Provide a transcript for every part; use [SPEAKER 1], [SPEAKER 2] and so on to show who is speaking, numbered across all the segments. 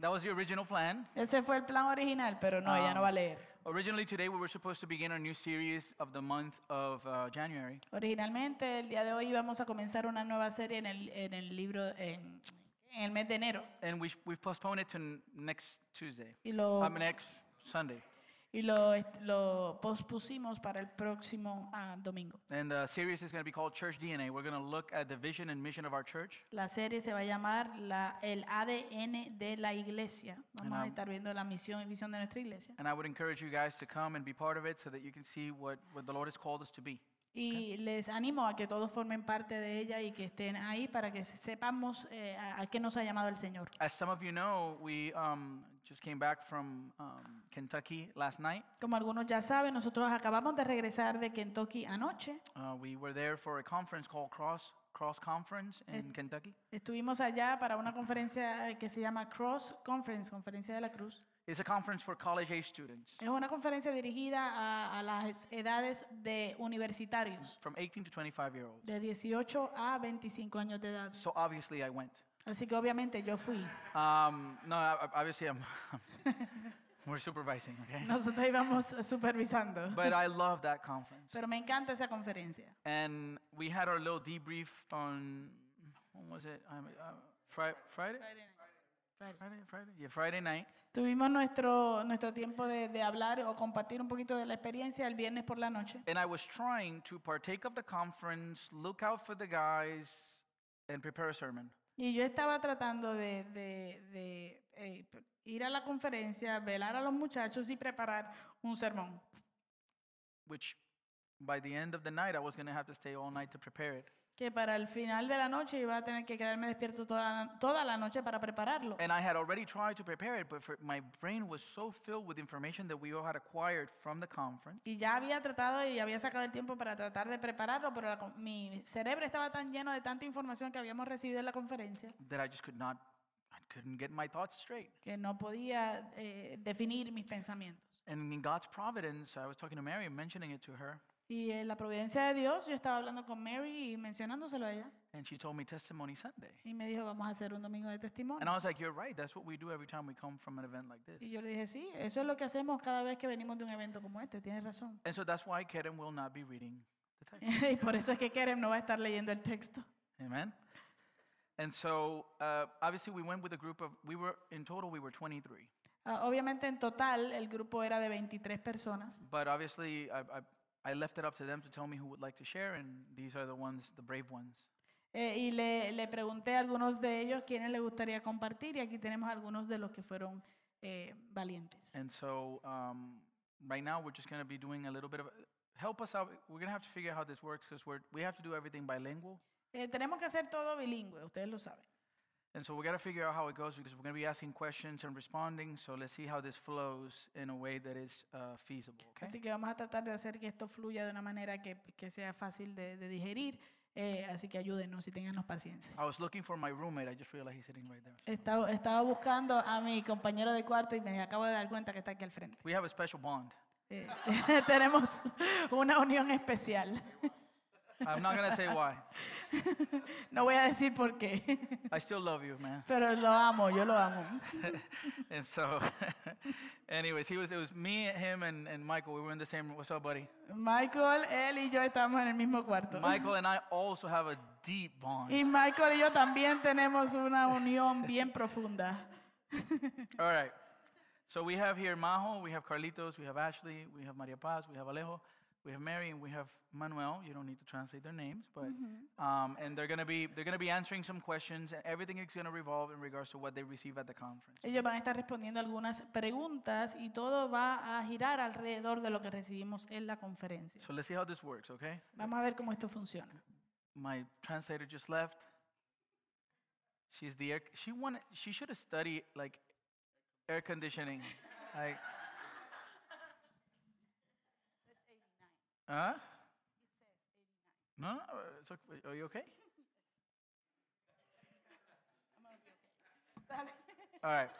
[SPEAKER 1] That was the original plan. Um,
[SPEAKER 2] Ese fue el plan original, pero no,
[SPEAKER 1] Ah.
[SPEAKER 2] ella no va a leer.
[SPEAKER 1] Originally, today we were supposed to begin our new series of the month of uh, January.
[SPEAKER 2] Originalmente, el día de hoy vamos a comenzar una nueva serie en el, en el libro, en, en el mes de enero.
[SPEAKER 1] and we we've postponed it to n- next Tuesday.
[SPEAKER 2] Y lo,
[SPEAKER 1] I mean, next Sunday.
[SPEAKER 2] y lo, est- lo pospusimos para el próximo ah, domingo.
[SPEAKER 1] And the series is going to be called Church DNA. We're going to look at the vision and mission of our church.
[SPEAKER 2] La serie se va a llamar la, el ADN de la iglesia. Vamos a estar viendo la misión y visión de nuestra iglesia.
[SPEAKER 1] And I would encourage you guys to come and be part of it so that you can see what, what the Lord has called us to be.
[SPEAKER 2] Y les animo a que todos formen parte de ella y que estén ahí para que sepamos eh, a, a qué nos ha llamado el Señor.
[SPEAKER 1] As some of you know, we um, just came back from um, Kentucky last night.
[SPEAKER 2] Como algunos ya saben, nosotros acabamos de regresar de Kentucky anoche.
[SPEAKER 1] Uh, we were there for a conference called Cross, Cross Conference in Kentucky.
[SPEAKER 2] Estuvimos allá para una conferencia eh, que se llama Cross Conference, Conferencia de la Cruz.
[SPEAKER 1] It's a conference for college age students
[SPEAKER 2] Es una conferencia dirigida a, a las edades de universitarios,
[SPEAKER 1] from 18 to 25 year olds.
[SPEAKER 2] de 18 a 25 años de edad.
[SPEAKER 1] So obviously, I went.
[SPEAKER 2] Así que obviamente yo fui.
[SPEAKER 1] Um, no, I- I- obviously I'm. we're supervising, okay?
[SPEAKER 2] Nosotros íbamos supervisando.
[SPEAKER 1] But I love that conference,
[SPEAKER 2] Pero me encanta esa conferencia.
[SPEAKER 1] and we had our little debrief on when was it? Um, uh, Fri Friday? Friday, Friday, yeah, Friday night,
[SPEAKER 2] Tuvimos nuestro, nuestro tiempo de, de hablar o compartir un poquito de la experiencia el viernes por la noche.
[SPEAKER 1] and I was trying to partake of the conference, look out for the guys, and prepare a sermon.
[SPEAKER 2] Y yo estaba tratando de, de- de, eh, pr- ir a la conferencia, velar a los muchachos y preparar un sermón.
[SPEAKER 1] Which, by the end of the night, I was gonna have to stay all night to prepare it,
[SPEAKER 2] Que para el final de la noche iba a tener que quedarme despierto toda la, toda la noche para prepararlo.
[SPEAKER 1] and I had already tried to prepare it, but for, my brain was so filled with information that we all had acquired from the conference.
[SPEAKER 2] Y ya había tratado y había sacado el tiempo para tratar de prepararlo, pero la con- mi cerebro estaba tan lleno de tanta información que habíamos recibido en la conferencia
[SPEAKER 1] that I just could not, I couldn't get my thoughts straight.
[SPEAKER 2] que no podía eh, definir mis pensamientos.
[SPEAKER 1] And in God's providence, I was talking to Mary, mentioning it to her,
[SPEAKER 2] Y en la providencia de Dios, yo estaba hablando con Mary y mencionándoselo a ella.
[SPEAKER 1] and she told me Testimony Sunday.
[SPEAKER 2] Y me dijo, vamos a hacer un domingo de testimonio.
[SPEAKER 1] And I was like, You're right. That's what we do every time we come from an event like this.
[SPEAKER 2] Y yo le dije, sí, eso es lo que hacemos cada vez que venimos de un evento como este, tienes razón.
[SPEAKER 1] And so that's why Kerem will not be reading the text.
[SPEAKER 2] y por eso es que Kerem no va a estar leyendo el texto.
[SPEAKER 1] Amen. And so uh, obviously, we went with a group of, we were, in total, we were 23.
[SPEAKER 2] Ah, obviamente en total el grupo era de 23 personas,
[SPEAKER 1] But obviously, I, I, I left it up to them to tell me who would like to share, and these are the ones, the brave ones.
[SPEAKER 2] Eh, y le, le pregunté a algunos de ellos quiénes les gustaría compartir y aquí tenemos algunos de los que fueron eh, valientes.
[SPEAKER 1] And so um, right now we're just going to be doing a little bit of help us out. We're going to have to figure out how this works because we're we have to do everything bilingual.
[SPEAKER 2] Eh, tenemos que hacer todo bilingüe, ustedes lo saben.
[SPEAKER 1] And so we got to figure out how it goes because we're going to be asking questions and responding. So let's see how this flows in a way that is uh, feasible. Okay.
[SPEAKER 2] Así que vamos a tratar de hacer que esto fluya de una manera que, que sea fácil de, de digerir. eh, así que ayúdenos y ténganos paciencia.
[SPEAKER 1] I was looking for my roommate. I just realized he's sitting right there.
[SPEAKER 2] Estaba, estaba buscando a mi compañero de cuarto y me acabo de dar cuenta que está aquí al frente.
[SPEAKER 1] We have a special bond.
[SPEAKER 2] Eh, tenemos una unión especial.
[SPEAKER 1] I'm not going to say why.
[SPEAKER 2] No voy a decir por qué,
[SPEAKER 1] I still love you, man.
[SPEAKER 2] pero lo amo, yo lo amo.
[SPEAKER 1] And so, anyways, he was it was me, him, and, and Michael. We were in the same room. What's up, buddy?
[SPEAKER 2] Michael, él y yo estamos en el mismo cuarto.
[SPEAKER 1] Michael and I also have a deep bond.
[SPEAKER 2] Y Michael y yo también tenemos una unión bien profunda.
[SPEAKER 1] All right. So we have here Majo, we have Carlitos, we have Ashley, we have Maria Paz, we have Alejo, we have Mary, and we have Manuel. You don't need to translate their names, but um, and they're gonna be they're gonna be answering some questions, and everything is gonna revolve in regards to what they receive at the conference.
[SPEAKER 2] Ellos van a estar respondiendo algunas preguntas y todo va a girar alrededor de lo que recibimos en la conferencia.
[SPEAKER 1] So let's see how this works, okay?
[SPEAKER 2] Vamos a ver cómo esto funciona.
[SPEAKER 1] My translator just left. She's the air, she wanted she should have studied like air conditioning, like. Huh? No, no, uh, it's okay. Are you okay? All right.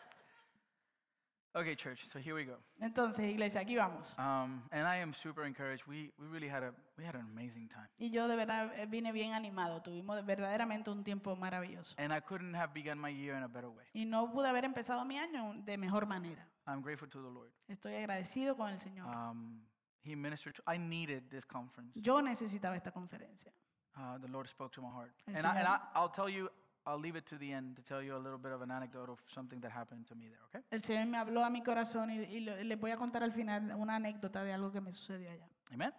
[SPEAKER 1] Okay, church. So here we go.
[SPEAKER 2] Entonces, iglesia, aquí vamos.
[SPEAKER 1] Um, and I am super encouraged. We we really had a we had an amazing time.
[SPEAKER 2] Y yo de verdad eh, vine bien animado. Tuvimos verdaderamente un tiempo maravilloso.
[SPEAKER 1] And I couldn't have begun my year in a better way.
[SPEAKER 2] Y no pude haber empezado mi año de mejor manera.
[SPEAKER 1] I'm grateful to the Lord.
[SPEAKER 2] Estoy agradecido con el Señor.
[SPEAKER 1] Um, he ministered. To, I needed this conference.
[SPEAKER 2] Yo necesitaba esta conferencia.
[SPEAKER 1] Uh, the Lord spoke to my heart.
[SPEAKER 2] El
[SPEAKER 1] And, I, and I,
[SPEAKER 2] Señor-
[SPEAKER 1] I'll tell you. I'll leave it to the end to tell you a little bit of an anecdote of something that happened to me there. Okay.
[SPEAKER 2] El Señor me habló a mi corazón y, y lo- les voy a contar al final una anécdota de algo que me sucedió allá.
[SPEAKER 1] Amen.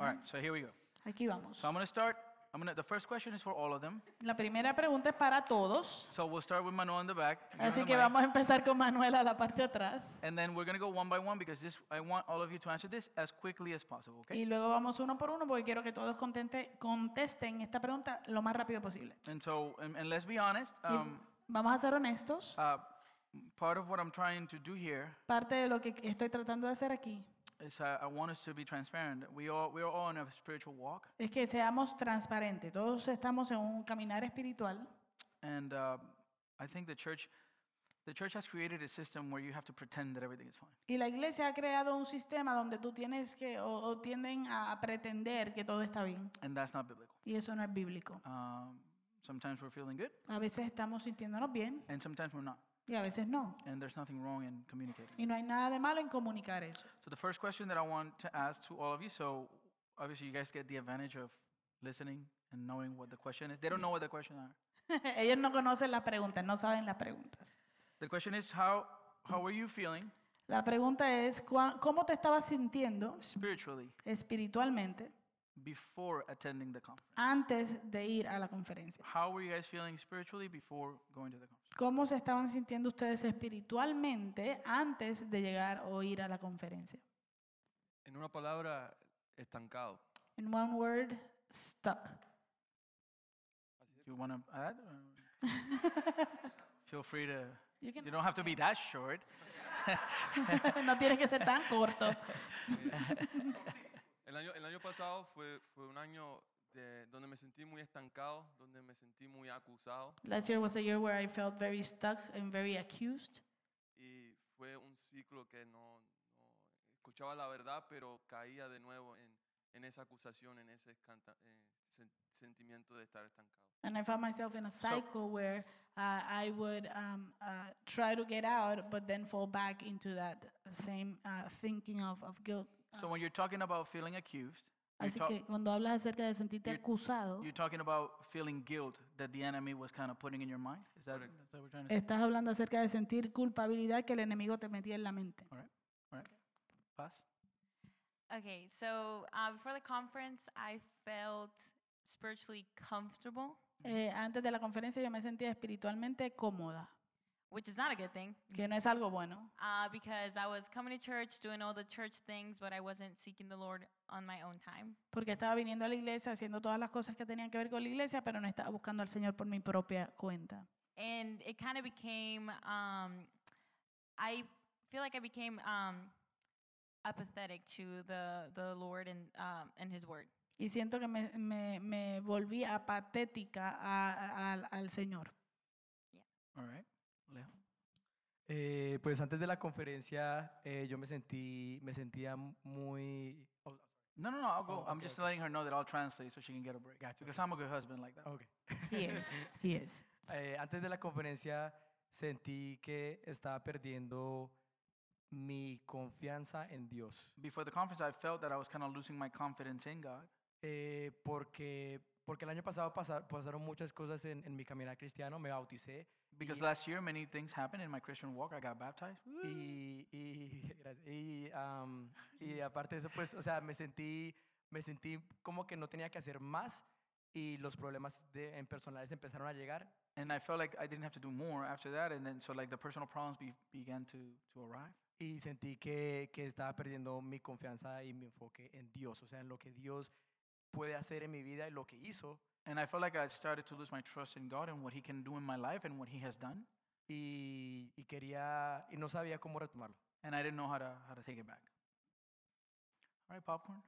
[SPEAKER 1] All right. So here we go.
[SPEAKER 2] Aquí vamos.
[SPEAKER 1] So I'm gonna start. I'm gonna. The first question is for all of them.
[SPEAKER 2] La primera pregunta es para todos.
[SPEAKER 1] So we'll start with Manuel in the back. Give him
[SPEAKER 2] Así
[SPEAKER 1] the
[SPEAKER 2] que
[SPEAKER 1] mic.
[SPEAKER 2] vamos a empezar con Manuela a la parte de atrás.
[SPEAKER 1] And then we're gonna go one by one because this I want all of you to answer this as quickly as possible. Okay.
[SPEAKER 2] Y luego vamos uno por uno porque quiero que todos contente- contesten esta pregunta lo más rápido posible.
[SPEAKER 1] And so, and, and let's be honest,
[SPEAKER 2] Y
[SPEAKER 1] um,
[SPEAKER 2] vamos a ser honestos.
[SPEAKER 1] uh, part of what I'm trying to do here
[SPEAKER 2] Parte de lo que estoy tratando de hacer aquí
[SPEAKER 1] is uh, I want us to be transparent. We all, we are all in a spiritual walk,
[SPEAKER 2] es que seamos transparentes. Todos estamos en un caminar espiritual
[SPEAKER 1] and uh, I think the church, the church has created a system where you have to pretend that everything is fine.
[SPEAKER 2] y la iglesia ha creado un sistema donde tú tienes que o, o tienden a pretender que todo está bien
[SPEAKER 1] And that's not biblical.
[SPEAKER 2] y eso no es bíblico.
[SPEAKER 1] Um, sometimes we're feeling good,
[SPEAKER 2] A veces estamos sintiéndonos bien
[SPEAKER 1] and sometimes we're not.
[SPEAKER 2] y a veces no.
[SPEAKER 1] And there's nothing wrong in communicating.
[SPEAKER 2] Y no hay nada de malo en comunicar eso.
[SPEAKER 1] So the first question that I want to ask to all of you, so obviously you guys get the advantage of listening and knowing what the question is. They don't know what the question are.
[SPEAKER 2] Ellos no conocen las preguntas, no saben las preguntas.
[SPEAKER 1] The question is how how were you feeling
[SPEAKER 2] La pregunta es, ¿cuá- ¿cómo te estabas sintiendo
[SPEAKER 1] spiritually
[SPEAKER 2] espiritualmente
[SPEAKER 1] before attending the conference?
[SPEAKER 2] antes de ir a la conferencia?
[SPEAKER 1] How were you guys feeling spiritually before going to the conference?
[SPEAKER 2] ¿Cómo se estaban sintiendo ustedes espiritualmente antes de llegar o ir a la conferencia?
[SPEAKER 3] En una palabra, estancado.
[SPEAKER 2] In one word, stuck.
[SPEAKER 1] Do you want to add? or- Feel free to. You don't have to be that short.
[SPEAKER 2] no tienes que ser tan corto.
[SPEAKER 3] El año, el año pasado fue, fue un año de- donde me sentí muy estancado, donde me sentí muy acusado
[SPEAKER 2] Last year was a year where I felt very stuck and very accused.
[SPEAKER 3] y fue un ciclo que no, no escuchaba la verdad, pero caía de nuevo en, en esa acusación, en ese escanta- eh, sen- sentimiento de estar estancado.
[SPEAKER 2] And I found myself in a cycle where uh, I would um, uh, try to get out, but then fall back into that same uh, thinking of, of guilt.
[SPEAKER 1] So when you're talking about feeling accused, you're,
[SPEAKER 2] Así
[SPEAKER 1] ta-
[SPEAKER 2] que cuando hablas acerca de sentirte
[SPEAKER 1] you're-
[SPEAKER 2] acusado,
[SPEAKER 1] you're talking about feeling guilt that the enemy was kind of putting in your mind. Is that,
[SPEAKER 3] Correct.
[SPEAKER 1] that's what we're trying to say?
[SPEAKER 2] estás hablando acerca de sentir culpabilidad que el enemigo te metía en la mente.
[SPEAKER 1] All right. Pass.
[SPEAKER 4] Okay, so uh, before the conference, I felt spiritually comfortable,
[SPEAKER 2] Eh, antes de la conferencia yo me sentía espiritualmente cómoda,
[SPEAKER 4] which is not a good thing
[SPEAKER 2] que no es algo bueno,
[SPEAKER 4] uh, because I was coming to church, doing all the church things, but I wasn't seeking the Lord on my own time.
[SPEAKER 2] porque estaba viniendo a la iglesia haciendo todas las cosas que tenían que ver con la iglesia, pero no estaba buscando al Señor por mi propia cuenta.
[SPEAKER 4] And it kind of became, um, I feel like I became um, apathetic to the, the Lord and, um, and His Word.
[SPEAKER 2] Y siento que me, me, me volví apatética a- a- al- al Señor.
[SPEAKER 1] All right. Leo.
[SPEAKER 5] Eh, pues antes de la conferencia eh, yo me sentí, me sentía m- muy... oh,
[SPEAKER 1] No, no, no. I'll
[SPEAKER 5] Oh,
[SPEAKER 1] go. I'm
[SPEAKER 5] okay,
[SPEAKER 1] just
[SPEAKER 5] okay.
[SPEAKER 1] letting her know that I'll translate so she can get a break.
[SPEAKER 5] Gotcha,
[SPEAKER 1] Because
[SPEAKER 5] okay.
[SPEAKER 1] I'm a good husband like that.
[SPEAKER 5] ok.
[SPEAKER 2] He is, he is.
[SPEAKER 5] Eh, antes de la conferencia sentí que estaba perdiendo mi confianza en Dios,
[SPEAKER 1] Before the conference, I felt that I was kind of losing my confidence in God
[SPEAKER 5] Eh, porque, porque el año pasado pasa- pasaron muchas cosas en, en mi caminar cristiano, me bauticé
[SPEAKER 1] because
[SPEAKER 5] Yeah.
[SPEAKER 1] last year many things happened in my Christian walk. I got baptized. Woo.
[SPEAKER 5] y, y, gracias, y, am, y aparte de eso, pues, o sea, me sentí, me sentí como que no tenía que hacer más y los problemas de, en personales empezaron a llegar
[SPEAKER 1] And I felt like I didn't have to do more after that. And then, so like the personal problems be, began to, to arrive.
[SPEAKER 5] Y sentí que, que estaba perdiendo mi confianza y mi enfoque en Dios, o sea, en lo que Dios puede hacer en mi vida y lo que hizo.
[SPEAKER 1] And I felt like I started to lose my trust in God and what He can do in my life and what He has done.
[SPEAKER 5] Y, y quería, y no sabía cómo retomarlo.
[SPEAKER 1] And I didn't know how to, how to take it back. All right, popcorn.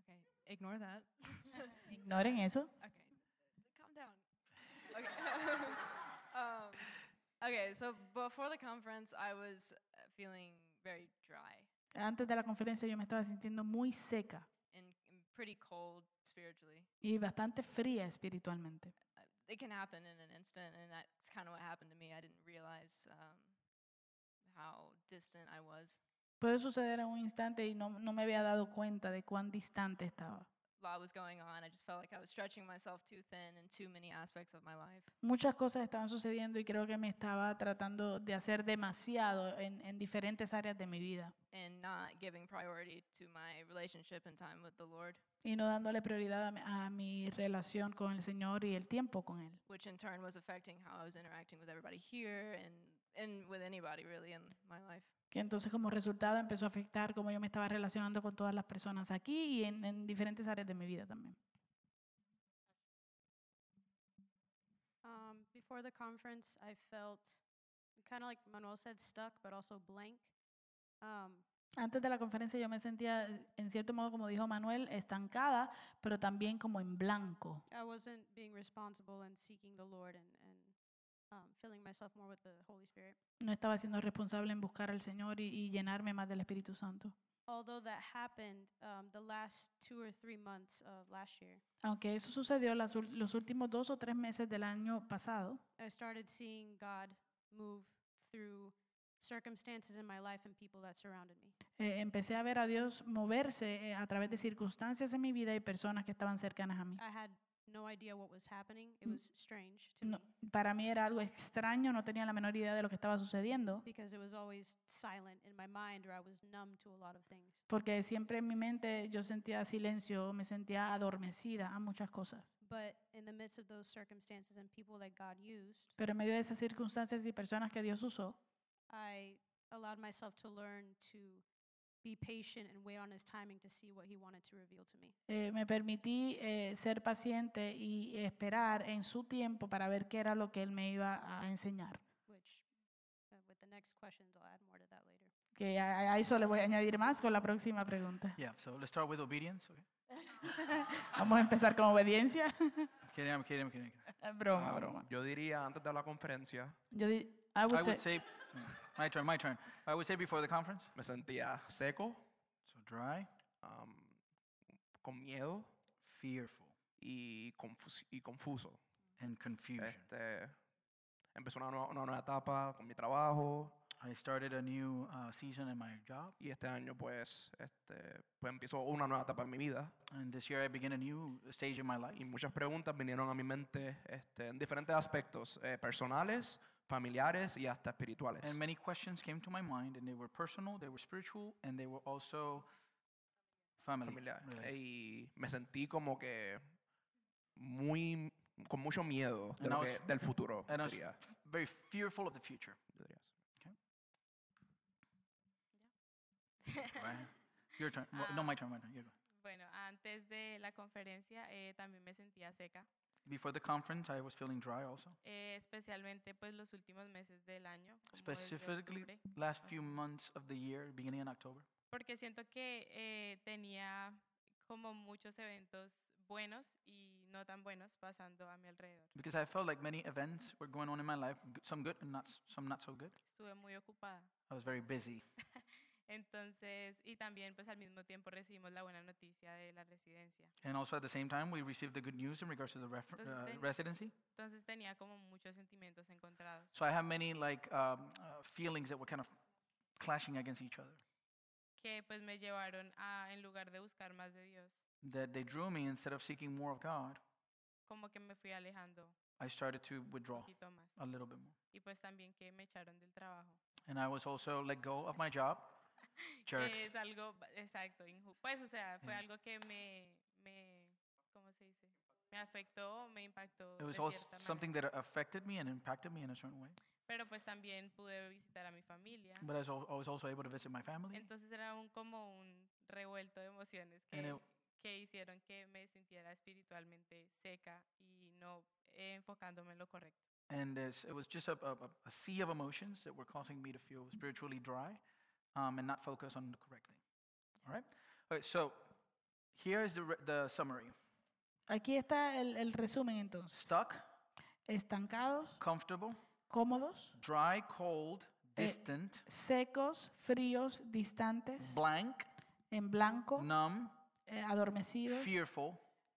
[SPEAKER 6] Okay, ignore that.
[SPEAKER 2] Ignoren eso.
[SPEAKER 6] Okay, calm down. Okay. um, Okay, so before the conference, I was uh, feeling very dry
[SPEAKER 2] Antes de la conferencia yo me estaba sintiendo muy seca
[SPEAKER 6] and, and pretty cold spiritually.
[SPEAKER 2] y bastante fría espiritualmente.
[SPEAKER 6] Uh, It can happen in an instant, and that's kind of what happened to me. I didn't realize um, how distant I was.
[SPEAKER 2] Puede suceder en un instante y no, no me había dado cuenta de cuán distante estaba.
[SPEAKER 6] A lot was going on. I just felt like I was stretching myself too thin in too many aspects of my life.
[SPEAKER 2] Muchas cosas estaban sucediendo y creo que me estaba tratando de hacer demasiado en, en diferentes áreas de mi vida
[SPEAKER 6] and not giving priority to my relationship and time with the Lord,
[SPEAKER 2] y no dándole prioridad a mi, a mi relación con el Señor y el tiempo con Él,
[SPEAKER 6] which in turn was affecting how I was interacting with everybody here and and with anybody really in my life.
[SPEAKER 2] que entonces como resultado empezó a afectar cómo yo me estaba relacionando con todas las personas aquí y en, en diferentes áreas de mi vida también.
[SPEAKER 7] Um, before the conference, I felt kind of like Manuel said, stuck, but also blank. Um,
[SPEAKER 2] Antes de la conferencia yo me sentía, eh, en cierto modo, como dijo Manuel, estancada, pero también como en blanco.
[SPEAKER 7] I wasn't being responsible and seeking the Lord and, and um, filling myself more with the Holy Spirit.
[SPEAKER 2] No estaba siendo responsable en buscar al Señor y, y llenarme más del Espíritu Santo.
[SPEAKER 7] Although that happened um, the last two or three months of last year,
[SPEAKER 2] Aunque eso sucedió las ul- los últimos dos o tres meses del año pasado,
[SPEAKER 7] I started seeing God move through circumstances in my life and people that surrounded me.
[SPEAKER 2] eh, empecé a ver a Dios moverse eh, a través de circunstancias en mi vida y personas que estaban cercanas a mí.
[SPEAKER 7] I had no idea what was happening. It
[SPEAKER 2] Mm.
[SPEAKER 7] was strange to
[SPEAKER 2] No,
[SPEAKER 7] me
[SPEAKER 2] para mí era algo extraño, no tenía la menor idea de lo que estaba sucediendo,
[SPEAKER 7] because it was always silent in my mind or I was numb to a lot of things.
[SPEAKER 2] porque siempre en mi mente yo sentía silencio, me sentía adormecida a muchas cosas.
[SPEAKER 7] But in the midst of those circumstances and people that God used,
[SPEAKER 2] Pero en medio de esas circunstancias y personas que Dios usó,
[SPEAKER 7] I allowed myself to learn to be patient and wait on His timing to see what He wanted to reveal to me.
[SPEAKER 2] eh, me permití eh, ser paciente y esperar en su tiempo para ver qué era lo que Él me iba a enseñar.
[SPEAKER 7] Which, uh, with the next questions, I'll add more to that later.
[SPEAKER 2] Que a, a eso le voy a añadir más con la próxima pregunta.
[SPEAKER 1] Yeah, so let's start with obedience. Okay.
[SPEAKER 2] Vamos a empezar con obediencia.
[SPEAKER 1] I'm kidding, I'm kidding, I'm kidding.
[SPEAKER 2] broma,
[SPEAKER 8] Um,
[SPEAKER 2] broma.
[SPEAKER 8] Yo diría antes de la conferencia,
[SPEAKER 2] Yo di- I would
[SPEAKER 1] I would
[SPEAKER 2] say-
[SPEAKER 1] say, my turn, my turn. I would say before the conference,
[SPEAKER 8] me sentía seco,
[SPEAKER 1] so dry,
[SPEAKER 8] um, con miedo
[SPEAKER 1] fearful,
[SPEAKER 8] y, confus- y confuso.
[SPEAKER 1] and confusion.
[SPEAKER 8] Este, empezó una nueva, una nueva etapa con mi trabajo
[SPEAKER 1] I started a new uh, season in my job,
[SPEAKER 8] y este año pues, este, pues empezó una nueva etapa en mi vida
[SPEAKER 1] and this year I begin a new stage in my life.
[SPEAKER 8] y muchas preguntas vinieron a mi mente este, en diferentes aspectos, eh, personales, familiares y hasta espirituales.
[SPEAKER 1] And many questions came to my mind, and they were personal, they were spiritual, and they were also family.
[SPEAKER 8] familiar.
[SPEAKER 1] related.
[SPEAKER 8] Y me sentí como que muy con mucho miedo de
[SPEAKER 1] And
[SPEAKER 8] lo
[SPEAKER 1] I
[SPEAKER 8] que-
[SPEAKER 1] was-
[SPEAKER 8] del futuro.
[SPEAKER 1] and I was
[SPEAKER 8] diría-
[SPEAKER 1] very fearful of the future.
[SPEAKER 8] yo diría eso.
[SPEAKER 1] Right? Your turn. Well, no, my turn. My turn. Your turn.
[SPEAKER 9] Bueno, antes de la conferencia eh, también me sentía seca,
[SPEAKER 1] Before the conference, I was feeling dry also.
[SPEAKER 9] eh, especialmente pues los últimos meses del año, como desde
[SPEAKER 1] Specifically,
[SPEAKER 9] octubre,
[SPEAKER 1] last few months of the year, beginning in October,
[SPEAKER 9] porque siento que eh, tenía como muchos eventos buenos y no tan buenos pasando a mi alrededor.
[SPEAKER 1] because I felt like many events were going on in my life, g- some good and not s- some not so good.
[SPEAKER 9] Estuve muy ocupada.
[SPEAKER 1] I was very busy,
[SPEAKER 9] Entonces, y también pues al mismo tiempo recibimos la buena noticia de la residencia.
[SPEAKER 1] and also at the same time, we received the good news in regards to the refer-
[SPEAKER 9] Entonces,
[SPEAKER 1] uh,
[SPEAKER 9] ten-
[SPEAKER 1] residency.
[SPEAKER 9] Entonces tenía como muchos sentimientos encontrados.
[SPEAKER 1] So I have many like um, uh, feelings that were kind of clashing against each other.
[SPEAKER 9] que pues me llevaron a, en lugar de buscar más de Dios,
[SPEAKER 1] That they drew me instead of seeking more of God,
[SPEAKER 9] como que me fui alejando
[SPEAKER 1] I started to
[SPEAKER 9] un
[SPEAKER 1] withdraw
[SPEAKER 9] poquito más.
[SPEAKER 1] a little bit more,
[SPEAKER 9] Y pues también que me echaron del trabajo.
[SPEAKER 1] and I was also let go of my job. Jerks.
[SPEAKER 9] Que es algo, ba- exacto, inju- Pues o sea, fue
[SPEAKER 1] Yeah.
[SPEAKER 9] algo que me, me, ¿cómo se dice? Me afectó, me impactó.
[SPEAKER 1] It
[SPEAKER 9] de
[SPEAKER 1] was also
[SPEAKER 9] cierta manera.
[SPEAKER 1] something that affected me and impacted me in a certain way.
[SPEAKER 9] Pero pues también pude visitar a mi familia.
[SPEAKER 1] But I was, al- I was also able to visit my family,
[SPEAKER 9] Entonces era un, como un revuelto de emociones
[SPEAKER 1] And
[SPEAKER 9] que,
[SPEAKER 1] it-
[SPEAKER 9] que hicieron que me sintiera espiritualmente seca y no eh, enfocándome en lo correcto.
[SPEAKER 1] and it's, it was just a, a, a- a sea of emotions that were causing me to feel spiritually dry um, and not focus on the correct thing. All right? Okay, so here is the, re- the summary
[SPEAKER 2] aquí está el, el resumen entonces.
[SPEAKER 1] stuck,
[SPEAKER 2] Estancados,
[SPEAKER 1] comfortable,
[SPEAKER 2] cómodos,
[SPEAKER 1] dry, cold,
[SPEAKER 2] Eh,
[SPEAKER 1] distant,
[SPEAKER 2] secos, fríos, distantes,
[SPEAKER 1] blank,
[SPEAKER 2] en blanco,
[SPEAKER 1] numb,
[SPEAKER 2] eh, adormecidos,
[SPEAKER 1] fearful,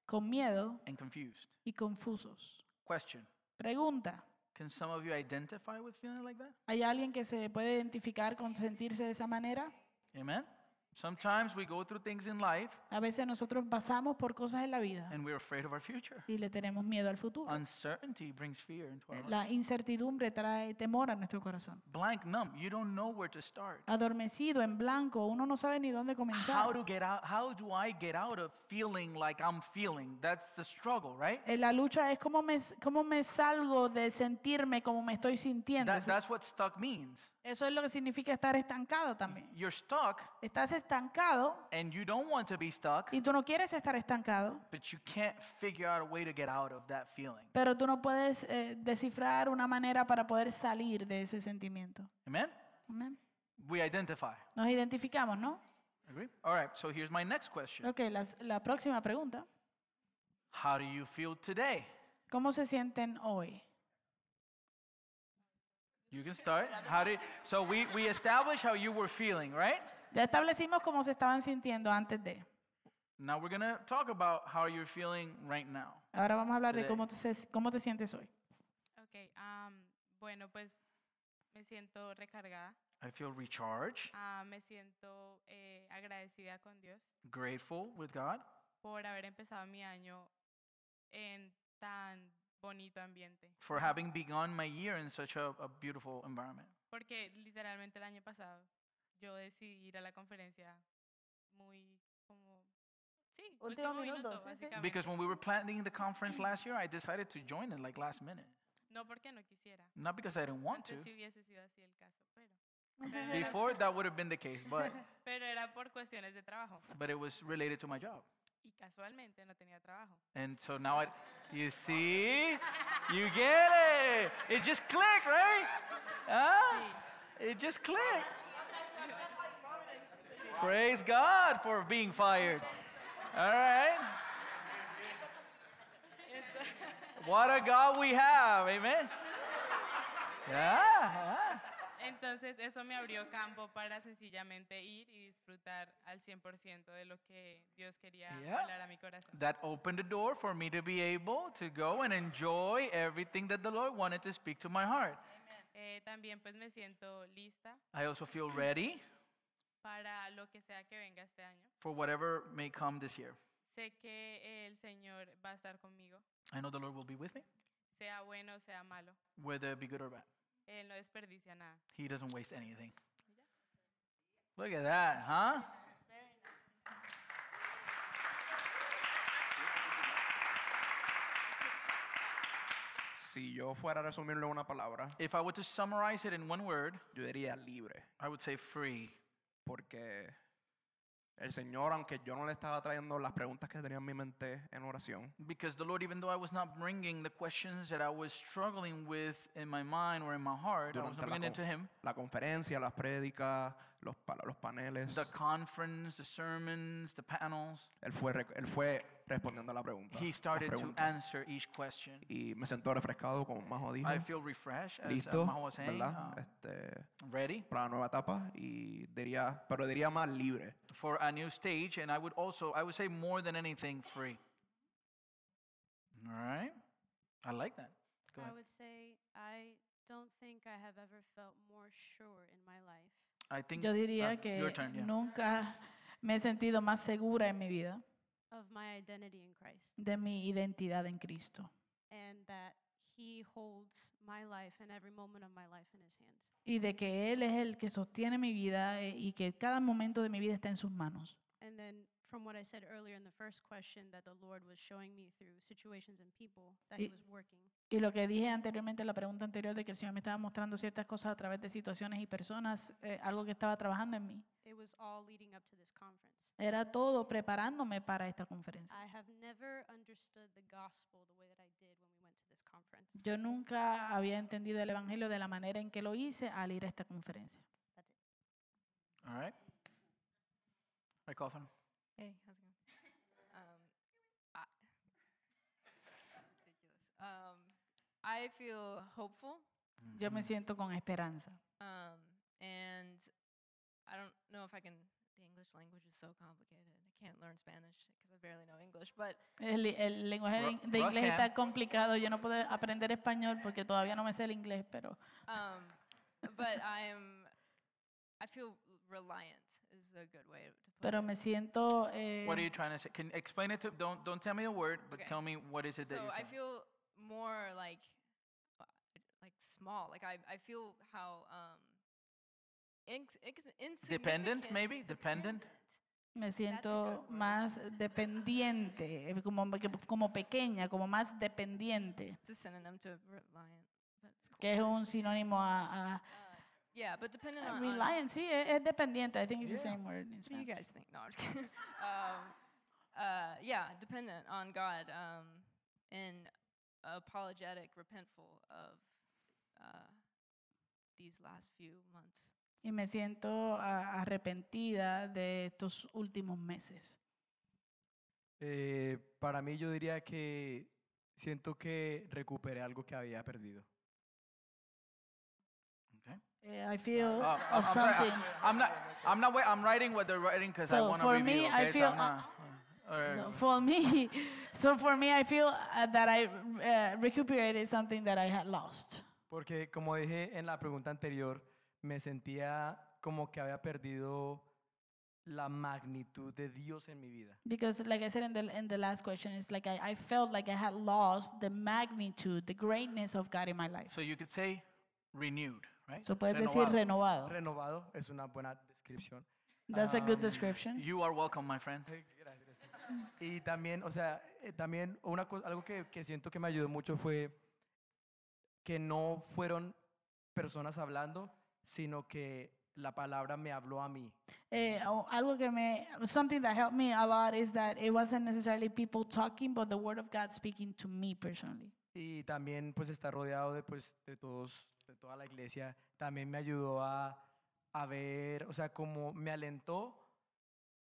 [SPEAKER 2] con miedo
[SPEAKER 1] and confused.
[SPEAKER 2] y confusos.
[SPEAKER 1] Question
[SPEAKER 2] Pregunta,
[SPEAKER 1] Can some of you identify with feeling like that?
[SPEAKER 2] ¿hay alguien que se puede identificar con sentirse de esa manera?
[SPEAKER 1] Amen? Sometimes we go through things in life
[SPEAKER 2] A veces nosotros pasamos por cosas en la vida
[SPEAKER 1] and we're afraid of our future.
[SPEAKER 2] y le tenemos miedo al futuro.
[SPEAKER 1] Uncertainty brings fear into our life.
[SPEAKER 2] La incertidumbre trae temor a nuestro corazón.
[SPEAKER 1] Blank, numb, you don't know where to start.
[SPEAKER 2] Adormecido, en blanco, uno no sabe ni dónde
[SPEAKER 1] How
[SPEAKER 2] comenzar.
[SPEAKER 1] to get out how do I get out of feeling like I'm feeling? That's the struggle, right?
[SPEAKER 2] Eh, La lucha es cómo me, s- cómo me salgo de sentirme como me estoy sintiendo.
[SPEAKER 1] That,
[SPEAKER 2] Sí.
[SPEAKER 1] that's what stuck means.
[SPEAKER 2] Eso es lo que significa estar estancado también.
[SPEAKER 1] You're stuck
[SPEAKER 2] Estás estancado
[SPEAKER 1] and you don't want to be stuck,
[SPEAKER 2] y tú no quieres estar estancado,
[SPEAKER 1] but you can't figure out a way to get out of that feeling.
[SPEAKER 2] pero tú no puedes eh, descifrar una manera para poder salir de ese sentimiento.
[SPEAKER 1] Amen?
[SPEAKER 2] Amén.
[SPEAKER 1] We identify.
[SPEAKER 2] Nos identificamos, ¿no?
[SPEAKER 1] Agree? All right, so here's my next question.
[SPEAKER 2] Ok, las- la próxima pregunta.
[SPEAKER 1] How do you feel today?
[SPEAKER 2] ¿Cómo se sienten hoy?
[SPEAKER 1] You can start. How did so we, we established how you were feeling, right?
[SPEAKER 2] Ya establecimos cómo se estaban sintiendo antes de.
[SPEAKER 1] Now we're gonna talk about how you're feeling right now.
[SPEAKER 2] Ahora vamos a hablar de
[SPEAKER 1] Today.
[SPEAKER 2] cómo te, se- cómo te sientes hoy.
[SPEAKER 9] Ok, am, bueno, pues me siento recargada,
[SPEAKER 1] I feel recharged,
[SPEAKER 9] ah, me siento eh, agradecida con Dios
[SPEAKER 1] grateful with God
[SPEAKER 9] por haber empezado mi año en tan bonito ambiente,
[SPEAKER 1] for having begun my year in such a, a beautiful environment.
[SPEAKER 9] porque literalmente el año pasado yo decidí ir a la conferencia muy como... Sí,
[SPEAKER 2] Último
[SPEAKER 9] último
[SPEAKER 2] minuto,
[SPEAKER 9] minuto,
[SPEAKER 2] sí, sí.
[SPEAKER 9] básicamente.
[SPEAKER 1] Because when we were planning the conference last year, I decided to join it like last minute.
[SPEAKER 9] No porque no quisiera.
[SPEAKER 1] Not because I didn't want to.
[SPEAKER 9] Antes sí hubiese sido así el caso, pero... pero era-
[SPEAKER 1] Before that would have been the case, but
[SPEAKER 9] pero era por cuestiones de trabajo.
[SPEAKER 1] but it was related to my job.
[SPEAKER 9] Y casualmente no tenía trabajo.
[SPEAKER 1] And so now I you see? You get it. It just clicked, right? Huh? It just clicked. Praise God for being fired. All right. What a God we have. Amen. Yeah. yeah.
[SPEAKER 9] Entonces eso me abrió campo para sencillamente ir y disfrutar al 100% de lo que Dios quería
[SPEAKER 1] Yeah.
[SPEAKER 9] hablar a mi corazón.
[SPEAKER 1] That opened the door for me to be able to go and enjoy everything that the Lord wanted to speak to my heart.
[SPEAKER 9] Eh, también pues me siento lista
[SPEAKER 1] I also feel ready
[SPEAKER 9] para lo que sea que venga este año.
[SPEAKER 1] for whatever may come this year.
[SPEAKER 9] Sé que el Señor va a estar conmigo,
[SPEAKER 1] I know the Lord will be with me,
[SPEAKER 9] sea bueno o sea malo.
[SPEAKER 1] whether it be good or bad.
[SPEAKER 9] Él no desperdicia nada.
[SPEAKER 1] He doesn't waste anything. Look at that, huh?
[SPEAKER 8] Si yo fuera a resumirlo en una palabra,
[SPEAKER 1] If I were to summarize it in one word,
[SPEAKER 8] yo diría libre.
[SPEAKER 1] I would say free.
[SPEAKER 8] Porque el Señor, aunque yo no le estaba trayendo las preguntas que tenía en mi mente en oración,
[SPEAKER 1] Because the Lord, even though I was not bringing the questions that I was struggling with in my mind or in my heart, I was not
[SPEAKER 8] durante la,
[SPEAKER 1] bringing it to
[SPEAKER 8] con-
[SPEAKER 1] Him.
[SPEAKER 8] la conferencia, las prédicas, los, pa- los paneles,
[SPEAKER 1] The conference, the sermons, the panels,
[SPEAKER 8] él fue, re- él fue respondiendo a la pregunta.
[SPEAKER 1] He
[SPEAKER 8] las
[SPEAKER 1] started to
[SPEAKER 8] preguntas.
[SPEAKER 1] answer each question.
[SPEAKER 8] Y me sentó refrescado, como Majo dijo,
[SPEAKER 1] I feel refreshed, as uh,
[SPEAKER 8] listo,
[SPEAKER 1] Maho was saying,
[SPEAKER 8] ¿verdad?
[SPEAKER 1] uh,
[SPEAKER 8] Este,
[SPEAKER 1] ready
[SPEAKER 8] para la nueva etapa y diría, pero diría más libre.
[SPEAKER 1] for a new stage, and I would also, I would say more than anything, free. All right, I like that. Go
[SPEAKER 7] I
[SPEAKER 1] ahead.
[SPEAKER 7] would say I don't think I have ever felt more sure in my life.
[SPEAKER 1] I think
[SPEAKER 2] Yo
[SPEAKER 1] uh,
[SPEAKER 2] diría que
[SPEAKER 1] your turn. Yeah.
[SPEAKER 2] nunca me he sentido más segura en mi vida
[SPEAKER 7] of my identity in Christ
[SPEAKER 2] de mi identidad en Cristo
[SPEAKER 7] and that he holds my life and every moment of my life in his hands.
[SPEAKER 2] y de que Él es el que sostiene mi vida eh, y que cada momento de mi vida está en sus manos.
[SPEAKER 7] And then from what I said earlier in the first question that the Lord was showing me through situations and people that he
[SPEAKER 2] Y-
[SPEAKER 7] was working.
[SPEAKER 2] Y lo que dije anteriormente, la pregunta anterior de que el Señor me estaba mostrando ciertas cosas a través de situaciones y personas, eh, algo que estaba trabajando en mí,
[SPEAKER 7] It was all leading up to this conference.
[SPEAKER 2] era todo preparándome para esta conferencia.
[SPEAKER 7] I have never understood the gospel the way that I did when we went to this conference.
[SPEAKER 2] Yo nunca había entendido el Evangelio de la manera en que lo hice al ir a esta conferencia.
[SPEAKER 1] All right. All right, Cawthorn.
[SPEAKER 6] Hey, how's it going? Um, I, ridiculous. Um, I feel hopeful
[SPEAKER 2] Yo me siento con esperanza.
[SPEAKER 6] Um, and I don't know if I can. The English language is so complicated. I can't learn Spanish because I barely know English. But
[SPEAKER 2] El, el lenguaje de
[SPEAKER 1] Ro-
[SPEAKER 2] in- de
[SPEAKER 1] Ross
[SPEAKER 2] inglés
[SPEAKER 1] can.
[SPEAKER 2] está complicado. Yo no puedo aprender español porque todavía no me sé el inglés, pero
[SPEAKER 6] um, but I'm. I feel reliant is a good way to put
[SPEAKER 2] pero
[SPEAKER 6] it.
[SPEAKER 2] me siento eh,
[SPEAKER 1] What are you trying to say? Can explain it to don't don't tell me the word, but
[SPEAKER 6] Okay.
[SPEAKER 1] tell me what is it that
[SPEAKER 6] so
[SPEAKER 1] you
[SPEAKER 6] I feel more like uh, like small. Like I, I feel how um inx- ex-
[SPEAKER 1] Dependent,
[SPEAKER 6] insignificant-
[SPEAKER 1] maybe? Dependent?
[SPEAKER 2] me
[SPEAKER 6] good
[SPEAKER 2] siento
[SPEAKER 6] word.
[SPEAKER 2] más dependiente, eh, como que- como pequeña, como más dependiente,
[SPEAKER 6] It's a synonym to reliant, but it's cool.
[SPEAKER 2] que es un sinónimo a, a-
[SPEAKER 6] Yeah, but dependent
[SPEAKER 2] Uh,
[SPEAKER 6] on, on
[SPEAKER 2] reliant. Sí, es, es dependiente. I think it's the same word in
[SPEAKER 6] What do you
[SPEAKER 2] Spanish.
[SPEAKER 6] guys think? No, I'm just kidding. um, uh, yeah, dependent on God um, and apologetic, repentful of uh, these last few months.
[SPEAKER 2] Y me siento a- arrepentida de estos últimos meses.
[SPEAKER 5] Eh, para mí yo diría que siento que recuperé algo que había perdido.
[SPEAKER 2] Eh, I feel
[SPEAKER 1] Oh, I'm,
[SPEAKER 2] of
[SPEAKER 1] I'm sorry,
[SPEAKER 2] something.
[SPEAKER 1] I, am not. I'm not. Wait, I'm writing what they're writing because I
[SPEAKER 2] So
[SPEAKER 1] want to
[SPEAKER 2] for
[SPEAKER 1] review.
[SPEAKER 2] me, I
[SPEAKER 1] okay?
[SPEAKER 2] feel-
[SPEAKER 1] So I'm not- all right.
[SPEAKER 2] So for me, so for me, I feel uh, that I uh, recuperated something that I had lost.
[SPEAKER 5] Porque como dije en la pregunta anterior, me sentía como que había perdido la magnitud de Dios en mi vida.
[SPEAKER 2] Because, like I said in the in the last question, it's like I, I felt like I had lost the magnitude, the greatness of God in my life.
[SPEAKER 1] So you could say renewed, right?
[SPEAKER 2] So puedes decir
[SPEAKER 1] Renovado.
[SPEAKER 2] renovado.
[SPEAKER 5] Renovado es una buena descripción.
[SPEAKER 2] That's a good
[SPEAKER 5] Um,
[SPEAKER 2] description.
[SPEAKER 1] You are welcome, my friend.
[SPEAKER 5] Y también, o sea, eh, también una cosa, algo que, que siento que me ayudó mucho fue que no fueron personas hablando, sino que la palabra me habló a mí.
[SPEAKER 2] Eh, o- algo que me, something that helped me a lot is that it wasn't necessarily people talking, but the word of God speaking to me personally.
[SPEAKER 5] Y también pues estar rodeado de pues de todos, de toda la iglesia, también me ayudó a, a ver, o sea, como me alentó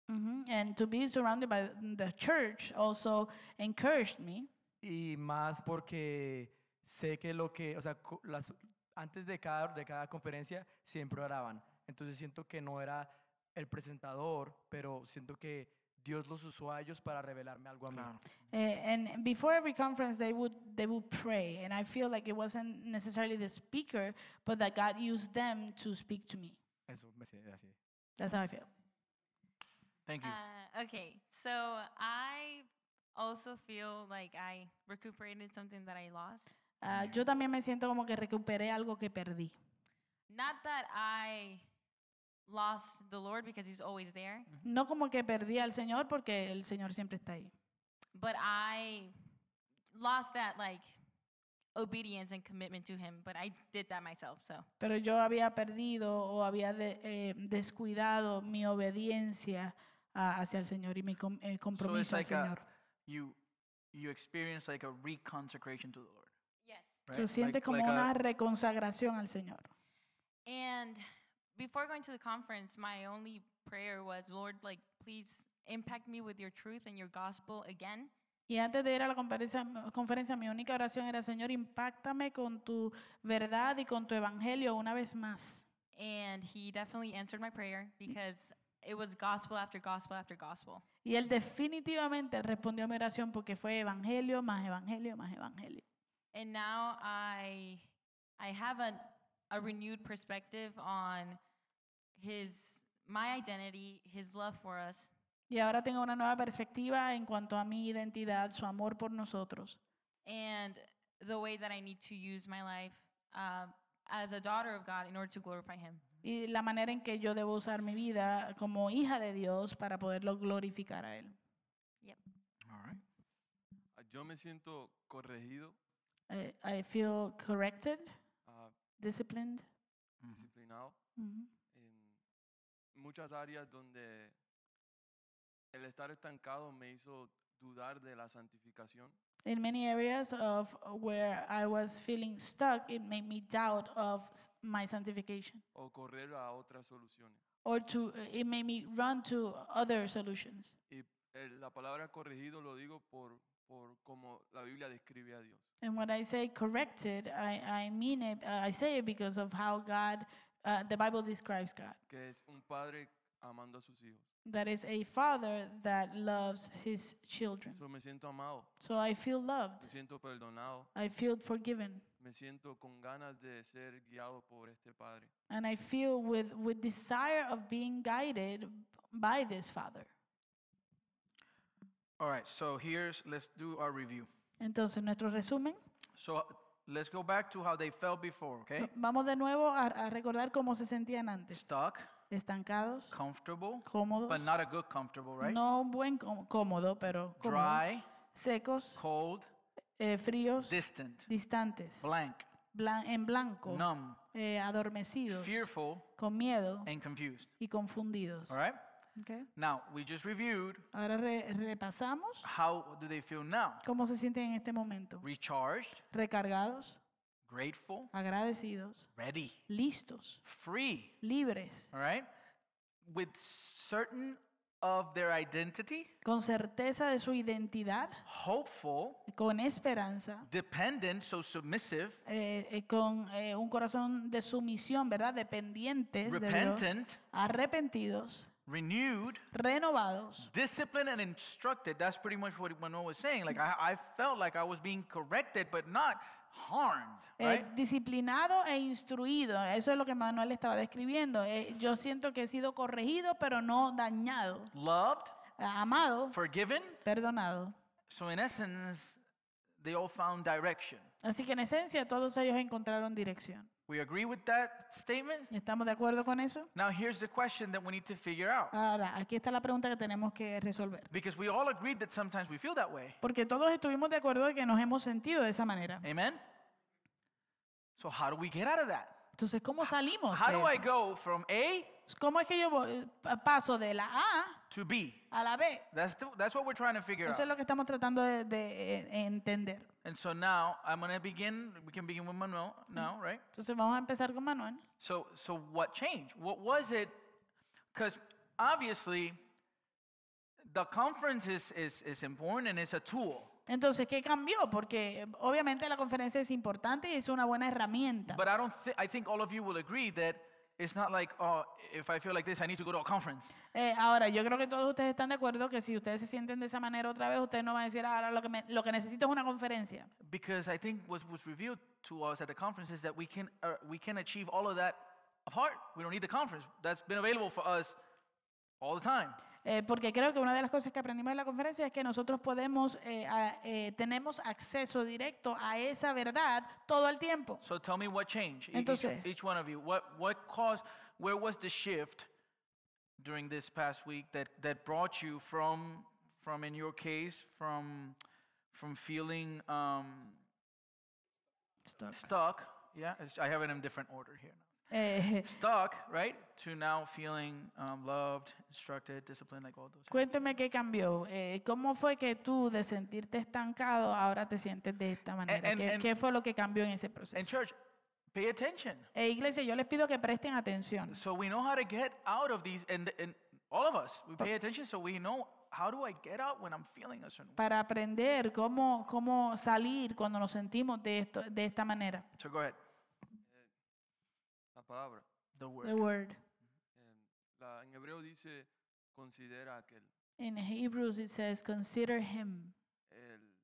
[SPEAKER 2] Mhm. And to be surrounded by the church also encouraged me.
[SPEAKER 5] y más porque sé que lo que, o sea, co- las, antes de cada, de cada conferencia siempre oraban. Entonces siento que no era el presentador, pero siento que Dios los usó a ellos para revelarme algo a mí.
[SPEAKER 1] Claro.
[SPEAKER 2] Uh, and before every conference, they would they would pray, and I feel like it wasn't necessarily the speaker, but that God used them to speak to me.
[SPEAKER 5] Eso me siento así.
[SPEAKER 2] That's how I feel.
[SPEAKER 1] Thank you.
[SPEAKER 4] Uh, okay, so I also feel like I recuperated something that I lost.
[SPEAKER 2] Ah, yo también me siento como que recuperé algo que perdí.
[SPEAKER 4] Not that I lost the Lord because He's always there,
[SPEAKER 2] No como que perdí al Señor, porque el Señor siempre está ahí.
[SPEAKER 4] but I lost that like obedience and commitment to Him. But I did that myself, so
[SPEAKER 2] Pero yo había perdido o había de- eh, descuidado mi obediencia ah, hacia el Señor y mi com- eh, compromiso al
[SPEAKER 1] like a-
[SPEAKER 2] Señor.
[SPEAKER 1] You you experience like a reconsecration to the Lord.
[SPEAKER 4] yes.
[SPEAKER 1] Right?
[SPEAKER 2] Tú sientes
[SPEAKER 1] Like-
[SPEAKER 2] como
[SPEAKER 1] like
[SPEAKER 2] una
[SPEAKER 1] a-
[SPEAKER 2] reconsagración al Señor.
[SPEAKER 4] And before going to the conference, my only prayer was, Lord, like please impact me with Your truth and Your gospel again.
[SPEAKER 2] Y antes de ir a la conferencia, conferencia, mi única oración era, Señor, impáctame con tu verdad y con tu evangelio una vez más.
[SPEAKER 4] And he definitely answered my prayer because it was gospel after gospel after gospel.
[SPEAKER 2] Y él definitivamente respondió a mi oración porque fue evangelio más evangelio más evangelio.
[SPEAKER 4] And now I I have a a renewed perspective on his my identity, his love for us,
[SPEAKER 2] Y ahora tengo una nueva perspectiva en cuanto a mi identidad, su amor por nosotros.
[SPEAKER 4] and the way that I need to use my life uh, as a daughter of God in order to glorify Him.
[SPEAKER 2] Y la manera en que yo debo usar mi vida como hija de Dios para poderlo glorificar a Él.
[SPEAKER 1] All right.
[SPEAKER 3] Ah, Yo me siento corregido,
[SPEAKER 2] I, Eh, I feel corrected,
[SPEAKER 3] ah,
[SPEAKER 2] disciplined.
[SPEAKER 1] Mhm.
[SPEAKER 3] disciplinado
[SPEAKER 2] Ujú.
[SPEAKER 3] en muchas áreas donde el estar estancado me hizo dudar de la santificación.
[SPEAKER 2] In many areas of where I was feeling stuck, it made me doubt of s- my sanctification,
[SPEAKER 3] o correr a otras soluciones.
[SPEAKER 2] or to uh, it made me run to other solutions.
[SPEAKER 3] Y eh, la palabra corregido lo digo por, por cómo la Biblia describe a Dios.
[SPEAKER 2] And when I say corrected, I, I mean it, uh, I say it because of how God, uh, the Bible describes God.
[SPEAKER 3] Que es un padre amando a sus hijos.
[SPEAKER 2] That is a father that loves his children.
[SPEAKER 3] So, me siento amado,
[SPEAKER 2] So I feel loved.
[SPEAKER 3] me siento perdonado,
[SPEAKER 2] I feel forgiven.
[SPEAKER 3] me siento con ganas de ser guiado por este padre.
[SPEAKER 2] And I feel with, with desire of being guided by this father.
[SPEAKER 1] All right, so here's, let's do our review.
[SPEAKER 2] Entonces, nuestro resumen.
[SPEAKER 1] So uh, let's go back to how they felt before, okay?
[SPEAKER 2] Vamos de nuevo a, a recordar cómo se sentían antes.
[SPEAKER 1] Stuck,
[SPEAKER 2] Estancados,
[SPEAKER 1] comfortable,
[SPEAKER 2] cómodos.
[SPEAKER 1] but not a good comfortable, right?
[SPEAKER 2] No un buen có- cómodo, pero cómodo.
[SPEAKER 1] Dry,
[SPEAKER 2] Secos,
[SPEAKER 1] cold,
[SPEAKER 2] eh, fríos,
[SPEAKER 1] distant,
[SPEAKER 2] distantes,
[SPEAKER 1] blank,
[SPEAKER 2] blan- en blanco,
[SPEAKER 1] numb,
[SPEAKER 2] eh, adormecidos,
[SPEAKER 1] fearful,
[SPEAKER 2] con miedo
[SPEAKER 1] and confused.
[SPEAKER 2] y confundidos.
[SPEAKER 1] All right?
[SPEAKER 2] ¿ok?
[SPEAKER 1] Now, we just reviewed
[SPEAKER 2] Ahora re- repasamos
[SPEAKER 1] how do they feel now?
[SPEAKER 2] cómo se sienten en este momento.
[SPEAKER 1] Recharged,
[SPEAKER 2] Recargados,
[SPEAKER 1] grateful,
[SPEAKER 2] agradecidos,
[SPEAKER 1] ready,
[SPEAKER 2] listos,
[SPEAKER 1] free,
[SPEAKER 2] libres,
[SPEAKER 1] all right? With certain of their identity,
[SPEAKER 2] con certeza de su identidad,
[SPEAKER 1] hopeful,
[SPEAKER 2] con esperanza,
[SPEAKER 1] dependent, so submissive,
[SPEAKER 2] eh, eh, con eh, un corazón de sumisión, ¿verdad? Dependientes de Dios,
[SPEAKER 1] repentant,
[SPEAKER 2] arrepentidos,
[SPEAKER 1] renewed,
[SPEAKER 2] renovados,
[SPEAKER 1] disciplined and instructed. That's pretty much what Manuel was saying. Like I, I felt like I was being corrected, but not harmed,
[SPEAKER 2] eh,
[SPEAKER 1] right?
[SPEAKER 2] disciplinado e instruido. Eso es lo que Manuel estaba describiendo. Eh, yo siento que he sido corregido, pero no dañado,
[SPEAKER 1] Loved,
[SPEAKER 2] ah, amado,
[SPEAKER 1] forgiven.
[SPEAKER 2] perdonado.
[SPEAKER 1] So in essence, they all found direction.
[SPEAKER 2] Así que en esencia todos ellos encontraron dirección.
[SPEAKER 1] We agree with that statement.
[SPEAKER 2] ¿Estamos de acuerdo con eso?
[SPEAKER 1] Now here's the question that we need to figure out.
[SPEAKER 2] Ahora, aquí está la pregunta que tenemos que resolver.
[SPEAKER 1] Because we all agreed that sometimes we feel that way.
[SPEAKER 2] Porque todos estuvimos de acuerdo de que nos hemos sentido de esa manera.
[SPEAKER 1] Amen? So how do we get out of that?
[SPEAKER 2] Entonces, ¿cómo salimos?
[SPEAKER 1] How
[SPEAKER 2] de
[SPEAKER 1] do I
[SPEAKER 2] eso?
[SPEAKER 1] go from A
[SPEAKER 2] ¿Cómo es que yo voy- pa- paso de la A
[SPEAKER 1] to B?
[SPEAKER 2] a la B?
[SPEAKER 1] That's, the, that's what we're trying to figure
[SPEAKER 2] Eso es
[SPEAKER 1] out.
[SPEAKER 2] lo que estamos tratando de, de, eh, entender.
[SPEAKER 1] And so now I'm going to begin. We can begin with Manuel now,
[SPEAKER 2] Mm-hmm.
[SPEAKER 1] right?
[SPEAKER 2] Entonces, vamos a empezar con Manuel.
[SPEAKER 1] So, so what changed? What was it? Because obviously, the conference is, is, is important and it's a tool.
[SPEAKER 2] Entonces, ¿qué cambió? Porque eh, obviamente la conferencia es importante y es una buena herramienta.
[SPEAKER 1] But I don't. Th- I think all of you will agree that it's not like, oh, if I feel like this, I need to go to a conference.
[SPEAKER 2] Eh, ahora, yo creo que todos ustedes están de acuerdo que si ustedes se sienten de esa manera otra vez, ustedes no van a decir, "Ah, ahora lo que, me- lo que necesito es una conferencia.
[SPEAKER 1] Because I think what was revealed to us at the conference is that we can uh, we can achieve all of that apart. We don't need the conference. That's been available for us all the time.
[SPEAKER 2] Eh, porque creo que una de las cosas que aprendimos en la conferencia es que nosotros podemos, eh, a- eh, tenemos acceso directo a esa verdad todo el tiempo.
[SPEAKER 1] So tell me what changed. e- Each,
[SPEAKER 2] Entonces-
[SPEAKER 1] each one of you, what what caused? Where was the shift during this past week that that brought you from from in your case from from feeling um, stuck? Yeah, it's- I have it in different order here.
[SPEAKER 2] Eh,
[SPEAKER 1] Stuck, right? To now feeling um, loved, instructed, disciplined, like all those.
[SPEAKER 2] cuénteme qué cambió. Eh, ¿Cómo fue que tú de sentirte estancado ahora te sientes de esta manera?
[SPEAKER 1] and-
[SPEAKER 2] ¿Qué,
[SPEAKER 1] and-
[SPEAKER 2] qué fue lo que cambió en ese
[SPEAKER 1] And
[SPEAKER 2] proceso?
[SPEAKER 1] church, pay attention.
[SPEAKER 2] Eh, iglesia, yo les pido que presten atención.
[SPEAKER 1] So we know how to get out of these, and and all of us, we pay attention, so we know how do I get out when I'm feeling a certain way.
[SPEAKER 2] para aprender cómo, cómo salir cuando nos sentimos de, esto, de esta manera.
[SPEAKER 1] So go ahead.
[SPEAKER 3] Eh, La palabra.
[SPEAKER 1] The word.
[SPEAKER 2] The word.
[SPEAKER 3] em, la- en hebreo dice, considera aquel.
[SPEAKER 2] In Hebrews it says, consider him.
[SPEAKER 3] El,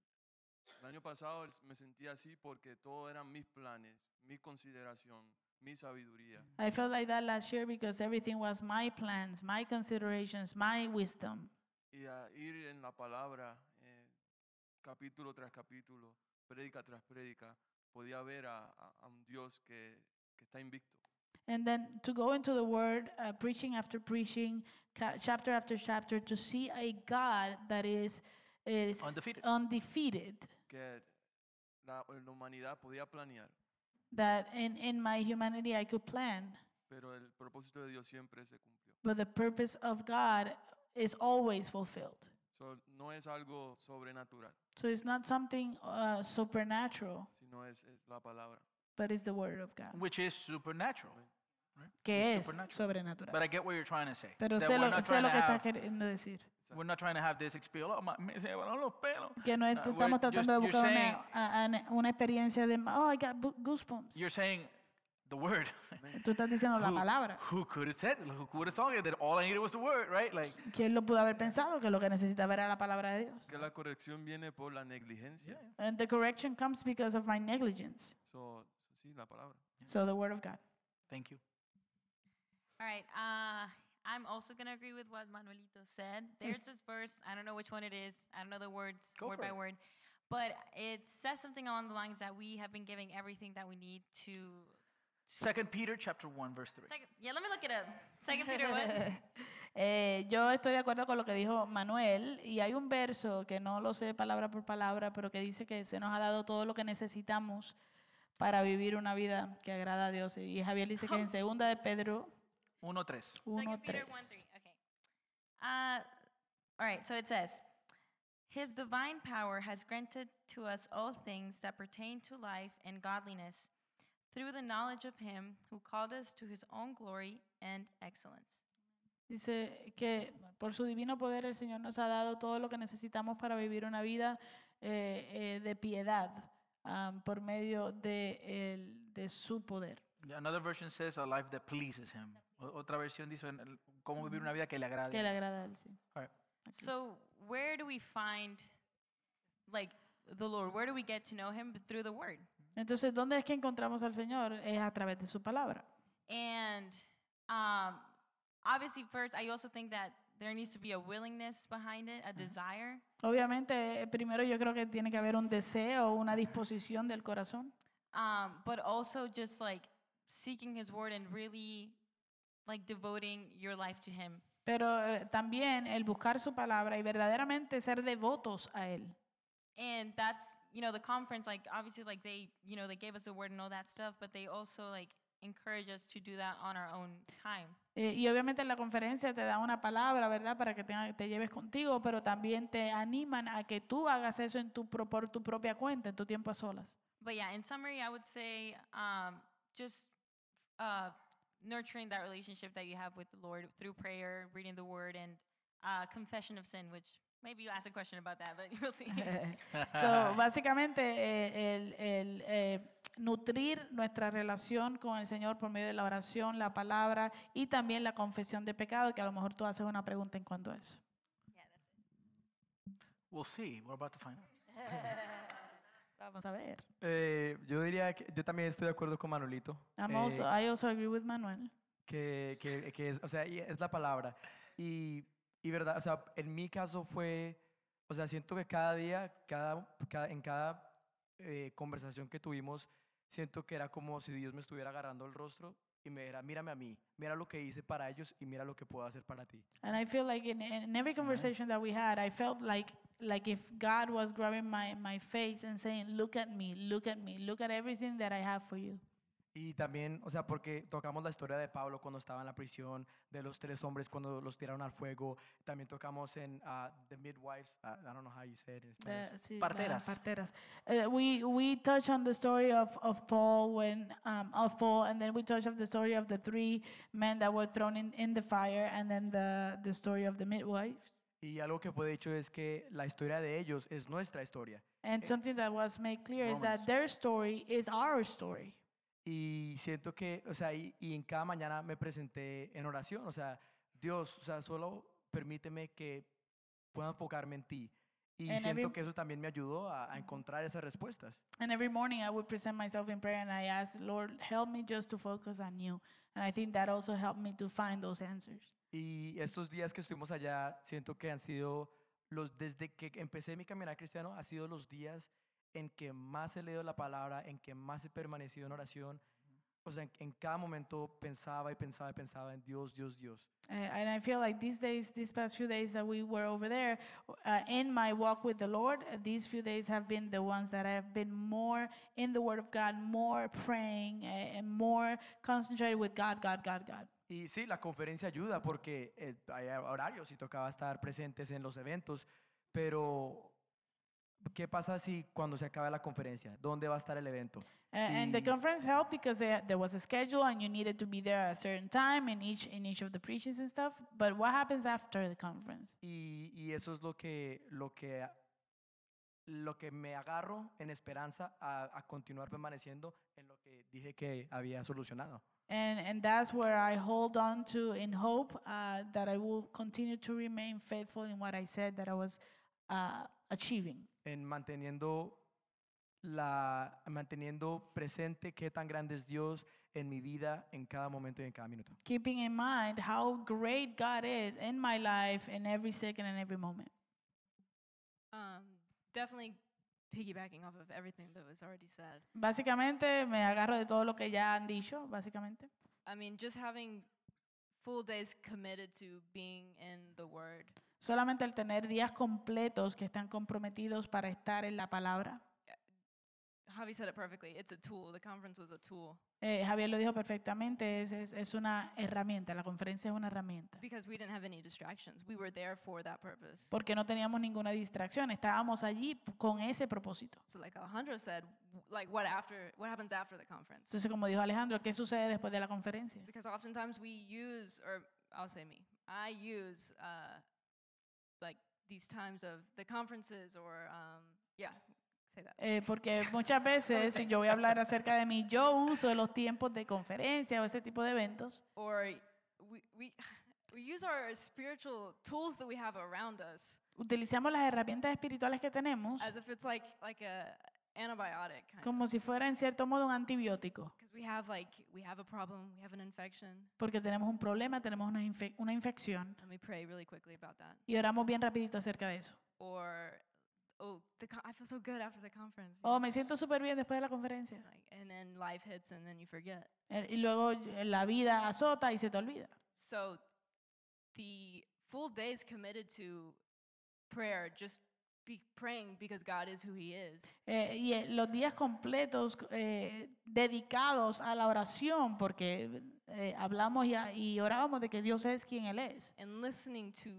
[SPEAKER 3] el año pasado el- me sentía así porque todo eran mis planes, mi consideración, mi sabiduría.
[SPEAKER 2] I felt like that last year because everything was my plans, my considerations, my wisdom.
[SPEAKER 3] Y a ir en la palabra, eh, capítulo tras capítulo, prédica tras prédica, podía ver a, a- a un Dios que, que está invicto.
[SPEAKER 2] And then to go into the word, uh, preaching after preaching, ca- chapter after chapter, to see a God that is, is
[SPEAKER 1] Undefeated.
[SPEAKER 2] undefeated.
[SPEAKER 3] que la, la humanidad podía planear,
[SPEAKER 2] That in, in my humanity I could plan,
[SPEAKER 3] pero el propósito de Dios siempre se cumplió.
[SPEAKER 2] but the purpose of God is always fulfilled.
[SPEAKER 3] So, no es algo sobrenatural,
[SPEAKER 2] So it's not something uh, supernatural,
[SPEAKER 3] sino es, es la palabra.
[SPEAKER 2] but it's the word of God,
[SPEAKER 1] Which is supernatural.
[SPEAKER 2] que
[SPEAKER 1] it's
[SPEAKER 2] es
[SPEAKER 1] supernatural. But
[SPEAKER 2] sobrenatural.
[SPEAKER 1] I get what you're trying to say.
[SPEAKER 2] Pero
[SPEAKER 1] that
[SPEAKER 2] sé
[SPEAKER 1] we're
[SPEAKER 2] lo,
[SPEAKER 1] not
[SPEAKER 2] sé
[SPEAKER 1] trying
[SPEAKER 2] lo
[SPEAKER 1] to
[SPEAKER 2] que está
[SPEAKER 1] have-
[SPEAKER 2] queriendo decir.
[SPEAKER 1] We're not trying to have this experience. "Oh, ma- me se llevaron los pelos.
[SPEAKER 2] Que no est-
[SPEAKER 1] we're
[SPEAKER 2] estamos tratando de
[SPEAKER 1] just-
[SPEAKER 2] buscar
[SPEAKER 1] you're
[SPEAKER 2] una, a- a- una experiencia de, oh, I got bu- goosebumps.
[SPEAKER 1] You're saying the word.
[SPEAKER 2] Tú estás diciendo la
[SPEAKER 1] Who-
[SPEAKER 2] palabra.
[SPEAKER 1] Who could have said? Who could have thought it? That all I needed was the word, right? Like,
[SPEAKER 2] ¿Quién lo pudo haber pensado? Que lo que necesitaba era la palabra de Dios.
[SPEAKER 3] Que la corrección viene por la negligencia.
[SPEAKER 2] And the correction comes because of my negligence.
[SPEAKER 3] So, sí, la palabra.
[SPEAKER 2] So the word of God.
[SPEAKER 1] thank you.
[SPEAKER 4] All right. Uh, I'm also going to agree with what Manuelito said. There's this verse. I don't know which one it is. I don't know the words
[SPEAKER 1] Go
[SPEAKER 4] word
[SPEAKER 1] for
[SPEAKER 4] by
[SPEAKER 1] it.
[SPEAKER 4] word. But it says something along the lines that we have been giving everything that we need to.
[SPEAKER 1] Second Peter chapter one verse three.
[SPEAKER 4] Second, yeah, let me look it up. Second Peter what?
[SPEAKER 2] Eh, yo estoy de acuerdo con lo que dijo Manuel y hay un verso que no lo sé palabra por palabra, pero que dice que se nos ha dado todo lo que necesitamos para vivir una vida que agrada a Dios. Y Javier dice que en segunda de Pedro
[SPEAKER 1] Uno tres.
[SPEAKER 4] Second Peter
[SPEAKER 2] 1.3.
[SPEAKER 4] 1 3. Okay. Uh, all right, so it says, His divine power has granted to us all things that pertain to life and godliness through the knowledge of Him who called us to His own glory and excellence.
[SPEAKER 2] Dice que por su divino poder el Señor nos ha dado todo lo que necesitamos para vivir una vida eh, eh, de piedad am, por medio de, el- de su poder.
[SPEAKER 1] Yeah, Another version says a life that pleases Him. O- Otra versión dice en el- cómo vivir una vida que le agrade.
[SPEAKER 2] Que le agrada a él, sí.
[SPEAKER 1] All right.
[SPEAKER 2] Aquí.
[SPEAKER 4] So, where do we find, like, the Lord? Where do we get to know Him? But Through the Word.
[SPEAKER 2] Entonces, ¿dónde es que encontramos al Señor? Es a través de su palabra.
[SPEAKER 4] And um, obviously, first, I also think that there needs to be a willingness behind it, a desire.
[SPEAKER 2] Obviamente, eh, primero yo creo que tiene que haber un deseo, una disposición del corazón,
[SPEAKER 4] um, but also just like seeking his word and really like devoting your life to him
[SPEAKER 2] pero eh, también el buscar su palabra y verdaderamente ser devotos a Él.
[SPEAKER 4] and that's you know the conference like obviously like they you know they gave us the word and all that stuff but they also like encourage us to do that on our own time
[SPEAKER 2] Eh, y obviamente en la conferencia te da una palabra, ¿verdad? Para que tenga- te lleves contigo, pero también te animan a que tú hagas eso en tu, pro- por tu propia cuenta, en tu tiempo a solas.
[SPEAKER 4] but yeah in summary i would say um, just uh, nurturing that relationship that you have with the lord through prayer reading the word and uh, confession of sin which maybe you asked a question about that but you'll see
[SPEAKER 2] So, básicamente, eh, el, el, eh, nutrir nuestra relación con el Señor por medio de la oración, la palabra y también la confesión de pecado, que a lo mejor tú haces una pregunta en cuanto a eso.
[SPEAKER 1] We'll see. We're about to find out.
[SPEAKER 2] Vamos a ver.
[SPEAKER 5] Eh, yo diría que yo también estoy de acuerdo con Manolito.
[SPEAKER 2] I'm
[SPEAKER 5] eh,
[SPEAKER 2] also- I also agree with Manuel.
[SPEAKER 5] que, que, que es, o sea, y es la palabra. Y, y verdad, o sea, en mi caso fue, o sea, siento que cada día, cada, cada- en cada eh, conversación que tuvimos, siento que era como si Dios me estuviera agarrando el rostro y me dijera, mírame a mí, mira lo que hice para ellos y mira lo que puedo hacer para ti.
[SPEAKER 2] And I feel like in, in every conversation that we had, I felt like like if God was grabbing my, my face and saying, "Look at me, look at me, look at everything that I have for you."
[SPEAKER 5] Y también, o sea, porque tocamos la historia de Pablo cuando estaba en la prisión, de los tres hombres cuando los tiraron al fuego, también tocamos en ah, The Midwives, ah, I don't know how you say it in
[SPEAKER 2] The- Eh,
[SPEAKER 5] Spanish.
[SPEAKER 2] sí, la-
[SPEAKER 1] Parteras.
[SPEAKER 2] parteras. Uh, we we touch on the story of of Paul when um, of Paul, and then we touch of the story of the three men that were thrown in, in the fire, and then the the story of the midwives.
[SPEAKER 5] Y algo que fue dicho es que la historia de ellos es nuestra historia.
[SPEAKER 2] And
[SPEAKER 5] Eh,
[SPEAKER 2] something that was made clear is that
[SPEAKER 5] Romans.
[SPEAKER 2] their story is our story.
[SPEAKER 5] Y siento que, o sea, y, y en cada mañana me presenté en oración, o sea, Dios, o sea, solo permíteme que pueda enfocarme en ti. Y
[SPEAKER 2] And
[SPEAKER 5] siento
[SPEAKER 2] every-
[SPEAKER 5] que eso también me ayudó a, a encontrar esas respuestas.
[SPEAKER 2] And every morning I would present myself in prayer and I ask, Lord, help me just to focus on you. And I think that also helped me to find those answers.
[SPEAKER 5] Y estos días que estuvimos allá, siento que han sido los, desde que empecé mi caminar cristiano, ha sido los días en que más he leído la palabra, en que más he permanecido en oración. O sea, en, en cada momento pensaba y pensaba y pensaba en Dios, Dios, Dios.
[SPEAKER 2] Uh, and I feel like these days, these past few days that we were over there, uh, in my walk with the Lord, uh, these few days have been the ones that I have been more in the Word of God, more praying, uh, and more concentrated with God, God, God, God.
[SPEAKER 5] Y sí, la conferencia ayuda porque eh, hay horarios y tocaba estar presentes en los eventos, pero ¿qué pasa si cuando se acabe la conferencia? ¿Dónde va a estar el evento?
[SPEAKER 2] A- And the
[SPEAKER 5] Y-
[SPEAKER 2] conference helped because there, there was a schedule and you needed to be there at a certain time in each in each of the preachings and stuff. But what happens after the conference?
[SPEAKER 5] Y, y eso es lo que, lo, que, lo que me agarro en esperanza a, a continuar permaneciendo en lo que dije que había solucionado.
[SPEAKER 2] And and that's where I hold on to in hope uh, that I will continue to remain faithful in what I said that I was uh, achieving.
[SPEAKER 5] En manteniendo, la, manteniendo presente qué tan grande es Dios en mi vida, en cada momento y en cada minuto.
[SPEAKER 2] Keeping in mind how great God is in my life in every second and every moment.
[SPEAKER 6] Um, definitely piggybacking off of everything that was already said.
[SPEAKER 2] Básicamente me agarro de todo lo que ya han dicho, básicamente.
[SPEAKER 6] I mean, just having full days committed to being in the Word
[SPEAKER 2] Solamente el tener días completos que están comprometidos para estar en la palabra.
[SPEAKER 6] Javi said it perfectly. It's a tool. The conference was a tool
[SPEAKER 2] Eh, Javier lo dijo perfectamente, es, es, es una herramienta, la conferencia es una herramienta.
[SPEAKER 6] because we didn't have any distractions. We were there for that purpose.
[SPEAKER 2] Porque no teníamos ninguna distracción, estábamos allí p- con ese propósito.
[SPEAKER 6] So, like Alejandro said, w- like what after? What happens after the conference?
[SPEAKER 2] Entonces, como dijo Alejandro, ¿qué sucede después de la conferencia?
[SPEAKER 6] Because oftentimes we use, or I'll say me, I use uh, like these times of the conferences or um, yeah, say that.
[SPEAKER 2] Eh, porque muchas veces, si yo voy a hablar acerca de mí, yo uso los tiempos de conferencia o ese tipo de eventos.
[SPEAKER 6] Or we we. We use our spiritual tools that we have around us
[SPEAKER 2] Utilizamos las herramientas espirituales que tenemos
[SPEAKER 6] as if it's like like a antibiotic kind
[SPEAKER 2] como si fuera en cierto modo un antibiótico.
[SPEAKER 6] Because we have like we have a problem, we have an infection,
[SPEAKER 2] Porque tenemos un problema, tenemos una, infe- una infección.
[SPEAKER 6] and we pray really quickly about that.
[SPEAKER 2] Y oramos bien rapidito acerca de eso.
[SPEAKER 6] Or oh, the con- I feel so good after the conference. you
[SPEAKER 2] Oh,
[SPEAKER 6] know,
[SPEAKER 2] me siento súper bien después de la conferencia.
[SPEAKER 6] Like, and then life hits, and then you forget.
[SPEAKER 2] Eh, Y luego eh, la vida azota y se te olvida.
[SPEAKER 6] So the full days committed to prayer, just be praying because God is who He is.
[SPEAKER 2] Eh, y eh, los días completos eh, dedicados a la oración, porque eh, hablamos y, a- y orábamos de que Dios es quien Él es.
[SPEAKER 6] And listening to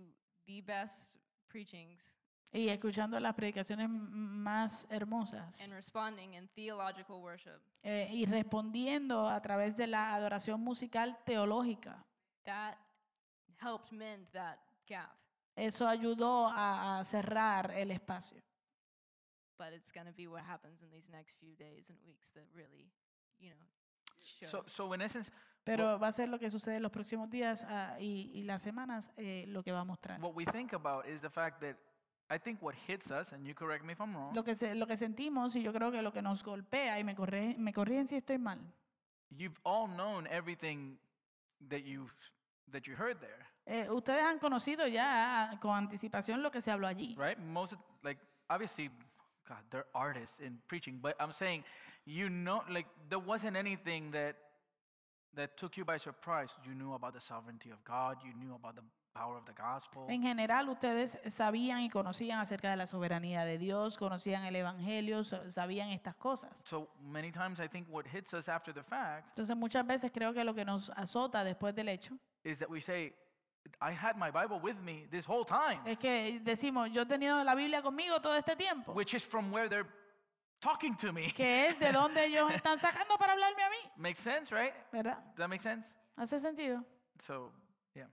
[SPEAKER 6] the best preachings
[SPEAKER 2] Y escuchando las predicaciones m- más hermosas.
[SPEAKER 6] and responding in theological worship.
[SPEAKER 2] eh, y respondiendo a través de la adoración musical teológica.
[SPEAKER 6] That helped mend that gap.
[SPEAKER 2] Eso ayudó a, a cerrar el espacio.
[SPEAKER 6] but it's going to be what happens in these next few days and weeks that really, you know, shows.
[SPEAKER 1] So, so in essence,
[SPEAKER 2] Pero va a ser lo que sucede en los próximos días ah, y, y las semanas eh, lo que va a mostrar.
[SPEAKER 1] what we think about is the fact that I think what hits us, and you correct me if I'm wrong,
[SPEAKER 2] Lo que, se- lo que sentimos y yo creo que lo que nos golpea, y me, corre, me corrigen si estoy mal,
[SPEAKER 1] you've all known everything that you that you heard there,
[SPEAKER 2] Eh, ustedes han conocido ya ah, con anticipación lo que se habló allí.
[SPEAKER 1] right? Most of, like obviously, God, they're artists in preaching, but I'm saying, you know, like there wasn't anything that that took you by surprise. You knew about the sovereignty of God. You knew about the power of the gospel.
[SPEAKER 2] En general, ustedes sabían y conocían acerca de la soberanía de Dios, conocían el Evangelio, so- sabían estas cosas.
[SPEAKER 1] So many times, I think what hits us after the fact
[SPEAKER 2] Entonces muchas veces creo que lo que nos azota después del hecho
[SPEAKER 1] is that we say, I had my Bible with me this whole time.
[SPEAKER 2] es que decimos, yo he tenido la Biblia conmigo todo este tiempo,
[SPEAKER 1] which is from where they're talking to me.
[SPEAKER 2] que es de donde ellos están sacando para hablarme a mí,
[SPEAKER 1] Makes sense, right?
[SPEAKER 2] ¿verdad?
[SPEAKER 1] Does that make sense?
[SPEAKER 2] ¿Hace sentido?
[SPEAKER 1] So, yeah.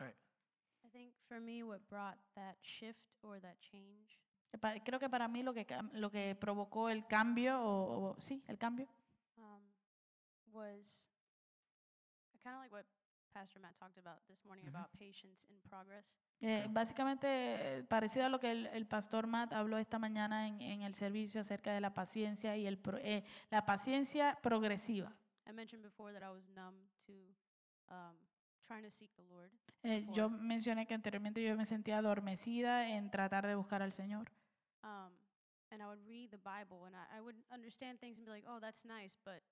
[SPEAKER 1] All right.
[SPEAKER 7] I think for me, what brought that shift or that change
[SPEAKER 2] Pa- Creo que para mí lo que, cam- lo que provocó el cambio, o, o- sí, el cambio,
[SPEAKER 7] um, was kind of like what Pastor Matt talked about this morning
[SPEAKER 1] Mhm.
[SPEAKER 2] Mm-hmm.
[SPEAKER 7] about patience in progress.
[SPEAKER 2] eh,
[SPEAKER 1] Ok.
[SPEAKER 2] básicamente eh, parecido a lo que el, el pastor Matt habló esta mañana en, en el servicio acerca de la paciencia y el pro- eh, la paciencia progresiva.
[SPEAKER 7] I mentioned before that I was numb to um, trying to seek the Lord.
[SPEAKER 2] Eh, yo mencioné que anteriormente yo me sentía adormecida en tratar de buscar al Señor.
[SPEAKER 7] Um, and I would read the Bible and I, I would understand things and be like, oh, that's nice. But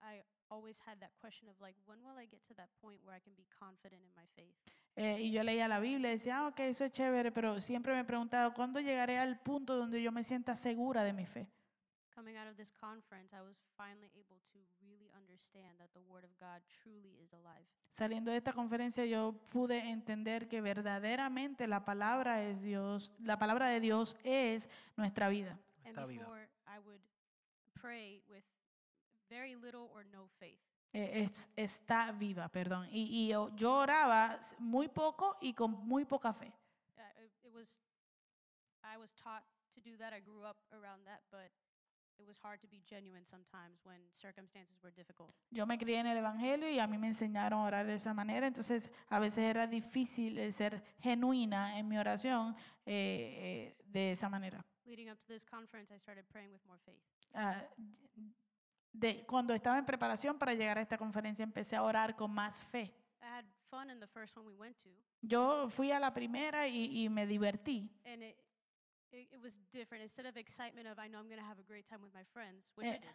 [SPEAKER 7] I always had that question of like, when will I get to that point where I can be confident in my faith?
[SPEAKER 2] Eh, y yo leía la Biblia y decía, ah, ok, eso es chévere, pero siempre me he preguntado, ¿cuándo llegaré al punto donde yo me sienta segura de mi fe?
[SPEAKER 7] Coming out of this conference, I was finally able to really understand. understand that the Word of God truly is alive.
[SPEAKER 2] Saliendo de esta conferencia yo pude entender que verdaderamente la palabra es Dios, la palabra de Dios es nuestra vida.
[SPEAKER 7] And
[SPEAKER 1] Nuestra vida.
[SPEAKER 7] before, I would pray with very little or no faith.
[SPEAKER 2] Eh, es- está viva, perdón. Y, y yo, yo oraba s- muy poco y con muy poca fe.
[SPEAKER 7] Uh, it, it was, I was taught to do that. I grew up around that, but it was hard to be genuine sometimes when circumstances were difficult.
[SPEAKER 2] Yo me crié en el Evangelio y a mí me enseñaron a orar de esa manera, entonces a veces era difícil el ser genuina en mi oración eh, eh, de esa manera.
[SPEAKER 7] Leading up to this conference, I started praying with more faith.
[SPEAKER 2] Ah, de, cuando estaba en preparación para llegar a esta conferencia empecé a orar con más fe.
[SPEAKER 7] I had fun in the first one we went to,
[SPEAKER 2] Yo fui a la primera y, y me divertí.
[SPEAKER 7] and it, it, it was different. Instead of excitement of I know I'm going to have a great time with my friends, which
[SPEAKER 2] Eh,
[SPEAKER 7] I did,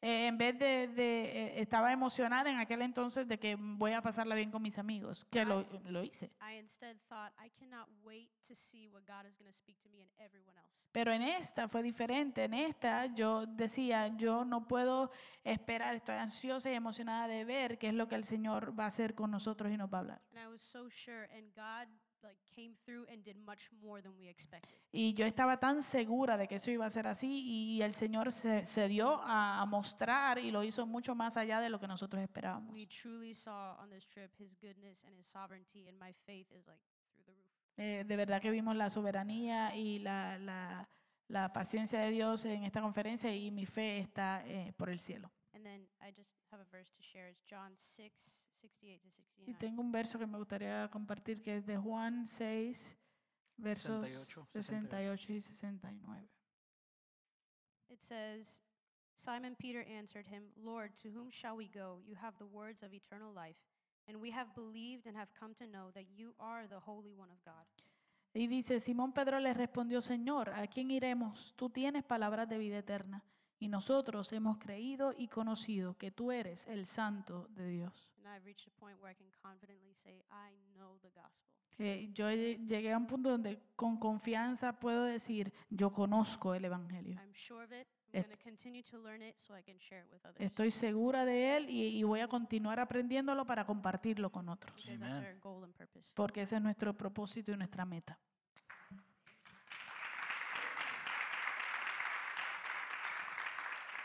[SPEAKER 2] eh, en vez de, de, eh, estaba emocionada en aquel entonces de que mm, voy a pasarla bien con mis amigos, que lo, lo hice.
[SPEAKER 7] I instead thought I cannot wait to see what God is going to speak to me and everyone else.
[SPEAKER 2] Pero en esta fue diferente. En esta yo decía, yo no puedo esperar, estoy ansiosa y emocionada de ver qué es lo que el Señor va a hacer con nosotros y nos va a hablar.
[SPEAKER 7] And I was so sure, and God like came through and did much more than we expected.
[SPEAKER 2] Y yo estaba tan segura de que eso iba a ser así y el Señor se, se dio a, a mostrar y lo hizo mucho más allá de lo que nosotros esperábamos.
[SPEAKER 7] We truly saw on this trip His goodness and His sovereignty, and my faith is like through the roof.
[SPEAKER 2] Eh, de verdad que vimos la soberanía y la, la- la paciencia de Dios en esta conferencia y mi fe está eh, por el cielo.
[SPEAKER 7] And then I just have a verse to share. It's John 6, 68 to
[SPEAKER 2] Y
[SPEAKER 7] 69.
[SPEAKER 2] tengo un verso que me gustaría compartir que es de Juan 6, versos
[SPEAKER 1] 68,
[SPEAKER 2] 68,
[SPEAKER 1] 68.
[SPEAKER 2] y 69.
[SPEAKER 7] It says, Simon Peter answered him, Lord, to whom shall we go? You have the words of eternal life, and we have believed and have come to know that you are the Holy One of God.
[SPEAKER 2] Y dice, Simón Pedro le respondió, Señor, ¿a quién iremos? Tú tienes palabras de vida eterna. Y nosotros hemos creído y conocido que tú eres el santo de Dios.
[SPEAKER 7] And I've reached a point where I can confidently say, I know the gospel.
[SPEAKER 2] Eh, yo lle- llegué a un punto donde con confianza puedo decir, yo conozco el Evangelio.
[SPEAKER 7] I'm sure of it. I'm going
[SPEAKER 2] Est-
[SPEAKER 7] to continue to learn it so I can share it with others.
[SPEAKER 2] Estoy segura de él y, y voy a continuar aprendiéndolo para compartirlo con otros.
[SPEAKER 7] Because
[SPEAKER 1] Amen.
[SPEAKER 7] that's our goal and purpose.
[SPEAKER 2] Porque ese es nuestro propósito y nuestra meta.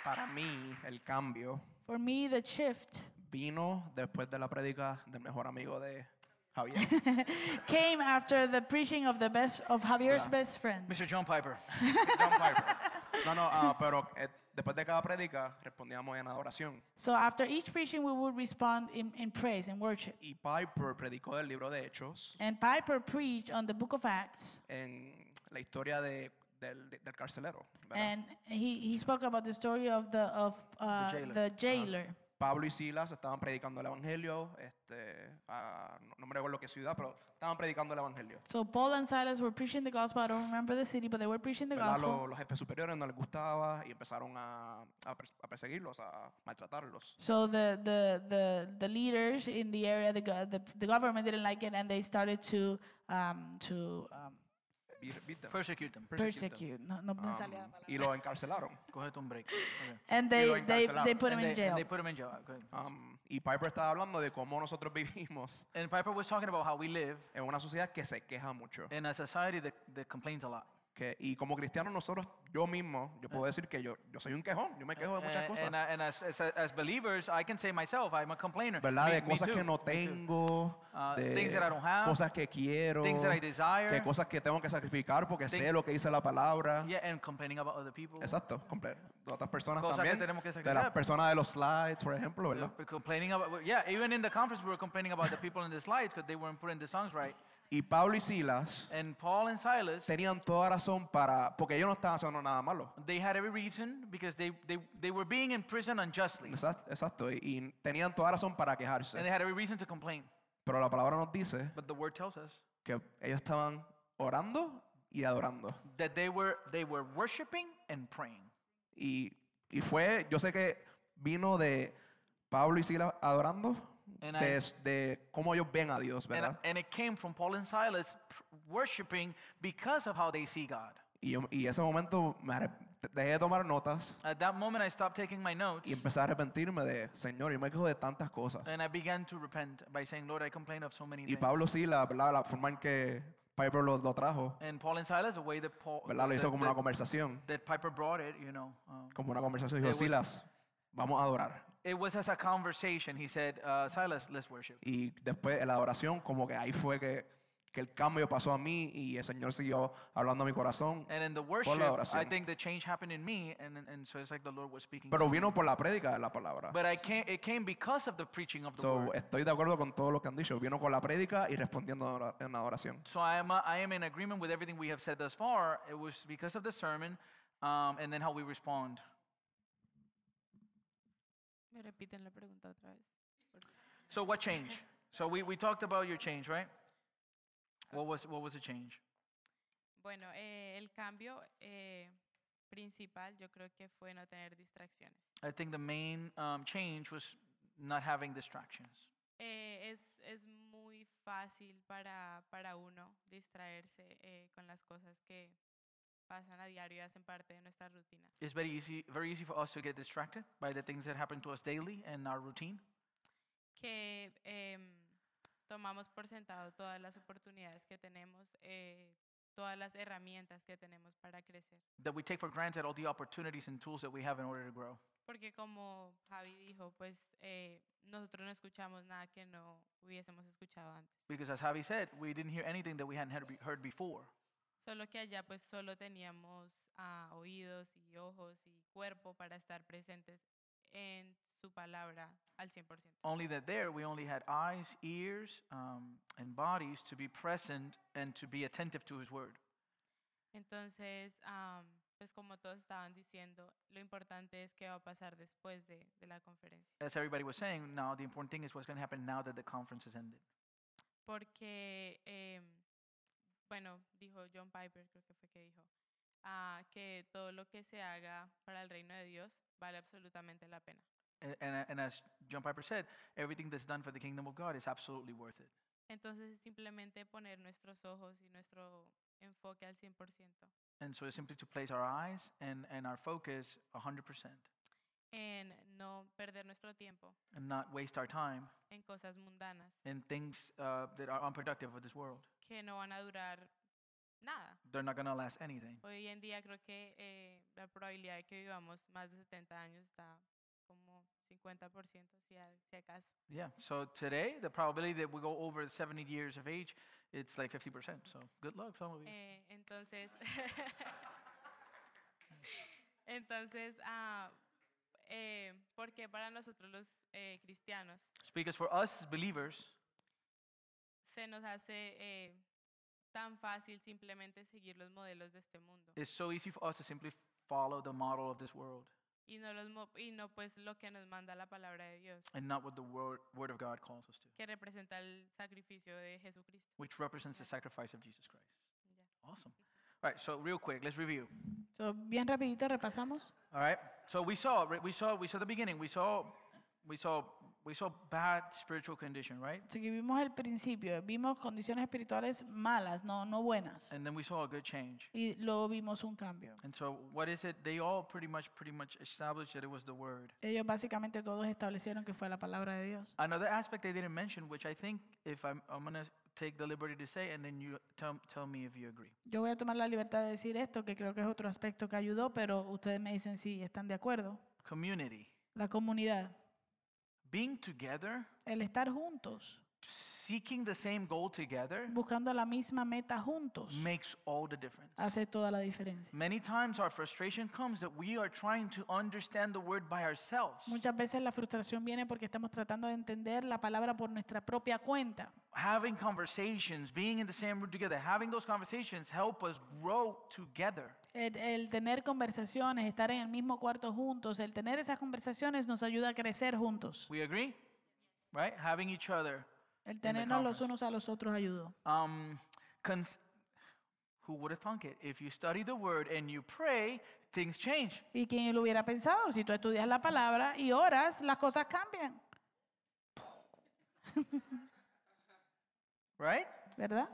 [SPEAKER 8] Para mí, el cambio
[SPEAKER 2] For me, the shift
[SPEAKER 8] vino después de la prédica del mejor amigo de Javier.
[SPEAKER 2] came after the preaching of the best of Javier's best friend.
[SPEAKER 1] Mr. John Piper.
[SPEAKER 8] John Piper. No, no, ah, pero eh, después de cada prédica respondíamos en adoración.
[SPEAKER 2] So after each preaching, we would respond in, in praise and worship.
[SPEAKER 8] Y Piper predicó del libro de Hechos
[SPEAKER 2] And Piper preached on the book of Acts,
[SPEAKER 8] en la historia de- del, del carcelero. ¿verdad?
[SPEAKER 2] and he, he spoke about the story of the of uh,
[SPEAKER 1] jailer.
[SPEAKER 2] the jailer.
[SPEAKER 8] Pablo y Silas estaban predicando el evangelio. Este, ah, no, no me recuerdo qué ciudad, pero estaban predicando el evangelio.
[SPEAKER 2] So Paul and Silas were preaching the gospel. I don't remember the city, but they were preaching the
[SPEAKER 8] ¿verdad?
[SPEAKER 2] gospel.
[SPEAKER 8] Los, los jefes superiores no les gustaba y empezaron a, a pers- a perseguirlos, a maltratarlos.
[SPEAKER 2] So the, the the the leaders in the area, the go- the, the government didn't like it, and they started to um to um,
[SPEAKER 8] Beat- beat them,
[SPEAKER 1] Persecute them.
[SPEAKER 8] persecute them.
[SPEAKER 2] persecute. No, no me
[SPEAKER 8] Um,
[SPEAKER 2] salía la palabra.
[SPEAKER 8] y los encarcelaron.
[SPEAKER 1] Cogete un break. Okay.
[SPEAKER 2] And they
[SPEAKER 8] lo
[SPEAKER 2] they they
[SPEAKER 8] encarcelaron.
[SPEAKER 2] put him
[SPEAKER 1] and
[SPEAKER 2] in
[SPEAKER 1] they,
[SPEAKER 2] jail.
[SPEAKER 1] And they put him in jail. Okay.
[SPEAKER 8] Um, y Piper estaba hablando de cómo nosotros vivimos
[SPEAKER 1] And Piper was talking about how we live
[SPEAKER 8] en una sociedad que se queja mucho.
[SPEAKER 1] in a society that, that complains a lot.
[SPEAKER 8] Que, y como cristianos nosotros, yo mismo, yo puedo decir que yo, yo soy un quejón, yo me quejo de muchas
[SPEAKER 1] and,
[SPEAKER 8] cosas.
[SPEAKER 1] And, I- and as, as, as believers, I can say myself, I'm a complainer.
[SPEAKER 8] ¿Verdad?
[SPEAKER 1] Me-
[SPEAKER 8] de
[SPEAKER 1] me
[SPEAKER 8] cosas que
[SPEAKER 1] too,
[SPEAKER 8] no
[SPEAKER 1] me too.
[SPEAKER 8] tengo,
[SPEAKER 1] Uh,
[SPEAKER 8] de
[SPEAKER 1] things that I don't have,
[SPEAKER 8] cosas que quiero,
[SPEAKER 1] things that I desire.
[SPEAKER 8] que cosas que tengo que sacrificar porque sé
[SPEAKER 1] Thing-
[SPEAKER 8] lo que dice la palabra.
[SPEAKER 1] Yeah, and complaining about other people.
[SPEAKER 8] Exacto, comple- de otras personas
[SPEAKER 1] Cosas que
[SPEAKER 8] también,
[SPEAKER 1] tenemos que
[SPEAKER 8] de las
[SPEAKER 1] sacrificar.
[SPEAKER 8] personas de los slides, por ejemplo,
[SPEAKER 1] Uh,
[SPEAKER 8] ¿verdad?
[SPEAKER 1] Complaining about, well, yeah, even in the conference, we were complaining about the people in the slides because they weren't putting the songs right.
[SPEAKER 8] Y Pablo y Silas
[SPEAKER 1] And Paul and Silas,
[SPEAKER 8] tenían toda razón para, porque ellos no estaban haciendo nada malo.
[SPEAKER 1] they had every reason because they, they, they were being in prison unjustly.
[SPEAKER 8] Exact- Exacto, y, y tenían toda razón para quejarse.
[SPEAKER 1] And they had every reason to complain.
[SPEAKER 8] Pero la palabra nos dice
[SPEAKER 1] But the word tells us
[SPEAKER 8] que ellos estaban orando y adorando.
[SPEAKER 1] that they were, they were worshiping and praying.
[SPEAKER 8] Y, y fue, yo sé que vino de Pablo y Silas adorando,
[SPEAKER 1] And
[SPEAKER 8] de,
[SPEAKER 1] I-
[SPEAKER 8] s- de cómo ellos ven a Dios,
[SPEAKER 1] And,
[SPEAKER 8] ¿verdad?
[SPEAKER 1] and it came from Paul and Silas pr- worshiping because of how they see God.
[SPEAKER 8] y, yo- y ese momento me arrep- te- dejé de tomar notas
[SPEAKER 1] At that moment, I stopped taking my notes
[SPEAKER 8] y empecé a arrepentirme de, Señor, yo me quejo de tantas cosas.
[SPEAKER 1] and I began to repent by saying, Lord, I complain of so many
[SPEAKER 8] Y
[SPEAKER 1] things.
[SPEAKER 8] Pablo sí, la, la, la forma en que Piper lo, lo trajo,
[SPEAKER 1] And Paul and Silas, the way that Paul,
[SPEAKER 8] ¿verdad? Lo
[SPEAKER 1] that-
[SPEAKER 8] hizo como una
[SPEAKER 1] that-
[SPEAKER 8] conversación,
[SPEAKER 1] that Piper brought it, you know, um,
[SPEAKER 8] como una conversación. Dijo,
[SPEAKER 1] It was-
[SPEAKER 8] Silas, vamos a adorar.
[SPEAKER 1] it was as a conversation. He said, uh, Silas, let's worship.
[SPEAKER 8] Y después en la adoración, como que ahí fue que, que el cambio pasó a mí y el Señor siguió hablando a mi corazón.
[SPEAKER 1] And in the worship, I
[SPEAKER 8] oración.
[SPEAKER 1] think the change happened in me, and, and, and so it's like the Lord was speaking.
[SPEAKER 8] Pero
[SPEAKER 1] to me.
[SPEAKER 8] vino por la prédica de la palabra.
[SPEAKER 1] But I came, it came because of the preaching of the
[SPEAKER 8] So,
[SPEAKER 1] word.
[SPEAKER 8] estoy de acuerdo con todo lo que han dicho. Vino con la prédica y respondiendo en ora- en la oración.
[SPEAKER 1] So I am, uh, I am in agreement with everything we have said thus far. It was because of the sermon, um, and then how we respond.
[SPEAKER 9] Me repiten la pregunta otra vez.
[SPEAKER 1] So what change? so we, we talked about your change, right? What was what was the change?
[SPEAKER 9] Bueno, eh, el cambio eh, principal yo creo que fue no tener distracciones.
[SPEAKER 1] I think the main um, change was not having distractions.
[SPEAKER 9] Eh, es, es muy fácil para, para uno distraerse eh, con las cosas que pasan a diario y hacen parte de nuestra rutina.
[SPEAKER 1] It's very easy, very easy for us to get distracted by the things that happen to us daily and our routine.
[SPEAKER 9] Que em, tomamos por sentado todas las oportunidades que tenemos, eh, todas las herramientas que tenemos para crecer.
[SPEAKER 1] That we take for granted all the opportunities and tools that we have in order to grow.
[SPEAKER 9] Porque como Javi dijo, pues eh, nosotros no escuchamos nada que no hubiésemos escuchado antes.
[SPEAKER 1] Because as Javi said, we didn't hear anything that we hadn't heard, be- heard before.
[SPEAKER 9] Solo que allá pues solo teníamos ah, oídos y ojos y cuerpo para estar presentes en su palabra al 100%.
[SPEAKER 1] Only that there we only had eyes, ears, um, and bodies to be present and to be attentive to His word.
[SPEAKER 9] Entonces, am, pues como todos estaban diciendo, lo importante es qué va a pasar después de, de la conferencia.
[SPEAKER 1] As everybody was saying, now the important thing is what's going to happen now that the conference has ended.
[SPEAKER 9] Porque, em, bueno, dijo John Piper, creo que fue que dijo, ah, que todo lo que se haga para el reino de Dios vale absolutamente la pena.
[SPEAKER 1] And, and, and as John Piper said, everything that's done for the kingdom of God is absolutely worth it.
[SPEAKER 9] Entonces es simplemente poner nuestros ojos y nuestro enfoque al 100%
[SPEAKER 1] And so it's simply to place our eyes and, and our focus 100%
[SPEAKER 9] en no perder nuestro tiempo
[SPEAKER 1] and not waste our time
[SPEAKER 9] en cosas mundanas
[SPEAKER 1] in things uh, that are unproductive of this world.
[SPEAKER 9] que no van a durar nada.
[SPEAKER 1] They're not going to last anything.
[SPEAKER 9] Hoy en día creo que eh, la probabilidad de que vivamos más de 70 años está como 50% si, a- si acaso.
[SPEAKER 1] Yeah. So today, the probability that we go over 70 years of age, it's like 50%. So good luck, some of you.
[SPEAKER 9] Eh, entonces, entonces, ah, eh, porque para nosotros los eh, cristianos
[SPEAKER 1] Because for us as believers,
[SPEAKER 9] se nos hace eh, tan fácil simplemente seguir los modelos de este mundo
[SPEAKER 1] it's so easy for us to simply follow the model of this world
[SPEAKER 9] y no los mo- y no pues lo que nos manda la palabra de Dios
[SPEAKER 1] and not what the word, word of God calls us to,
[SPEAKER 9] que representa el sacrificio de Jesucristo.
[SPEAKER 1] which represents the sacrifice of Jesus Christ. Awesome. All right. So real quick, let's review.
[SPEAKER 2] So, bien rapidito repasamos.
[SPEAKER 1] All right. So we saw, right, we saw, we saw the beginning. We saw, we saw, we saw bad spiritual condition, right?
[SPEAKER 2] Así que vimos el principio, vimos condiciones espirituales malas, no, no buenas.
[SPEAKER 1] And then we saw a good change.
[SPEAKER 2] Y luego vimos un cambio.
[SPEAKER 1] And so what is it? They all pretty much, pretty much established that it was the word.
[SPEAKER 2] Ellos básicamente todos establecieron que fue la palabra de Dios.
[SPEAKER 1] Another aspect they didn't mention, which I think, if I'm, I'm gonna take the liberty to say, and then you tell, tell me if you agree.
[SPEAKER 2] Yo voy a tomar la libertad de decir esto, que creo que es otro aspecto que ayudó, pero ustedes me dicen si están de acuerdo.
[SPEAKER 1] Community,
[SPEAKER 2] La comunidad,
[SPEAKER 1] being together,
[SPEAKER 2] el estar juntos,
[SPEAKER 1] seeking the same goal together,
[SPEAKER 2] buscando la misma meta juntos,
[SPEAKER 1] makes all the difference.
[SPEAKER 2] hace toda la diferencia.
[SPEAKER 1] Many times our frustration comes that we are trying to understand the word by ourselves.
[SPEAKER 2] Muchas veces la frustración viene porque estamos tratando de entender la palabra por nuestra propia cuenta.
[SPEAKER 1] having conversations, being in the same room together, having those conversations help us grow together.
[SPEAKER 2] El, el tener conversaciones, estar en el mismo cuarto juntos, el tener esas conversaciones nos ayuda a crecer juntos.
[SPEAKER 1] We agree? Right? Having each other.
[SPEAKER 2] El tenernos los
[SPEAKER 1] conference.
[SPEAKER 2] unos a los otros ayudó.
[SPEAKER 1] Um, cons- who would have thunk it? If you study the word and you pray, things change.
[SPEAKER 2] Y quien lo hubiera pensado, si tú estudias la palabra y oras, las cosas cambian,
[SPEAKER 1] Right?
[SPEAKER 2] ¿verdad?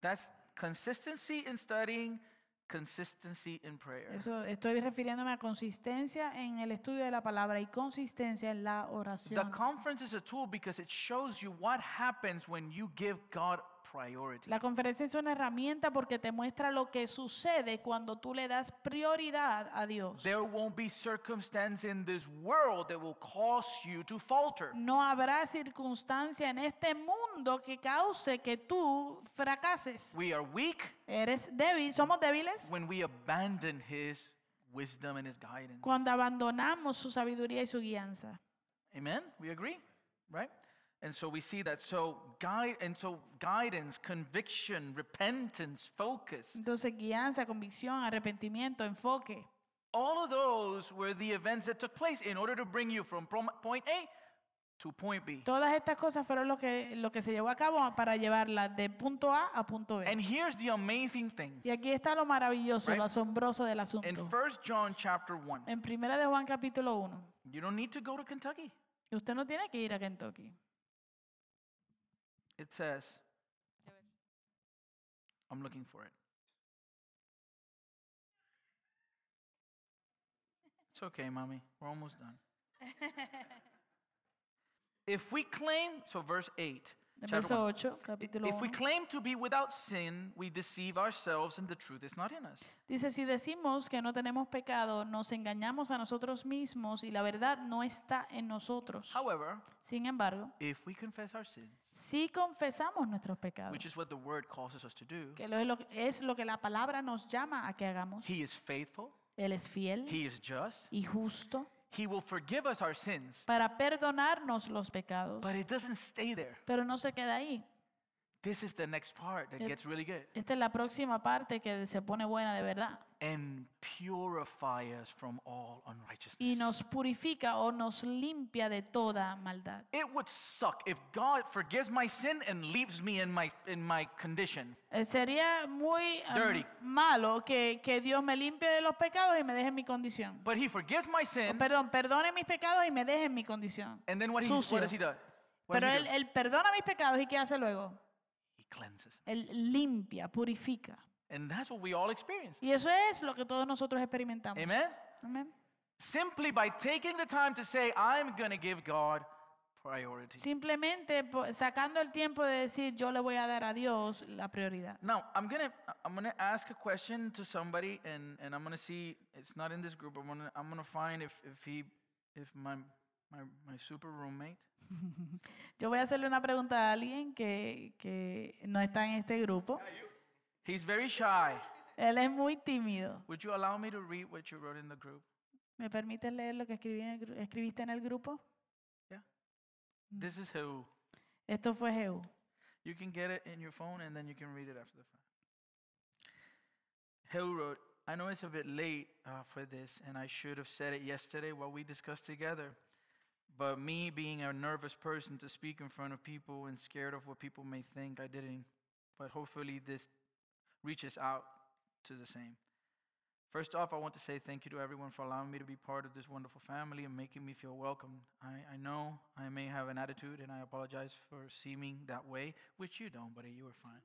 [SPEAKER 1] That's consistency in studying consistency in prayer.
[SPEAKER 2] Eso, estoy refiriéndome a consistencia en el estudio de la palabra y consistencia en la
[SPEAKER 1] The
[SPEAKER 2] oración.
[SPEAKER 1] conference is a tool because it shows you what happens when you give God priority.
[SPEAKER 2] La conferencia es una herramienta porque te muestra lo que sucede cuando tú le das prioridad a Dios.
[SPEAKER 1] There won't be circumstance in this world that will cause you to falter.
[SPEAKER 2] No habrá circunstancia en este mundo que cause que tú fracases.
[SPEAKER 1] We are weak
[SPEAKER 2] Eres débil, somos débiles
[SPEAKER 1] when we abandon His wisdom and His guidance.
[SPEAKER 2] cuando abandonamos su sabiduría y su guianza.
[SPEAKER 1] Amen. We agree, right? And so we see that. So guide and so guidance, conviction, repentance, focus.
[SPEAKER 2] Entonces, guianza, convicción, arrepentimiento, enfoque.
[SPEAKER 1] All of those were the events that took place in order to bring you from prom- point A to point B.
[SPEAKER 2] Todas estas cosas fueron lo que, lo que se llevó a cabo para llevarla de punto A a punto B.
[SPEAKER 1] And here's the amazing thing.
[SPEAKER 2] Y aquí está lo maravilloso,
[SPEAKER 1] Right.
[SPEAKER 2] lo asombroso del
[SPEAKER 1] In
[SPEAKER 2] asunto.
[SPEAKER 1] 1 John chapter 1,
[SPEAKER 2] En primera de Juan capítulo 1,
[SPEAKER 1] you don't need to go to Kentucky.
[SPEAKER 2] usted no tiene que ir a Kentucky.
[SPEAKER 1] It says, I'm looking for it. It's okay, mommy. We're almost done. If we claim, so verse 8,
[SPEAKER 2] En
[SPEAKER 1] chapter
[SPEAKER 2] verso
[SPEAKER 1] 1.
[SPEAKER 2] 8, capítulo
[SPEAKER 1] If we
[SPEAKER 2] 1.
[SPEAKER 1] claim to be without sin, we deceive ourselves and the truth is not in us.
[SPEAKER 2] Dice, si decimos que no tenemos pecado, nos engañamos a nosotros mismos y la verdad no está en nosotros.
[SPEAKER 1] However,
[SPEAKER 2] Sin embargo,
[SPEAKER 1] if we confess our sins,
[SPEAKER 2] si confesamos nuestros pecados,
[SPEAKER 1] which is what the word causes us to do,
[SPEAKER 2] que lo- es lo, es lo que la palabra nos llama a que hagamos,
[SPEAKER 1] he is faithful,
[SPEAKER 2] Él es fiel
[SPEAKER 1] he is just,
[SPEAKER 2] y justo
[SPEAKER 1] he will forgive us our sins.
[SPEAKER 2] para perdonarnos los pecados.
[SPEAKER 1] But it doesn't stay there.
[SPEAKER 2] Pero no se queda ahí.
[SPEAKER 1] This is the next part that
[SPEAKER 2] It-
[SPEAKER 1] gets really good.
[SPEAKER 2] Esta es la próxima parte que se pone buena de verdad.
[SPEAKER 1] And purify us from all unrighteousness.
[SPEAKER 2] Y nos purifica o nos limpia de toda maldad.
[SPEAKER 1] It would suck if God forgives my sin and leaves me in my in my condition.
[SPEAKER 2] Eh, Sería muy um,
[SPEAKER 1] Dirty.
[SPEAKER 2] malo que, que Dios me limpie de los pecados y me deje en mi condición.
[SPEAKER 1] But he forgives my
[SPEAKER 2] O,
[SPEAKER 1] sin
[SPEAKER 2] perdón, perdone mis pecados y me deje en mi condición.
[SPEAKER 1] and then what, he,
[SPEAKER 2] sucio.
[SPEAKER 1] what does he do? What
[SPEAKER 2] Pero
[SPEAKER 1] does he,
[SPEAKER 2] él,
[SPEAKER 1] do?
[SPEAKER 2] él perdona mis pecados y ¿qué hace luego?
[SPEAKER 1] He cleanses.
[SPEAKER 2] Él limpia, purifica.
[SPEAKER 1] And that's what we all experience.
[SPEAKER 2] Y eso es lo que todos nosotros experimentamos.
[SPEAKER 1] Amen.
[SPEAKER 2] Amén.
[SPEAKER 1] Simply by taking the time to say I'm going to give God priority.
[SPEAKER 2] Simplemente po- sacando el tiempo de decir yo le voy a dar a Dios la prioridad.
[SPEAKER 1] Now I'm gonna I'm gonna ask a question to somebody, and and I'm gonna see it's not in this group. I'm gonna I'm gonna find if if he if my my my super roommate.
[SPEAKER 2] Yo voy a hacerle una pregunta a alguien que, que no está en este grupo.
[SPEAKER 1] He's very shy.
[SPEAKER 2] Él es muy tímido.
[SPEAKER 1] Would you allow me to read what you wrote in the group?
[SPEAKER 2] ¿Me permites leer lo que escribí en el gru- escribiste en el grupo?
[SPEAKER 1] This is who.
[SPEAKER 2] Esto fue Jehú.
[SPEAKER 1] You can get it in your phone, and then you can read it after the fact. Hill wrote, I know it's a bit late uh, for this, and I should have said it yesterday while we discussed together. But me being a nervous person to speak in front of people and scared of what people may think, I didn't. But hopefully, this reaches out to the same. First off, I want to say thank you to everyone for allowing me to be part of this wonderful family and making me feel welcome. I, I know I may have an attitude, and I apologize for seeming that way, which you don't, buddy. You were fine.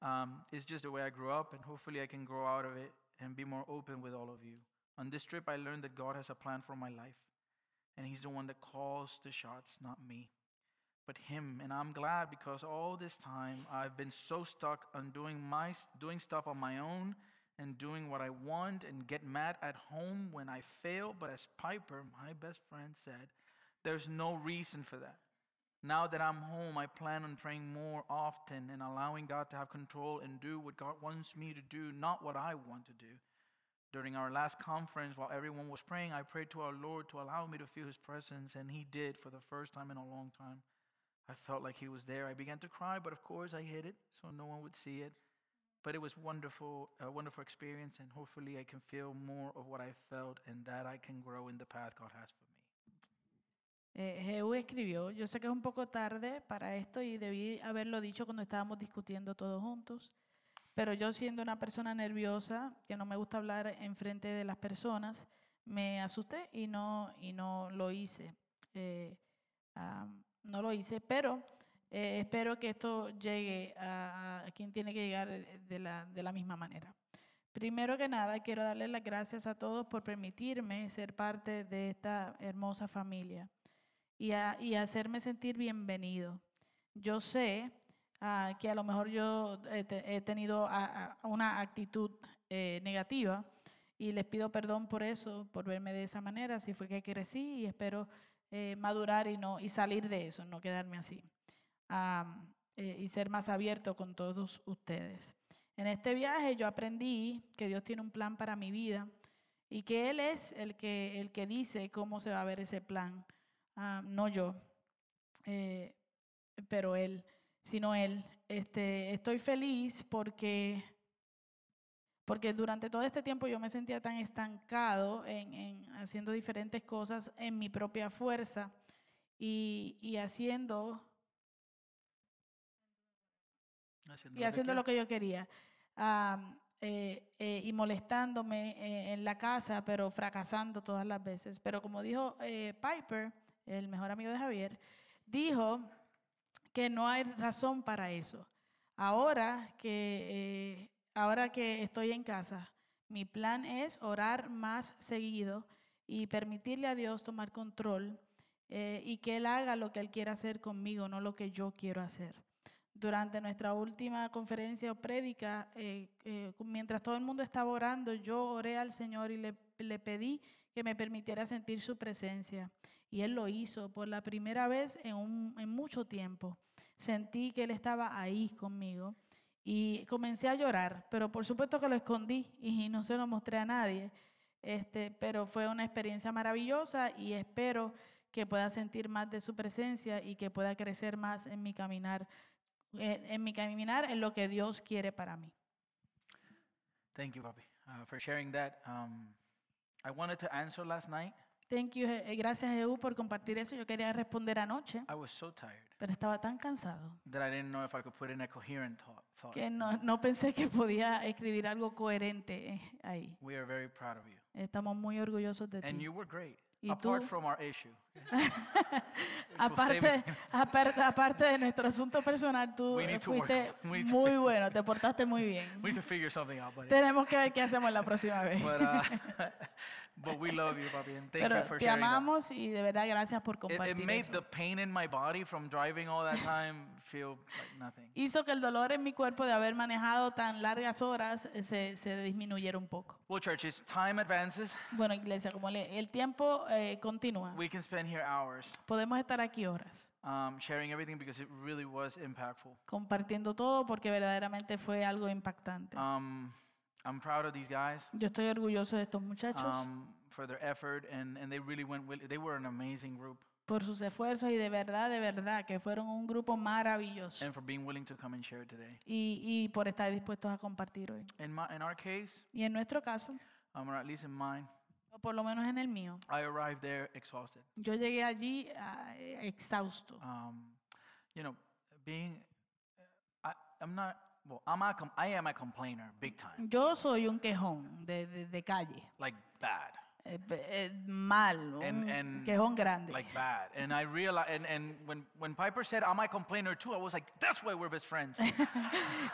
[SPEAKER 1] Um, it's just the way I grew up, and hopefully I can grow out of it and be more open with all of you. On this trip, I learned that God has a plan for my life, and He's the one that calls the shots, not me, but Him. And I'm glad because all this time I've been so stuck on doing my s- doing stuff on my own and doing what I want and get mad at home when I fail. But as Piper, my best friend, said, there's no reason for that. Now that I'm home, I plan on praying more often and allowing God to have control and do what God wants me to do, not what I want to do. During our last conference, while everyone was praying, I prayed to our Lord to allow me to feel His presence, and He did for the first time in a long time. I felt like He was there. I began to cry, but of course I hid it so no one would see it. But it was wonderful, a wonderful experience, and hopefully I can feel more of what I felt and that I can grow in the path God has for me.
[SPEAKER 2] Eh, Jehú escribió, yo sé que es un poco tarde para esto y debí haberlo dicho cuando estábamos discutiendo todos juntos, pero yo siendo una persona nerviosa, que no me gusta hablar enfrente de las personas, me asusté y no, y no lo hice. Eh, ah, no lo hice, pero eh, espero que esto llegue a, a quien tiene que llegar eh, de la, de la misma manera. Primero que nada, quiero darles las gracias a todos por permitirme ser parte de esta hermosa familia y, a- y hacerme sentir bienvenido. Yo sé ah, que a lo mejor yo he, te- he tenido a- a- una actitud eh, negativa y les pido perdón por eso, por verme de esa manera, si fue que crecí y espero eh, madurar y, no, y salir de eso, no quedarme así am, eh, y ser más abierto con todos ustedes. En este viaje yo aprendí que Dios tiene un plan para mi vida y que Él es el que, el que dice cómo se va a ver ese plan, ah, no yo, eh, pero Él, sino Él. Este, estoy feliz porque, porque durante todo este tiempo yo me sentía tan estancado en, en haciendo diferentes cosas en mi propia fuerza y, y haciendo y haciendo lo que yo quería. Am, eh, eh, y molestándome eh, en la casa, pero fracasando todas las veces. Pero como dijo eh, Piper, el mejor amigo de Javier, dijo que no hay razón para eso. Ahora que, eh, ahora que estoy en casa, mi plan es orar más seguido y permitirle a Dios tomar control eh, y que Él haga lo que Él quiera hacer conmigo, no lo que yo quiero hacer durante nuestra última conferencia o prédica, eh, eh, cu- mientras todo el mundo estaba orando, yo oré al Señor y le, le pedí que me permitiera sentir su presencia. Y Él lo hizo por la primera vez en, un- en mucho tiempo. Sentí que Él estaba ahí conmigo y comencé a llorar, pero por supuesto que lo escondí y no se lo mostré a nadie. Este, pero fue una experiencia maravillosa y espero que pueda sentir más de su presencia y que pueda crecer más en mi caminar eh, en mi caminar en lo que Dios quiere para mí.
[SPEAKER 1] Thank you, Papi, uh, for sharing that. Um, I wanted to answer last night.
[SPEAKER 2] Thank you, Je- eh, gracias EU por compartir eso. Yo quería responder anoche,
[SPEAKER 1] I was so tired
[SPEAKER 2] pero estaba tan cansado
[SPEAKER 1] that I didn't know if I could put in a coherent thought. thought.
[SPEAKER 2] que no, no pensé que podía escribir algo coherente eh, ahí.
[SPEAKER 1] We are very proud of you.
[SPEAKER 2] Estamos muy orgullosos de
[SPEAKER 1] And
[SPEAKER 2] ti.
[SPEAKER 1] you were great,
[SPEAKER 2] Y
[SPEAKER 1] apart
[SPEAKER 2] tú-
[SPEAKER 1] from our issue.
[SPEAKER 2] Aparte, aparte, aparte de nuestro asunto personal, tú
[SPEAKER 1] We need
[SPEAKER 2] eh,
[SPEAKER 1] to work.
[SPEAKER 2] fuiste
[SPEAKER 1] We need to
[SPEAKER 2] muy bueno, te portaste muy bien.
[SPEAKER 1] We need to figure something out, buddy.
[SPEAKER 2] Tenemos que ver qué hacemos la próxima vez.
[SPEAKER 1] But, uh, but we love you, Papi, and thank you
[SPEAKER 2] Pero
[SPEAKER 1] for
[SPEAKER 2] te
[SPEAKER 1] sharing that.
[SPEAKER 2] amamos y de verdad gracias por
[SPEAKER 1] It, it
[SPEAKER 2] compartir
[SPEAKER 1] made
[SPEAKER 2] eso.
[SPEAKER 1] the pain in my body from driving all that time feel like nothing.
[SPEAKER 2] hizo que el dolor en mi cuerpo de haber manejado tan largas horas eh, se, se disminuyera un poco.
[SPEAKER 1] Well, church, as time advances,
[SPEAKER 2] Bueno, iglesia, como le- el tiempo eh, continúa,
[SPEAKER 1] we can spend here hours
[SPEAKER 2] podemos estar aquí horas
[SPEAKER 1] um, sharing everything because it really was impactful.
[SPEAKER 2] compartiendo todo porque verdaderamente fue algo impactante.
[SPEAKER 1] Um, I'm proud of these guys
[SPEAKER 2] Yo estoy orgulloso de estos muchachos
[SPEAKER 1] um, for their effort, and, and they really went. With, they were an amazing group,
[SPEAKER 2] por sus esfuerzos y de verdad, de verdad, que fueron un grupo maravilloso
[SPEAKER 1] and for being willing to come and share today.
[SPEAKER 2] y, y por estar dispuestos a compartir hoy.
[SPEAKER 1] In my, in our case,
[SPEAKER 2] Y en nuestro caso,
[SPEAKER 1] um, or at least in mine,
[SPEAKER 2] o por lo menos en el mío,
[SPEAKER 1] I arrived there exhausted.
[SPEAKER 2] yo llegué allí ah, eh, exhausto.
[SPEAKER 1] Um, you know, being, I, I'm not. Well, I'm a com- I am a complainer, big time,
[SPEAKER 2] Yo soy un quejón de- de- de calle.
[SPEAKER 1] like bad.
[SPEAKER 2] eh, pe- eh, mal, un
[SPEAKER 1] And- and
[SPEAKER 2] Mm, quejón grande.
[SPEAKER 1] like bad. And I realized, and, and when, when Piper said, I'm a complainer too, I was like, that's why we're best friends.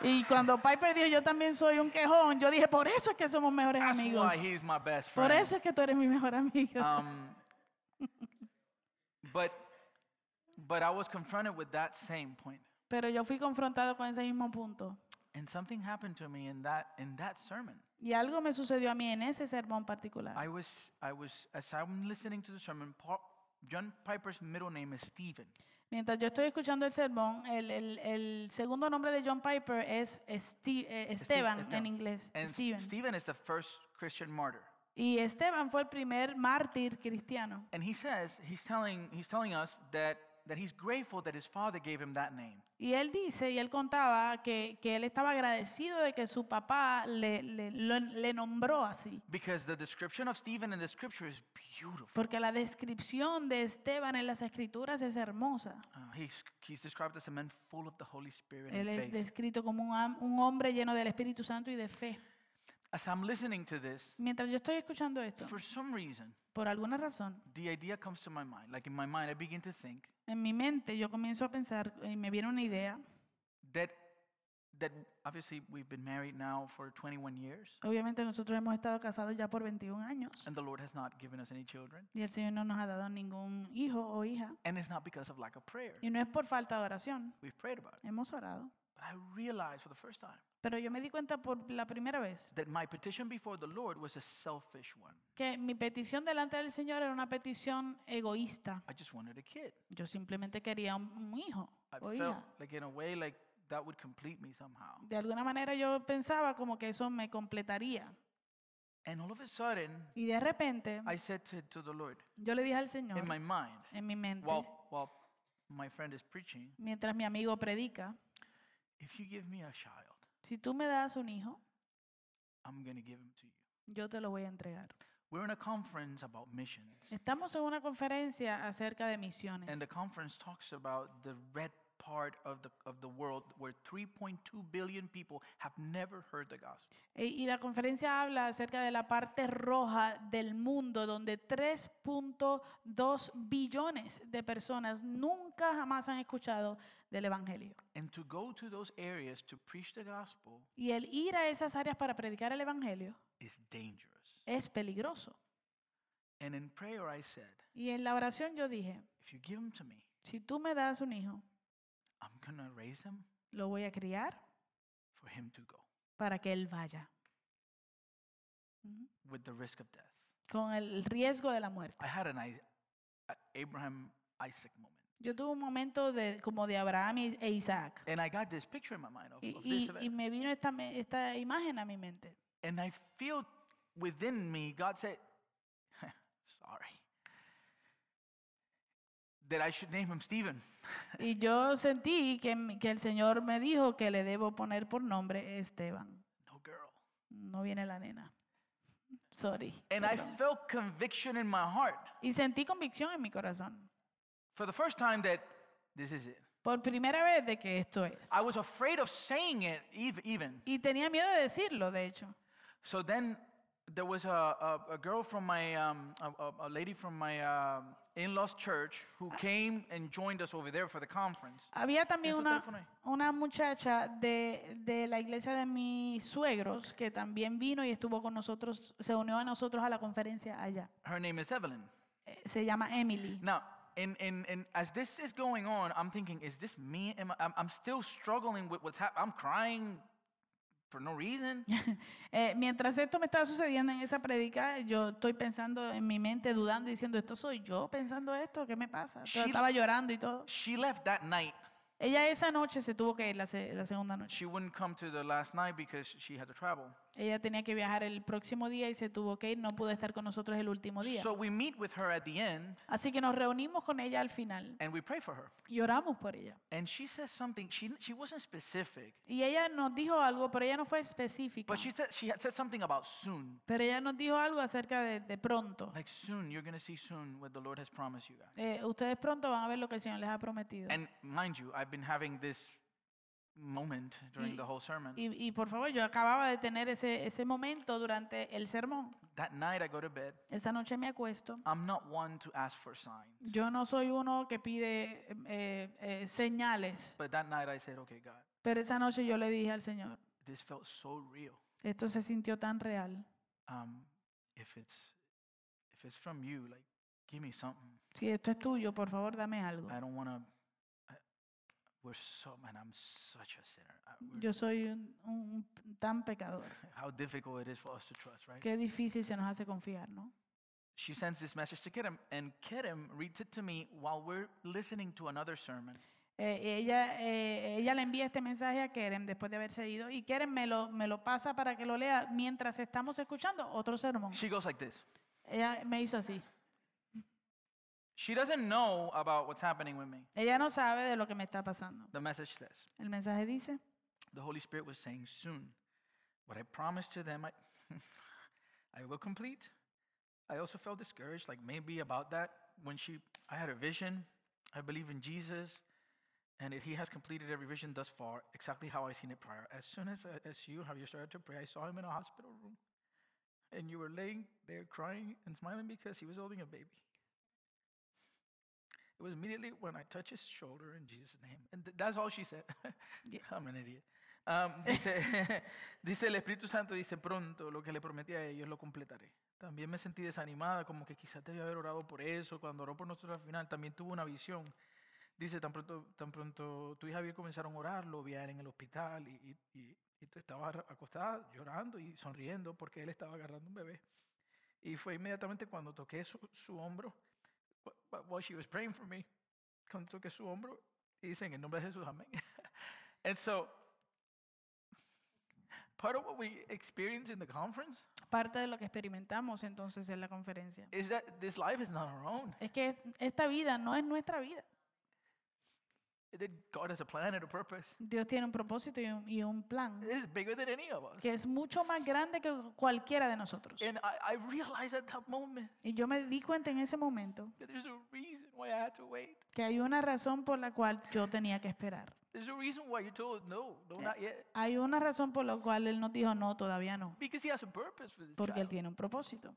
[SPEAKER 2] y cuando Piper dijo, yo también soy un quejón, yo dije, por eso es que somos mejores
[SPEAKER 1] That's
[SPEAKER 2] amigos.
[SPEAKER 1] why he's my best
[SPEAKER 2] Por
[SPEAKER 1] friend.
[SPEAKER 2] eso es que tú eres mi mejor amigo.
[SPEAKER 1] Um, but, but I was confronted with that same point.
[SPEAKER 2] Pero yo fui confrontado con ese mismo punto.
[SPEAKER 1] And something happened to me in that, in that sermon.
[SPEAKER 2] Y algo me sucedió a mí en ese sermón particular.
[SPEAKER 1] I was, I was, as I'm listening to the sermon, Paul, John Piper's middle name is Stephen.
[SPEAKER 2] Mientras yo estoy escuchando el sermón, el, el- el segundo nombre de John Piper es Esti- eh,
[SPEAKER 1] Steve-
[SPEAKER 2] Esteban
[SPEAKER 1] Esteban.
[SPEAKER 2] en inglés.
[SPEAKER 1] And
[SPEAKER 2] Steven.
[SPEAKER 1] Stephen is the first Christian martyr.
[SPEAKER 2] Y Esteban fue el primer mártir cristiano.
[SPEAKER 1] And he says, he's telling, he's telling us that, that he's grateful that his father gave him that name.
[SPEAKER 2] Y él dice, y él contaba que, que él estaba agradecido de que su papá le, le, lo- le nombró así.
[SPEAKER 1] Because the description of Stephen in the scripture is beautiful.
[SPEAKER 2] Porque la descripción de Esteban en las escrituras es hermosa.
[SPEAKER 1] Uh, he's, he's described as a man full of the Holy Spirit
[SPEAKER 2] Él
[SPEAKER 1] and
[SPEAKER 2] es
[SPEAKER 1] faith.
[SPEAKER 2] descrito como un, am- un hombre lleno del Espíritu Santo y de fe.
[SPEAKER 1] As I'm listening to this,
[SPEAKER 2] Mientras yo estoy escuchando esto,
[SPEAKER 1] for some reason,
[SPEAKER 2] por alguna razón,
[SPEAKER 1] the idea comes to my mind. Like in my mind, I begin to think
[SPEAKER 2] en mi mente yo comienzo a pensar y me viene una idea
[SPEAKER 1] that that obviously we've been married now for 21 years,
[SPEAKER 2] Obviamente nosotros hemos estado casados ya por 21 años
[SPEAKER 1] and the Lord has not given us any children.
[SPEAKER 2] y el Señor no nos ha dado ningún hijo o hija.
[SPEAKER 1] And it's not because of lack of prayer.
[SPEAKER 2] Y no es por falta de oración,
[SPEAKER 1] We've prayed about it.
[SPEAKER 2] hemos orado.
[SPEAKER 1] But I realized for the first time
[SPEAKER 2] Pero yo me di cuenta por la primera vez
[SPEAKER 1] that my petition before the Lord was a selfish one.
[SPEAKER 2] que mi petición delante del Señor era una petición egoísta.
[SPEAKER 1] I just wanted a kid.
[SPEAKER 2] Yo simplemente quería un, un hijo
[SPEAKER 1] I
[SPEAKER 2] o
[SPEAKER 1] felt
[SPEAKER 2] hija.
[SPEAKER 1] like, in a way, like that would complete me somehow.
[SPEAKER 2] De alguna manera yo pensaba como que eso me completaría.
[SPEAKER 1] And all of a sudden,
[SPEAKER 2] Y de repente
[SPEAKER 1] I said to, to the Lord
[SPEAKER 2] yo le dije al Señor
[SPEAKER 1] in my mind,
[SPEAKER 2] en mi mente,
[SPEAKER 1] while, while my friend is preaching,
[SPEAKER 2] mientras mi amigo predica,
[SPEAKER 1] if you give me a child,
[SPEAKER 2] si tú me das un hijo,
[SPEAKER 1] I'm going to give him to you.
[SPEAKER 2] yo te lo voy a entregar.
[SPEAKER 1] We're in a conference about missions,
[SPEAKER 2] Estamos en una conferencia acerca de misiones.
[SPEAKER 1] and the conference talks about the red part of the, of the world where 3.2 billion people have never heard the gospel.
[SPEAKER 2] E- Y la conferencia habla acerca de la parte roja del mundo, donde 3.2 billones de personas nunca jamás han escuchado del Evangelio.
[SPEAKER 1] And to go to those areas to preach the gospel
[SPEAKER 2] Y el ir a esas áreas para predicar el Evangelio
[SPEAKER 1] is dangerous.
[SPEAKER 2] es peligroso.
[SPEAKER 1] And in prayer, I said,
[SPEAKER 2] Y en la oración yo dije,
[SPEAKER 1] if you give him to me,
[SPEAKER 2] si tú me das un hijo,
[SPEAKER 1] I'm going to raise him
[SPEAKER 2] lo voy a criar
[SPEAKER 1] for him to go
[SPEAKER 2] para que él vaya,
[SPEAKER 1] with the risk of death.
[SPEAKER 2] con el riesgo de la muerte.
[SPEAKER 1] I had an I, a- Abraham Isaac moment.
[SPEAKER 2] Yo tuve un momento de, como de Abraham y- e Isaac.
[SPEAKER 1] And I got this picture in my mind of,
[SPEAKER 2] Y,
[SPEAKER 1] of this
[SPEAKER 2] y-
[SPEAKER 1] event.
[SPEAKER 2] y me vino esta, me- esta imagen a mi mente.
[SPEAKER 1] And I feel within me, God said, sorry, that I should name him Stephen.
[SPEAKER 2] Y yo sentí que, m- que el Señor me dijo que le debo poner por nombre Esteban.
[SPEAKER 1] No girl.
[SPEAKER 2] No viene la nena. Sorry.
[SPEAKER 1] And I
[SPEAKER 2] perdón.
[SPEAKER 1] felt conviction in my heart
[SPEAKER 2] Y sentí convicción en mi corazón.
[SPEAKER 1] for the first time that this is it.
[SPEAKER 2] Por primera vez de que esto es.
[SPEAKER 1] I was afraid of saying it ev- even.
[SPEAKER 2] Y tenía miedo de decirlo, de hecho.
[SPEAKER 1] So then there was a, a, a girl from my, um, a, a- a lady from my um in laws church who came and joined us over there for the conference.
[SPEAKER 2] Ah. Había también
[SPEAKER 1] tu
[SPEAKER 2] una,
[SPEAKER 1] Este teléfono ahí?
[SPEAKER 2] una muchacha de, de la iglesia de mis suegros que también vino y estuvo con nosotros, se unió a nosotros a la conferencia allá.
[SPEAKER 1] Her name is Evelyn.
[SPEAKER 2] Eh, Se llama Emily.
[SPEAKER 1] Now, and, and, and as this is going on, I'm thinking, is this me? Am I, I'm, I'm still struggling with what's happening. I'm crying for no reason.
[SPEAKER 2] Eh, mientras esto me estaba sucediendo en esa predica, yo estoy pensando en mi mente, dudando, diciendo, ¿esto soy yo pensando esto? ¿Qué me pasa? Yo
[SPEAKER 1] Sheila-
[SPEAKER 2] estaba llorando y todo.
[SPEAKER 1] she left that night.
[SPEAKER 2] Ella esa noche se tuvo que ir, la, se- la segunda noche.
[SPEAKER 1] She wouldn't come to the last night because she had to travel.
[SPEAKER 2] Ella tenía que viajar el próximo día y se tuvo que ir, no pudo estar con nosotros el último día.
[SPEAKER 1] So we meet with her at the end
[SPEAKER 2] Así que nos reunimos con ella al final
[SPEAKER 1] and we pray for her.
[SPEAKER 2] y oramos por ella.
[SPEAKER 1] And she says something. She, she wasn't specific,
[SPEAKER 2] Y ella nos dijo algo, pero ella no fue específica.
[SPEAKER 1] but she said she had said something about soon.
[SPEAKER 2] Pero ella nos dijo algo acerca de, de pronto.
[SPEAKER 1] Like soon, you're gonna see soon what the Lord has promised you guys.
[SPEAKER 2] Eh, ustedes pronto van a ver lo que el Señor les ha prometido.
[SPEAKER 1] And mind you, I've been having this moment during
[SPEAKER 2] Y-
[SPEAKER 1] the whole sermon.
[SPEAKER 2] Y, y por favor, yo acababa de tener ese, ese momento durante el sermón.
[SPEAKER 1] That night I go to bed.
[SPEAKER 2] Esa noche me acuesto.
[SPEAKER 1] I'm not one to ask for signs.
[SPEAKER 2] Yo no soy uno que pide eh, eh, señales,
[SPEAKER 1] But that night I said, okay, God,
[SPEAKER 2] pero esa noche yo le dije al Señor,
[SPEAKER 1] this felt so real.
[SPEAKER 2] esto se sintió tan real.
[SPEAKER 1] Um, if it's if it's from you, like give me something.
[SPEAKER 2] Si esto es tuyo, por favor, dame algo.
[SPEAKER 1] I don't want to. We're so man. I'm such a sinner. I, we're,
[SPEAKER 2] Yo soy un, un- un tan pecador.
[SPEAKER 1] how difficult it is for us to trust, right?
[SPEAKER 2] Qué difícil se nos hace confiar, ¿no?
[SPEAKER 1] She sends this message to Kerem, and Kerem reads it to me while we're listening to another sermon.
[SPEAKER 2] Eh, ella, eh, ella le envía este mensaje a Kerem después de haberse ido y Kerem me lo, me lo pasa para que lo lea mientras estamos escuchando otro sermón.
[SPEAKER 1] She goes like this.
[SPEAKER 2] Ella me hizo así.
[SPEAKER 1] She doesn't know about what's happening with me.
[SPEAKER 2] Ella no sabe de lo que me está pasando.
[SPEAKER 1] The message says,
[SPEAKER 2] El mensaje dice,
[SPEAKER 1] the Holy Spirit was saying, Soon, what I promised to them, I, I will complete. I also felt discouraged, like maybe about that. When she, I had a vision, I believe in Jesus, and that He has completed every vision thus far, exactly how I seen it prior. As soon as, as you have you started to pray, I saw Him in a hospital room, and you were laying there crying and smiling because He was holding a baby. It was immediately when I touched his shoulder in Jesus' name. And th- that's all she said. I'm an idiot. Am, dice, dice, el Espíritu Santo dice, pronto lo que le prometí a ellos lo completaré. También me sentí desanimada, como que quizás debía haber orado por eso. Cuando oró por nosotros al final, también tuvo una visión. Dice, tan pronto, tan pronto tú y Javier comenzaron a orar, lo vi a él en el hospital y, y- y- y tú estabas acostada llorando y sonriendo porque él estaba agarrando un bebé. Y fue inmediatamente cuando toqué su, su hombro, wh- wh- while she was praying for me, cuando toqué su hombro, y dice, en el nombre de Jesús, amén. And so, part of what we experienced in the conference
[SPEAKER 2] Parte de lo que experimentamos entonces en la conferencia
[SPEAKER 1] is that this life is not our own.
[SPEAKER 2] es que esta vida no es nuestra vida.
[SPEAKER 1] That God has a plan and a purpose.
[SPEAKER 2] Dios tiene un propósito y un, y un plan
[SPEAKER 1] It is bigger than any of us.
[SPEAKER 2] que es mucho más grande que cualquiera de nosotros.
[SPEAKER 1] And I, I realized at that moment
[SPEAKER 2] Y yo me di cuenta en ese momento
[SPEAKER 1] that there's a reason why I had to wait.
[SPEAKER 2] que hay una razón por la cual yo tenía que esperar.
[SPEAKER 1] There's a reason why you're told, no, no, not yet.
[SPEAKER 2] Hay una razón por la cual Él nos dijo, no, todavía no,
[SPEAKER 1] Because He has a purpose for this
[SPEAKER 2] porque Él
[SPEAKER 1] child.
[SPEAKER 2] tiene un propósito.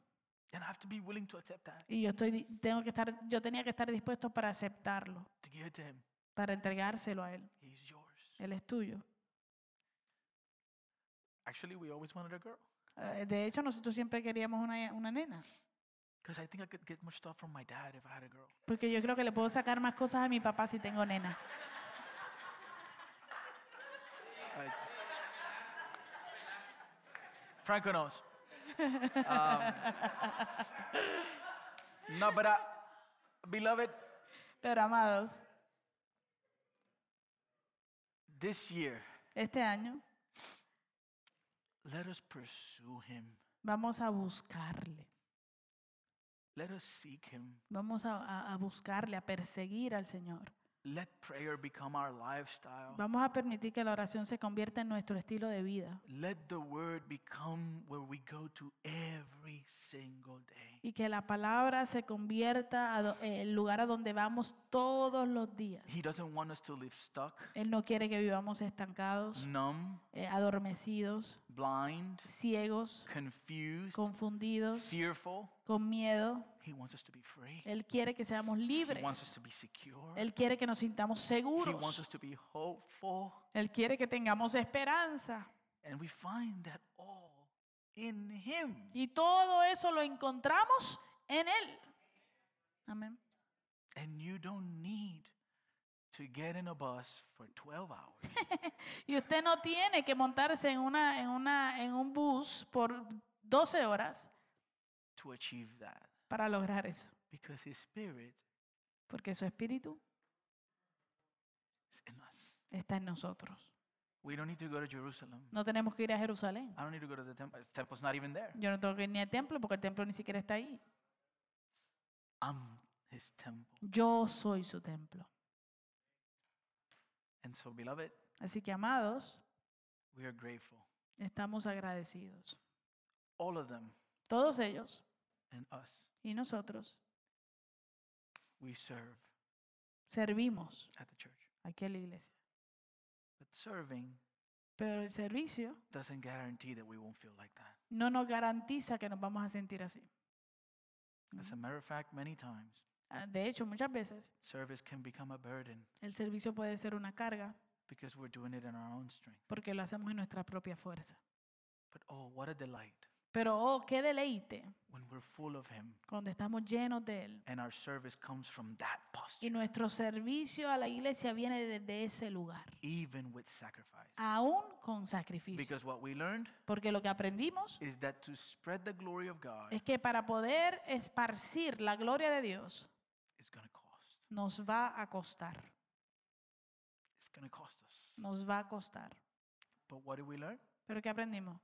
[SPEAKER 1] And I have to be willing to accept that,
[SPEAKER 2] Y yo, estoy, di- tengo que estar, yo tenía que estar dispuesto para aceptarlo,
[SPEAKER 1] to give it to Him.
[SPEAKER 2] para entregárselo a Él.
[SPEAKER 1] He's yours.
[SPEAKER 2] Él es tuyo.
[SPEAKER 1] Actually, we always wanted a girl.
[SPEAKER 2] Eh, De hecho, nosotros siempre queríamos una, una nena,
[SPEAKER 1] Because I think I could get more stuff from my dad if I had a girl.
[SPEAKER 2] porque yo creo que le puedo sacar más cosas a mi papá si tengo nena.
[SPEAKER 1] I- Franco knows. Um, no, but I, beloved,
[SPEAKER 2] Pero amados,
[SPEAKER 1] this year,
[SPEAKER 2] este año
[SPEAKER 1] let us pursue him.
[SPEAKER 2] vamos a buscarle,
[SPEAKER 1] Let us seek him.
[SPEAKER 2] vamos a- a- a buscarle, a perseguir al Señor.
[SPEAKER 1] Let prayer become our lifestyle.
[SPEAKER 2] Vamos a permitir que la oración se convierta en nuestro estilo de vida
[SPEAKER 1] Let the word become where we go to every single day.
[SPEAKER 2] y que la palabra se convierta a do- eh, el lugar a donde vamos todos los días.
[SPEAKER 1] He doesn't want us to live stuck,
[SPEAKER 2] Él no quiere que vivamos estancados,
[SPEAKER 1] Mm. numb,
[SPEAKER 2] eh, adormecidos,
[SPEAKER 1] blind,
[SPEAKER 2] ciegos,
[SPEAKER 1] confused,
[SPEAKER 2] confundidos,
[SPEAKER 1] fearful.
[SPEAKER 2] con miedo.
[SPEAKER 1] He wants us to be free.
[SPEAKER 2] Él quiere que seamos
[SPEAKER 1] He wants us
[SPEAKER 2] libres.
[SPEAKER 1] to be secure.
[SPEAKER 2] Él quiere que nos sintamos
[SPEAKER 1] He wants
[SPEAKER 2] seguros.
[SPEAKER 1] us to be hopeful.
[SPEAKER 2] Él quiere que tengamos esperanza.
[SPEAKER 1] And we find that all in Him.
[SPEAKER 2] Y todo eso lo encontramos en Él. Amén.
[SPEAKER 1] And you don't need to get in a bus for 12 hours
[SPEAKER 2] Y usted no tiene que montarse en, una, en, una, en un bus por 12 horas
[SPEAKER 1] to achieve that
[SPEAKER 2] para lograr eso,
[SPEAKER 1] because His Spirit
[SPEAKER 2] porque su espíritu
[SPEAKER 1] is in us.
[SPEAKER 2] está en nosotros.
[SPEAKER 1] We don't need to go to Jerusalem.
[SPEAKER 2] No tenemos que ir a Jerusalén.
[SPEAKER 1] I don't need to go to the temple. The temple's not even there.
[SPEAKER 2] Yo no tengo que ir ni al templo porque el templo ni siquiera está ahí.
[SPEAKER 1] I'm His temple.
[SPEAKER 2] Yo soy su templo.
[SPEAKER 1] And so, beloved,
[SPEAKER 2] Así que, amados,
[SPEAKER 1] we are grateful.
[SPEAKER 2] estamos agradecidos.
[SPEAKER 1] All of them
[SPEAKER 2] Todos ellos
[SPEAKER 1] and us.
[SPEAKER 2] y nosotros
[SPEAKER 1] We serve
[SPEAKER 2] servimos
[SPEAKER 1] at the church.
[SPEAKER 2] aquí en la iglesia.
[SPEAKER 1] But serving
[SPEAKER 2] Pero el servicio
[SPEAKER 1] doesn't guarantee that we won't feel like that.
[SPEAKER 2] no nos garantiza que nos vamos a sentir así.
[SPEAKER 1] As a matter of fact, many times
[SPEAKER 2] Ah, De hecho, muchas veces
[SPEAKER 1] service can become a burden
[SPEAKER 2] el servicio puede ser una carga
[SPEAKER 1] because we're doing it in our own strength.
[SPEAKER 2] porque lo hacemos en nuestra propia fuerza.
[SPEAKER 1] But oh, what a delight
[SPEAKER 2] Pero oh, qué deleite
[SPEAKER 1] when we're full of Him
[SPEAKER 2] cuando estamos llenos de Él.
[SPEAKER 1] and our service comes from that
[SPEAKER 2] Y
[SPEAKER 1] posture,
[SPEAKER 2] nuestro servicio a la iglesia viene desde ese lugar,
[SPEAKER 1] even with sacrifice.
[SPEAKER 2] aún con sacrificio.
[SPEAKER 1] Because what we learned
[SPEAKER 2] Porque lo que aprendimos
[SPEAKER 1] is that to spread the glory of God
[SPEAKER 2] es que para poder esparcir la gloria de Dios
[SPEAKER 1] is going to cost.
[SPEAKER 2] nos va a costar,
[SPEAKER 1] It's going to cost us.
[SPEAKER 2] nos va a costar.
[SPEAKER 1] But what did we learn?
[SPEAKER 2] Pero ¿qué aprendimos?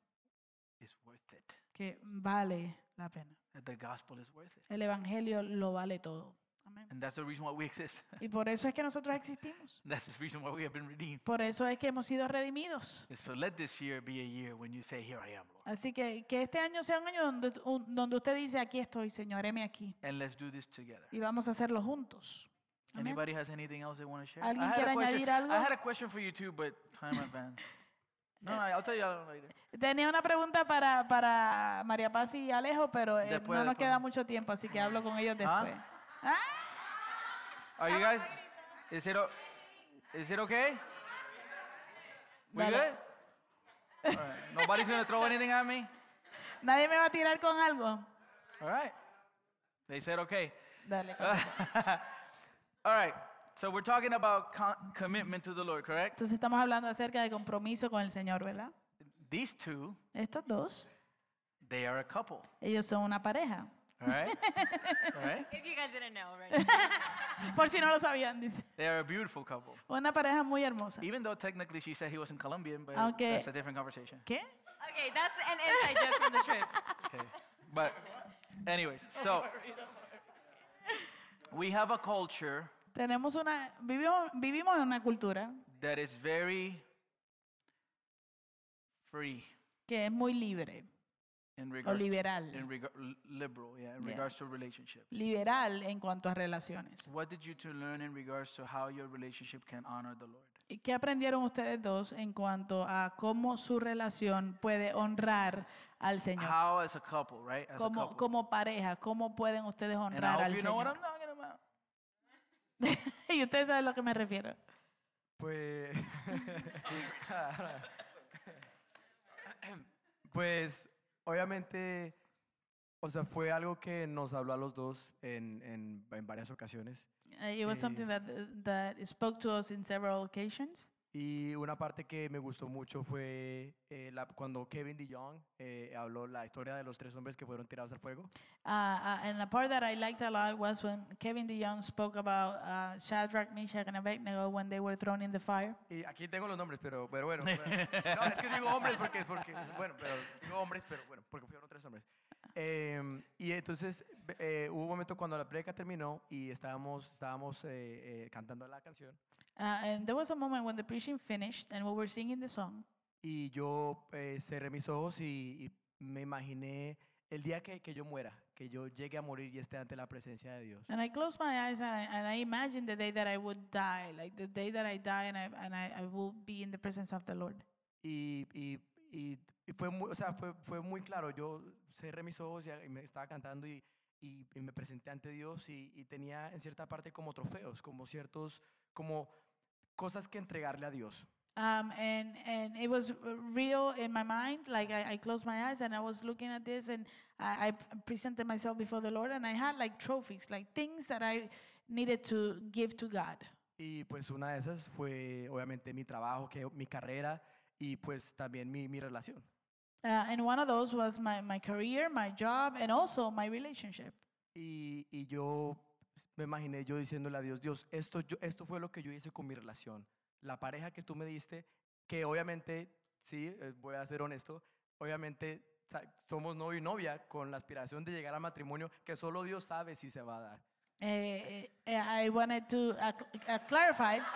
[SPEAKER 1] It's worth it.
[SPEAKER 2] Que vale la pena.
[SPEAKER 1] That the gospel is worth it.
[SPEAKER 2] El Evangelio lo vale todo. Amén.
[SPEAKER 1] And that's the reason why we exist.
[SPEAKER 2] Y por eso es que nosotros existimos.
[SPEAKER 1] that's the reason why we have been redeemed.
[SPEAKER 2] Por eso es que hemos sido redimidos.
[SPEAKER 1] And so let this year be a year when you say, Here I am, Lord.
[SPEAKER 2] Así que que este año sea un año donde, t- un- donde usted dice, aquí estoy, Señor, heme aquí.
[SPEAKER 1] And let's do this together.
[SPEAKER 2] Y vamos a hacerlo juntos. Amén.
[SPEAKER 1] Anybody has anything else they want to share?
[SPEAKER 2] ¿Alguien
[SPEAKER 1] I had,
[SPEAKER 2] quiere
[SPEAKER 1] a question,
[SPEAKER 2] añadir algo?
[SPEAKER 1] I had a question for you too, but time advanced. No, no, I'll tell you later.
[SPEAKER 2] Tenía una pregunta para, para María Paz y Alejo, pero eh,
[SPEAKER 1] Después,
[SPEAKER 2] no nos
[SPEAKER 1] después.
[SPEAKER 2] queda mucho tiempo, así que hablo con ellos
[SPEAKER 1] ¿Ah?
[SPEAKER 2] después.
[SPEAKER 1] Are you guys? Is it, o- is it okay? We
[SPEAKER 2] Dale.
[SPEAKER 1] good? All right. Nobody's going to throw anything at me?
[SPEAKER 2] Nadie me va a tirar con algo.
[SPEAKER 1] All right. They said okay.
[SPEAKER 2] Dale.
[SPEAKER 1] All right. So we're talking about con- commitment to the Lord, correct?
[SPEAKER 2] Entonces estamos hablando acerca de compromiso con el Señor, ¿verdad?
[SPEAKER 1] These two,
[SPEAKER 2] Estos dos,
[SPEAKER 1] they are a couple.
[SPEAKER 2] ellos son una pareja.
[SPEAKER 1] All right? All right?
[SPEAKER 4] If you guys didn't know already.
[SPEAKER 2] Por si no lo sabían, dice.
[SPEAKER 1] They are a beautiful couple.
[SPEAKER 2] Una pareja muy hermosa.
[SPEAKER 1] Even though technically she said he wasn't Colombian, but
[SPEAKER 2] Aunque-
[SPEAKER 1] that's a different conversation.
[SPEAKER 2] ¿Qué?
[SPEAKER 4] okay, that's an inside joke from the trip.
[SPEAKER 1] Okay. But, anyways, so we have a culture
[SPEAKER 2] Tenemos una, vivimos, vivimos en una cultura
[SPEAKER 1] that is very free
[SPEAKER 2] que es muy libre, o
[SPEAKER 1] in regards
[SPEAKER 2] liberal,
[SPEAKER 1] in regard liberal, yeah, in
[SPEAKER 2] Yeah.
[SPEAKER 1] regards to relationships.
[SPEAKER 2] liberal en cuanto a relaciones.
[SPEAKER 1] What did you two learn in regards to how your relationship can honor the Lord?
[SPEAKER 2] ¿Y ¿Qué aprendieron ustedes dos en cuanto a cómo su relación puede honrar al Señor?
[SPEAKER 1] How as a couple, right? As a
[SPEAKER 2] Como,
[SPEAKER 1] couple.
[SPEAKER 2] como pareja, ¿cómo pueden ustedes
[SPEAKER 1] and I
[SPEAKER 2] honrar
[SPEAKER 1] hope
[SPEAKER 2] al
[SPEAKER 1] you know what I'm
[SPEAKER 2] Señor?
[SPEAKER 1] talking about.
[SPEAKER 2] Y ustedes saben a lo que me refiero.
[SPEAKER 5] Pues. pues, obviamente, o sea, fue algo que nos habló a los dos en, en- en varias ocasiones.
[SPEAKER 2] Uh, It was something
[SPEAKER 5] Eh,
[SPEAKER 2] that, that spoke to us in several occasions.
[SPEAKER 5] Y una parte que me gustó mucho fue eh, la- cuando Kevin DeYoung eh, habló la historia de los tres hombres que fueron tirados al fuego.
[SPEAKER 2] Uh, uh, and the part that I liked a lot was when Kevin DeYoung spoke about uh, Shadrach, Meshach, and Abednego when they were thrown in the fire.
[SPEAKER 5] Y aquí tengo los nombres, pero, pero bueno. bueno. No, es que digo hombres porque, porque bueno, pero digo hombres, pero bueno, porque fueron tres hombres. Em, y entonces ve- eh, hubo un momento cuando la predica terminó y estábamos, estábamos eh, eh, cantando la canción
[SPEAKER 2] Uh, and there was a moment when the preaching finished and we were singing the song.
[SPEAKER 5] y yo eh, cerré mis ojos y, y me imaginé el día que, que yo muera, que yo llegue a morir y esté ante la presencia de Dios.
[SPEAKER 2] And I closed my eyes and I, and I imagined the day that I would die, like the day that I die and I, and I, I will be in the presence of the Lord.
[SPEAKER 5] Y, y, y- y fue, muy, o sea, fue, fue muy claro, yo cerré mis ojos y, a- y me estaba cantando y, y- y me presenté ante Dios y, y tenía en cierta parte como trofeos, como ciertos, como cosas que entregarle a Dios.
[SPEAKER 2] Um, and, and it was r- real in my mind. Like I, I closed my eyes and I was looking at this and I, I p- presented myself before the Lord and I had like trophies, like things that I needed to give to God.
[SPEAKER 5] Y pues una de esas fue obviamente mi trabajo, que, mi carrera y pues también mi, mi relación.
[SPEAKER 2] Uh, and one of those was my, my career, my job, and also my relationship.
[SPEAKER 5] Y, y yo me imaginé yo diciéndole a Dios, Dios, esto, yo, esto fue lo que yo hice con mi relación. La pareja que tú me diste, que obviamente, sí, eh, voy a ser honesto, obviamente sa- somos novio y novia con la aspiración de llegar al matrimonio que solo Dios sabe si se va a dar.
[SPEAKER 2] Eh, eh, I wanted to uh, cl- uh, clarify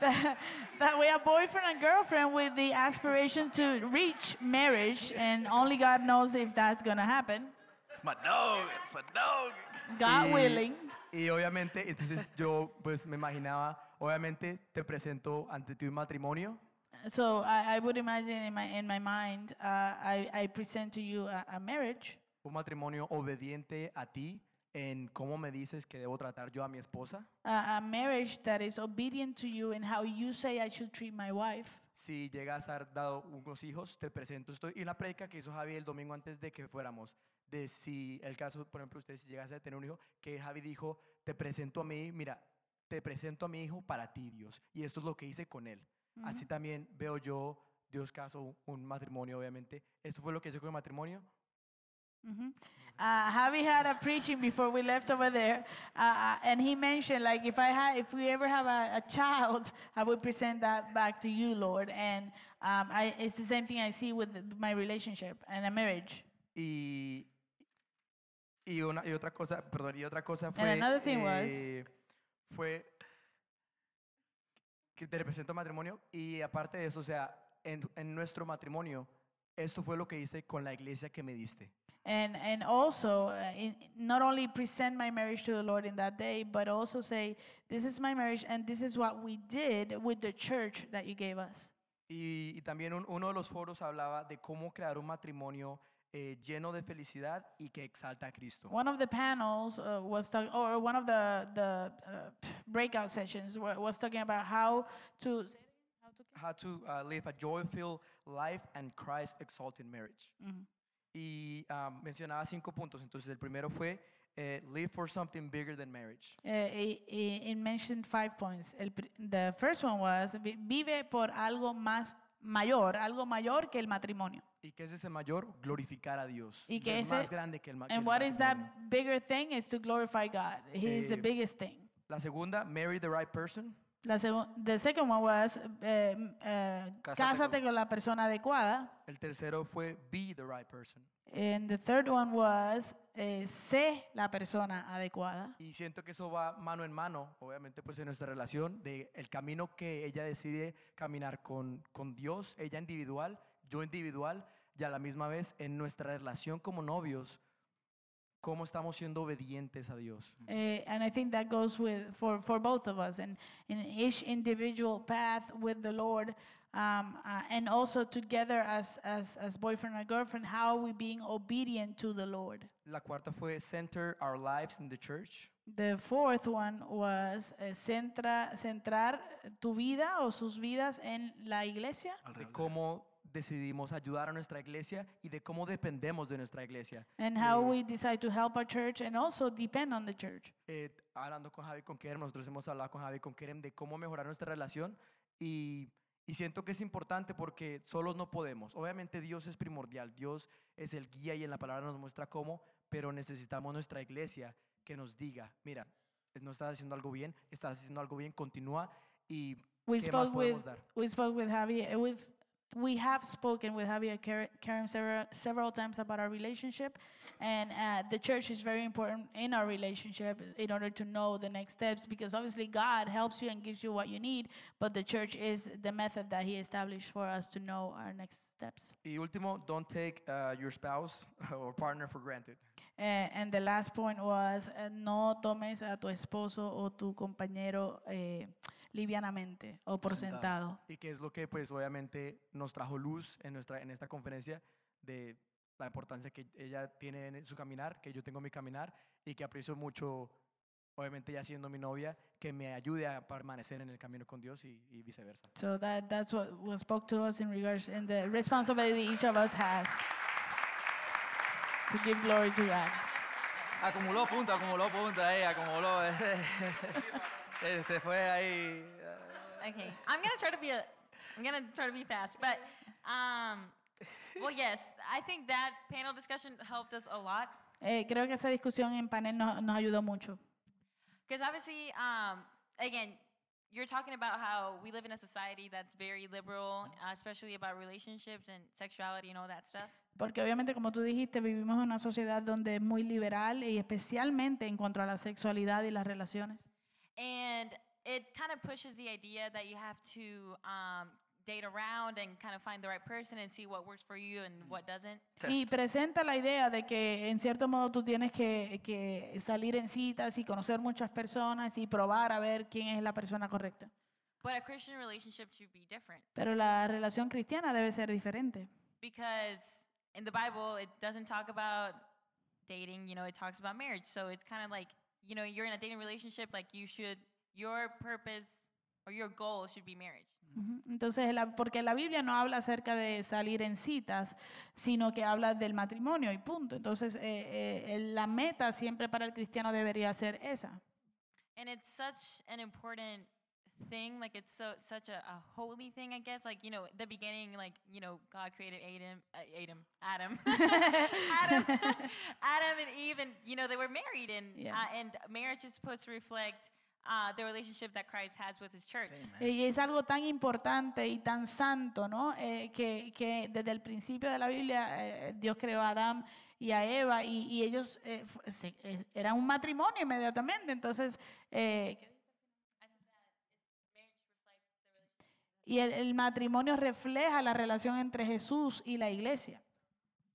[SPEAKER 2] that, that we are boyfriend and girlfriend with the aspiration to reach marriage, and only God knows if that's going to happen.
[SPEAKER 1] It's my dog. It's my dog.
[SPEAKER 2] God
[SPEAKER 5] Y-
[SPEAKER 2] willing.
[SPEAKER 5] Y obviamente, entonces yo pues me imaginaba, obviamente te presento ante ti un matrimonio,
[SPEAKER 2] So I, I would imagine in my, in my mind, uh, I, I present to you a, a marriage,
[SPEAKER 5] un matrimonio obediente a ti en cómo me dices que debo tratar yo a mi esposa.
[SPEAKER 2] uh, a marriage that is obedient to you in how you say I should treat my wife.
[SPEAKER 5] Si llegas a dar dado unos hijos, te presento esto. Y una prédica que hizo Javi el domingo antes de que fuéramos, de si el caso, por ejemplo, ustedes si llegase a tener un hijo, que Javi dijo, te presento a mí, mira, te presento a mi hijo para ti, Dios. Y esto es lo que hice con él. Así también veo yo, Dios caso, un- un matrimonio, obviamente. Esto fue lo que hice con el matrimonio.
[SPEAKER 2] Mhm. Uh, Javi had a preaching before we left over there, uh, uh, and he mentioned like if I had, if we ever have a, a child, I would present that back to you, Lord. And um, I, it's the same thing I see with my relationship and a marriage.
[SPEAKER 5] Y, y, una, y otra cosa, perdón, y otra cosa fue.
[SPEAKER 2] another thing was-
[SPEAKER 5] eh, Fue. Que te represento matrimonio. Y aparte de eso, o sea, en, en nuestro matrimonio, esto fue lo que hice con la iglesia que me diste.
[SPEAKER 2] And and also uh, in, not only present my marriage to the Lord in that day, but also say this is my marriage and this is what we did with the church that you gave us.
[SPEAKER 5] Y, y también un- uno de los foros hablaba de cómo crear un matrimonio eh, lleno de felicidad y que exalta a Cristo.
[SPEAKER 2] One of the panels uh, was talking, or one of the the uh, breakout sessions wa- was talking about how to how to
[SPEAKER 5] how to uh, live a joy-filled life and Christ-exalting marriage.
[SPEAKER 2] Ujú.
[SPEAKER 5] Y ah, mencionaba cinco puntos. Entonces, el primero fue eh, live for something bigger than marriage.
[SPEAKER 2] Eh, y- y- it mentioned five points. El, pri- the first one was vi- vive por algo más mayor, algo mayor que el matrimonio.
[SPEAKER 5] ¿Y qué es ese mayor? Glorificar a Dios.
[SPEAKER 2] ¿Y qué
[SPEAKER 5] es
[SPEAKER 2] ese-
[SPEAKER 5] más grande que el, ma- que el
[SPEAKER 2] And what is that
[SPEAKER 5] matrimonio.
[SPEAKER 2] bigger thing is to glorify God. He is the
[SPEAKER 5] Eh,
[SPEAKER 2] biggest thing.
[SPEAKER 5] La segunda, marry the right person.
[SPEAKER 2] La segun- the second one was eh, m- eh,
[SPEAKER 5] Cásate
[SPEAKER 2] cásate
[SPEAKER 5] con-
[SPEAKER 2] con la persona adecuada.
[SPEAKER 5] El tercero fue be the right person.
[SPEAKER 2] And the third one was eh, sé la persona adecuada.
[SPEAKER 5] Y siento que eso va mano en mano, obviamente, pues en nuestra relación, de el camino que ella decide caminar con, con Dios, ella individual, yo individual, y a la misma vez en nuestra relación como novios, cómo estamos siendo obedientes a Dios.
[SPEAKER 2] Eh, and I think that goes with for, for both of us and in each individual path with the Lord, um, uh, and also together as, as as boyfriend and girlfriend, how are we being obedient to the Lord?
[SPEAKER 5] La cuarta fue center our lives in the church.
[SPEAKER 2] The fourth one was eh, centra, centrar tu vida o sus vidas en la iglesia.
[SPEAKER 5] de cómo decidimos ayudar a nuestra iglesia y de cómo dependemos de nuestra iglesia.
[SPEAKER 2] And how we decide to help our church and also depend on the church.
[SPEAKER 5] Eh, hablando con Javi y con Kerem, nosotros hemos hablado con Javi y con Kerem de cómo mejorar nuestra relación y, y siento que es importante porque solos no podemos. Obviamente Dios es primordial, Dios es el guía y en la palabra nos muestra cómo, pero necesitamos nuestra iglesia que nos diga, mira, no estás haciendo algo bien, estás haciendo algo bien, continúa y
[SPEAKER 2] We
[SPEAKER 5] qué más
[SPEAKER 2] spoke with
[SPEAKER 5] podemos dar.
[SPEAKER 2] we spoke with Javier. uh, We've we have spoken with Javier Kar- Karim several several times about our relationship, and uh, the church is very important in our relationship in order to know the next steps because obviously God helps you and gives you what you need, but the church is the method that He established for us to know our next steps.
[SPEAKER 5] Y último, don't take uh, your spouse or partner for granted.
[SPEAKER 2] Uh, and the last point was uh, no tomes a tu esposo o tu compañero eh, livianamente o por sentado.
[SPEAKER 5] Y que es lo que, pues, obviamente nos trajo luz en, nuestra, en esta conferencia de la importancia que ella tiene en su caminar, que yo tengo en mi caminar y que aprecio mucho, obviamente, ya siendo mi novia, que me ayude a permanecer en el camino con Dios y, y viceversa.
[SPEAKER 2] So that, that's what was spoke to us in regards and the responsibility each of us has to give glory to God.
[SPEAKER 1] Acumuló puntos, acumuló puntos ahí, acumuló. eh, Se fue ahí. eh,
[SPEAKER 4] Okay, I'm gonna try to be a, I'm gonna try to be fast, but, um, well, yes, I think that panel discussion helped us a lot
[SPEAKER 2] Eh, creo que esa discusión en panel nos, nos ayudó mucho.
[SPEAKER 4] because obviously, um, again, you're talking about how we live in a society that's very liberal, uh, especially about relationships and sexuality and all that stuff.
[SPEAKER 2] Porque obviamente, como tú dijiste, vivimos en una sociedad donde es muy liberal y especialmente en cuanto a la sexualidad y las relaciones.
[SPEAKER 4] And it kind of pushes the idea that you have to um, date around and kind of find the right person and see what works for you and what doesn't.
[SPEAKER 2] Y presenta la idea de que en cierto modo tú tienes que, que salir en citas y conocer muchas personas y probar a ver quién es la persona correcta.
[SPEAKER 4] But a Christian relationship should be different
[SPEAKER 2] Pero la relación cristiana debe ser diferente.
[SPEAKER 4] because in the Bible, it doesn't talk about dating, you know, it talks about marriage. So it's kind of like, you know, you're in a dating relationship, like you should, your purpose or your goal should be marriage.
[SPEAKER 2] Ujú. Entonces, la- porque la Biblia no habla acerca de salir en citas, sino que habla del matrimonio y punto. Entonces, eh, eh, el- la meta siempre para el cristiano debería ser esa.
[SPEAKER 4] And it's such an important thing. Like it's so such a, a holy thing, I guess. Like you know, the beginning, like you know, God created Adam, uh, Adam, Adam, Adam, Adam, and Eve, and you know, they were married, and
[SPEAKER 2] Yeah.
[SPEAKER 4] uh, and marriage is supposed to reflect uh, the relationship that Christ has with His church.
[SPEAKER 2] Eh, Y es algo tan importante y tan santo, ¿no? Eh, que, que desde el principio de la Biblia eh, Dios creó a Adán y a Eva y, y ellos eh, fu- se- eh, eran un matrimonio inmediatamente. Entonces, eh, y el- el matrimonio refleja la relación entre Jesús y la iglesia.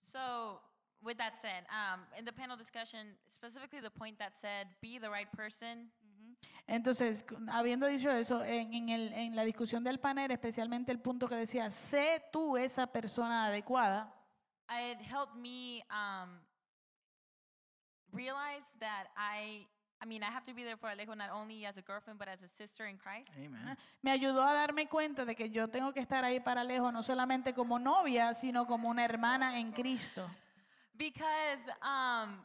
[SPEAKER 4] So. With that said, um, in the panel discussion, specifically the point that said, be the right person,
[SPEAKER 2] Entonces, cu- habiendo dicho eso, en, en el- en la discusión del panel, especialmente el punto que decía, sé tú esa persona adecuada,
[SPEAKER 4] it helped me um, realize that I I mean, I have to be there for Alejo not only as a girlfriend, but as a sister in Christ.
[SPEAKER 1] Amen.
[SPEAKER 2] Me ayudó a darme cuenta de que yo tengo que estar ahí para lejos, no solamente como novia, sino como una hermana en Cristo.
[SPEAKER 4] Because um,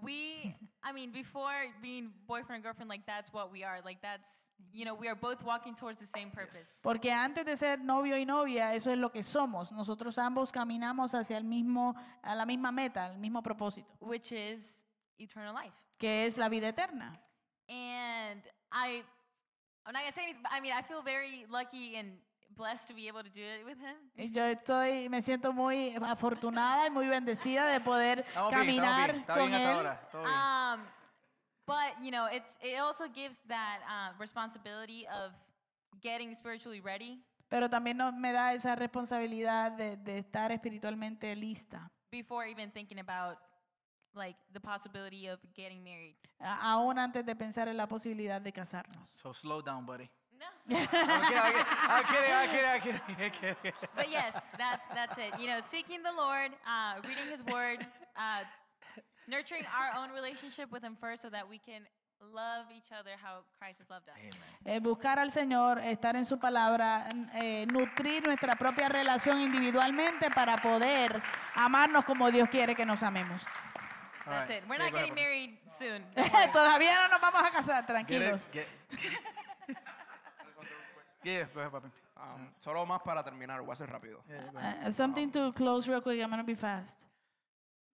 [SPEAKER 4] we, I mean, before being boyfriend and girlfriend, like that's what we are. Like that's, you know, we are both walking towards the same purpose.
[SPEAKER 2] Porque antes de ser novio y novia, eso es lo que somos. Nosotros ambos caminamos hacia el mismo, a la misma meta, al mismo propósito,
[SPEAKER 4] which is eternal life.
[SPEAKER 2] que es la vida eterna.
[SPEAKER 4] And I, I'm not gonna say anything. But I mean, I feel very lucky and blessed to be able to do it with him.
[SPEAKER 2] Y Yo estoy, me siento muy afortunada y muy bendecida de poder
[SPEAKER 1] Estamos bien, estamos
[SPEAKER 2] caminar
[SPEAKER 1] bien. Está
[SPEAKER 2] con
[SPEAKER 1] bien hasta
[SPEAKER 2] él.
[SPEAKER 1] ahora. Todo bien.
[SPEAKER 4] Um, but you know, it's it also gives that uh, responsibility of getting spiritually ready
[SPEAKER 2] Pero también no- me da esa responsabilidad de, de estar espiritualmente lista,
[SPEAKER 4] before even thinking about like the possibility of getting married.
[SPEAKER 2] a- aún antes de pensar en la posibilidad de casarnos.
[SPEAKER 1] So slow down, buddy.
[SPEAKER 4] No.
[SPEAKER 1] I'm kidding, I'm kidding, I'm kidding, I'm kidding, I'm kidding, I'm kidding.
[SPEAKER 4] but yes, that's that's it. You know, seeking the Lord, uh, reading His Word, uh, nurturing our own relationship with Him first, so that we can love each other how Christ has loved us.
[SPEAKER 2] Eh, buscar al Señor, estar en su palabra, n- eh, nutrir nuestra propia relación individualmente para poder amarnos como Dios quiere que nos amemos.
[SPEAKER 1] All
[SPEAKER 4] That's
[SPEAKER 1] right.
[SPEAKER 4] it. We're
[SPEAKER 1] Yeah,
[SPEAKER 4] not
[SPEAKER 1] go ahead,
[SPEAKER 4] getting
[SPEAKER 1] bro.
[SPEAKER 4] married soon.
[SPEAKER 2] Todavía no nos vamos a casar,
[SPEAKER 1] Get
[SPEAKER 2] tranquilos.
[SPEAKER 1] it? Get- Yeah, go ahead, papi. Eh,
[SPEAKER 8] Um, solo más para terminar, voy a ser rápido.
[SPEAKER 2] Uh, something to close real quick. I'm gonna be fast.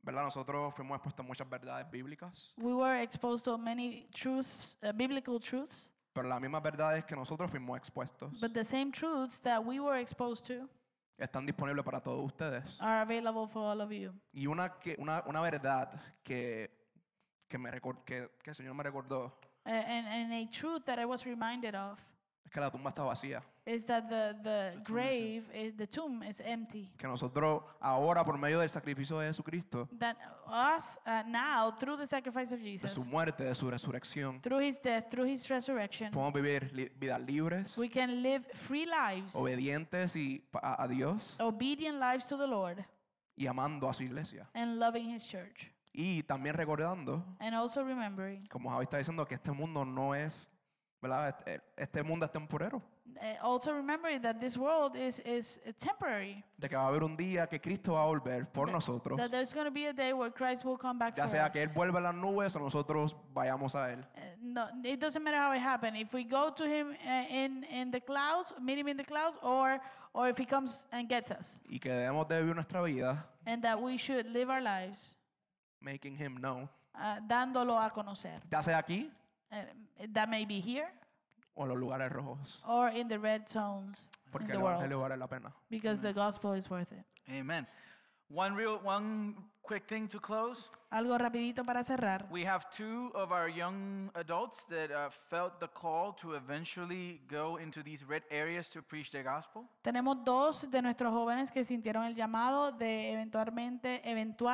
[SPEAKER 8] ¿Verdad? Nosotros fuimos expuestos a muchas verdades bíblicas,
[SPEAKER 2] We were exposed to many truths, uh, biblical truths,
[SPEAKER 8] pero las mismas verdades que nosotros fuimos expuestos
[SPEAKER 2] but the same truths that we were exposed to
[SPEAKER 8] están disponibles para todos ustedes.
[SPEAKER 2] are available for all of you.
[SPEAKER 8] Y una, que, una, una verdad que, que, me recor- que, que el Señor me recordó
[SPEAKER 2] A- Uh, and, and a truth that I was reminded of
[SPEAKER 8] es que la tumba está vacía.
[SPEAKER 2] is that the, the grave, is, the tomb is empty.
[SPEAKER 8] Que nosotros ahora, por medio del sacrificio de Jesucristo,
[SPEAKER 2] That us uh, now, through the sacrifice of
[SPEAKER 8] de
[SPEAKER 2] Jesus,
[SPEAKER 8] su muerte, de su resurrección,
[SPEAKER 2] through his death, through his resurrection,
[SPEAKER 8] podemos vivir li- vidas libres,
[SPEAKER 2] we can live free lives,
[SPEAKER 8] obedientes y pa- a, a Dios
[SPEAKER 2] obedient lives to the Lord,
[SPEAKER 8] y amando a su iglesia.
[SPEAKER 2] and loving his church.
[SPEAKER 8] Y también recordando,
[SPEAKER 2] And also remembering,
[SPEAKER 8] como Javi está diciendo, que este mundo no es, ¿verdad? Este, eh, este mundo es temporero.
[SPEAKER 2] uh, also remembering that this world is, is uh, temporary.
[SPEAKER 8] De que va a haber un día que Cristo va a volver por nosotros,
[SPEAKER 2] That there's going to be a day where Christ will come back
[SPEAKER 8] ya
[SPEAKER 2] for
[SPEAKER 8] sea
[SPEAKER 2] us.
[SPEAKER 8] que Él vuelva a las nubes o nosotros vayamos a Él.
[SPEAKER 2] Uh, no, it doesn't matter how it happened. If we go to him uh, in in the clouds, meet him in the clouds, or or if he comes and gets us,
[SPEAKER 8] Y que debemos de vivir nuestra vida
[SPEAKER 2] and that we should live our lives
[SPEAKER 8] making Him known,
[SPEAKER 2] uh, dándolo a conocer.
[SPEAKER 8] ya sea aquí
[SPEAKER 2] Uh, that may be here
[SPEAKER 8] o en los lugares rojos,
[SPEAKER 2] or in the red zones in
[SPEAKER 8] porque
[SPEAKER 2] the
[SPEAKER 8] el Evangelio
[SPEAKER 2] world,
[SPEAKER 8] vale la pena.
[SPEAKER 2] because the gospel is worth it.
[SPEAKER 1] Amen. One real, one quick thing to close.
[SPEAKER 2] Algo rapidito para cerrar.
[SPEAKER 1] We have two of our young adults that uh, felt the call to eventually go into these red areas to preach the gospel.
[SPEAKER 2] Tenemos dos de nuestros jóvenes que sintieron el llamado de eventualmente,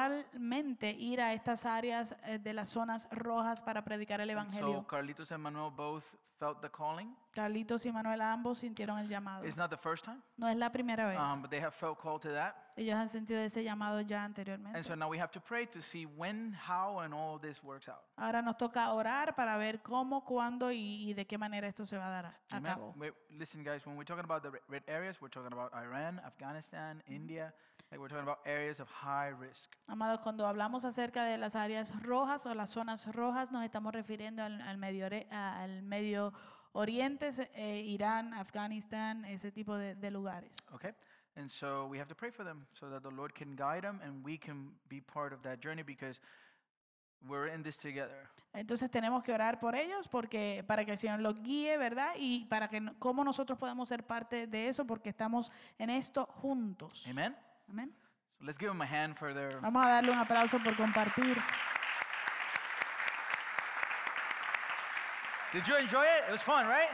[SPEAKER 2] eventualmente ir a estas áreas eh, de las zonas rojas para predicar el
[SPEAKER 1] And so
[SPEAKER 2] evangelio.
[SPEAKER 1] Carlitos and Manuel both felt the calling.
[SPEAKER 2] Carlitos y Manuela ambos sintieron el llamado.
[SPEAKER 1] It's not the first time,
[SPEAKER 2] No es la primera vez.
[SPEAKER 1] um, but they have felt called to that.
[SPEAKER 2] Ellos han sentido ese llamado ya
[SPEAKER 1] And so
[SPEAKER 2] anteriormente.
[SPEAKER 1] now we have to pray to see when, how, and all this works out.
[SPEAKER 2] Ahora nos toca orar para ver cómo, cuándo y, y de qué manera esto se va a dar a- a,
[SPEAKER 1] Amen.
[SPEAKER 2] cabo.
[SPEAKER 1] Wait, listen, guys, when we're talking about the re- red areas, we're talking about Iran, Afghanistan,
[SPEAKER 2] Mm-hmm.
[SPEAKER 1] India. Like we're talking about areas of high risk.
[SPEAKER 2] Amados, cuando hablamos acerca de las áreas rojas o las zonas rojas, nos estamos refiriendo al, al medio, Ore- a- al medio Oriente, se- eh, Irán, Afganistán, ese tipo de, de lugares.
[SPEAKER 1] Okay? And so we have to pray for them so that the Lord can guide them and we can be part of that journey because we're in this together.
[SPEAKER 2] Entonces tenemos que orar por ellos porque, para que el Señor los guíe, ¿verdad? Y para que no- cómo nosotros podemos ser parte de eso porque estamos en esto juntos.
[SPEAKER 1] Amen?
[SPEAKER 2] Amén.
[SPEAKER 1] So let's give them a hand for their.
[SPEAKER 2] Vamos a darle un aplauso por compartir.
[SPEAKER 1] Did you enjoy it? It was fun, right?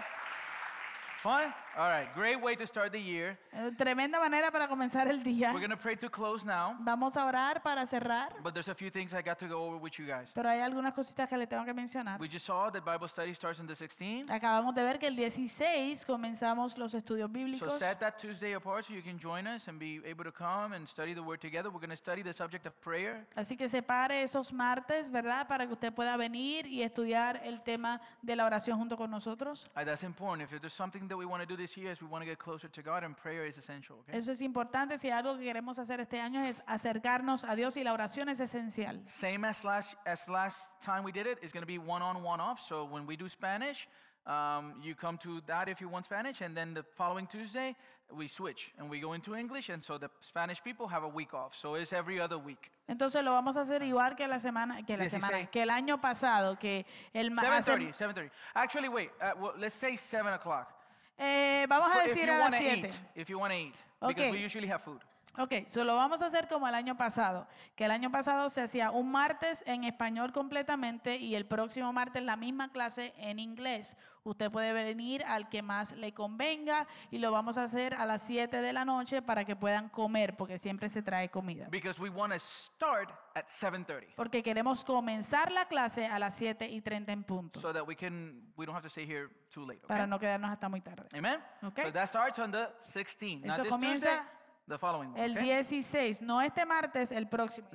[SPEAKER 1] Fun? All right, great way to start the year.
[SPEAKER 2] Eh, Tremenda manera para comenzar el día.
[SPEAKER 1] We're going to pray to close now,
[SPEAKER 2] Vamos a orar para cerrar,
[SPEAKER 1] but there's a few things I got to go over with you guys.
[SPEAKER 2] pero hay algunas cositas que le tengo que mencionar.
[SPEAKER 1] We just saw that Bible study starts on the 16th.
[SPEAKER 2] Acabamos de ver que el 16 comenzamos los estudios
[SPEAKER 1] So
[SPEAKER 2] bíblicos.
[SPEAKER 1] set that Tuesday apart so you can join us and be able to come and study the word together. We're going to study the subject of prayer.
[SPEAKER 2] Así que separe esos martes, ¿verdad? Para que usted pueda venir y estudiar el tema de la oración junto con nosotros.
[SPEAKER 1] Uh, that's important. If there's something that we want to do this year is we want to get closer to God and prayer is essential. okay?
[SPEAKER 2] Eso es importante. Si algo que queremos hacer este año es acercarnos a Dios y la oración es esencial.
[SPEAKER 1] Same as last as last time we did it. It's going to be one on, one off. So when we do Spanish, um, you come to that if you want Spanish, and then the following Tuesday we switch and we go into English, and so the Spanish people have a week off. So it's every other week.
[SPEAKER 2] Entonces lo vamos a
[SPEAKER 1] Ah.
[SPEAKER 2] hacer igual que la semana, que la
[SPEAKER 1] 16.
[SPEAKER 2] semana, que el año pasado, que el ma- hace-
[SPEAKER 1] 7:30. 7:30. Actually, wait. Uh, well, let's say seven o'clock.
[SPEAKER 2] Eh, vamos
[SPEAKER 1] For
[SPEAKER 2] a
[SPEAKER 1] if
[SPEAKER 2] decir
[SPEAKER 1] you
[SPEAKER 2] a las
[SPEAKER 1] want to
[SPEAKER 2] 7.
[SPEAKER 1] eat, if you want to eat, because we
[SPEAKER 2] Okay.
[SPEAKER 1] usually have food.
[SPEAKER 2] Ok, so lo vamos a hacer como el año pasado, que el año pasado se hacía un martes en español completamente y el próximo martes la misma clase en inglés. Usted puede venir al que más le convenga y lo vamos a hacer a las 7 de la noche para que puedan comer, porque siempre se trae comida.
[SPEAKER 1] Because we want to start at 7:30,
[SPEAKER 2] Porque queremos comenzar la clase a las 7 y 30 en punto,
[SPEAKER 1] so that we can we don't have to stay here too late. Okay?
[SPEAKER 2] para no quedarnos hasta muy tarde.
[SPEAKER 1] Amen.
[SPEAKER 2] Okay.
[SPEAKER 1] So that starts on the 16th. Not
[SPEAKER 2] Eso
[SPEAKER 1] this Tuesday,
[SPEAKER 2] comienza
[SPEAKER 1] the following one.
[SPEAKER 2] el
[SPEAKER 1] okay?
[SPEAKER 2] 16, no este martes, el próximo.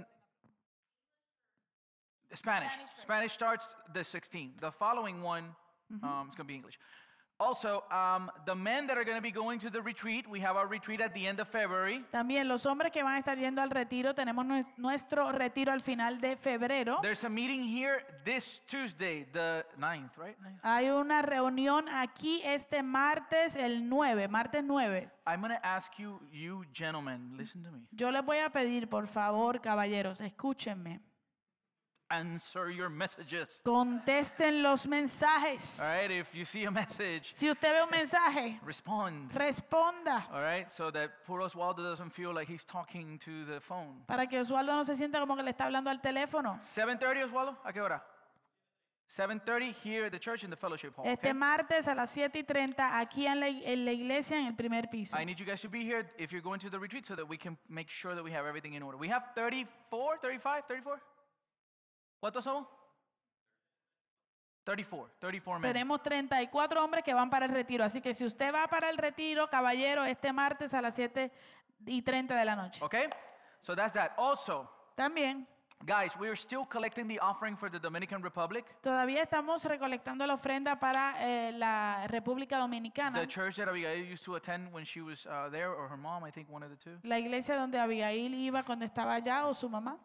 [SPEAKER 1] Spanish. Spanish starts the 16th. The following one um, it's going to be English. Also, um, the men that are going to be going to the retreat, we have our retreat at the end of February.
[SPEAKER 2] También los hombres que van a estar yendo al retiro, tenemos nue- nuestro retiro al final de febrero.
[SPEAKER 1] There's a meeting here this Tuesday, the 9th, right? 9th?
[SPEAKER 2] Hay una reunión aquí este martes, el 9, martes 9.
[SPEAKER 1] I'm going to ask you, you gentlemen, listen to me.
[SPEAKER 2] Yo les voy a pedir, por favor, caballeros, escúchenme.
[SPEAKER 1] Answer your messages.
[SPEAKER 2] Contesten los mensajes.
[SPEAKER 1] All right, if you see a message,
[SPEAKER 2] Si usted ve un mensaje,
[SPEAKER 1] respond.
[SPEAKER 2] responda
[SPEAKER 1] All right, so that poor Oswaldo doesn't feel like he's talking to the phone.
[SPEAKER 2] para que Oswaldo no se sienta como que le está hablando al teléfono.
[SPEAKER 1] 7:30, Oswaldo? ¿A qué hora? 7:30 here at the church in the fellowship hall.
[SPEAKER 2] Este
[SPEAKER 1] okay?
[SPEAKER 2] martes a las 7 y 30 aquí en la, i- en la iglesia, en el primer piso.
[SPEAKER 1] I need you guys to be here if you're going to the retreat so that we can make sure that we have everything in order. We have 34, 35, 34? ¿Cuántos somos? 34, 34 men.
[SPEAKER 2] Tenemos 34 hombres que van para el retiro. Así que si usted va para el retiro, caballero, este martes a las 7 y 30 de la noche.
[SPEAKER 1] Okay? So that's that. Also,
[SPEAKER 2] También,
[SPEAKER 1] guys, we are still collecting the offering for the Dominican Republic.
[SPEAKER 2] todavía estamos recolectando la ofrenda para eh, la República Dominicana.
[SPEAKER 1] The church that Abigail used to attend when she was uh, there, or her mom, I think one of the two.
[SPEAKER 2] La iglesia donde Abigail iba cuando estaba allá o su mamá.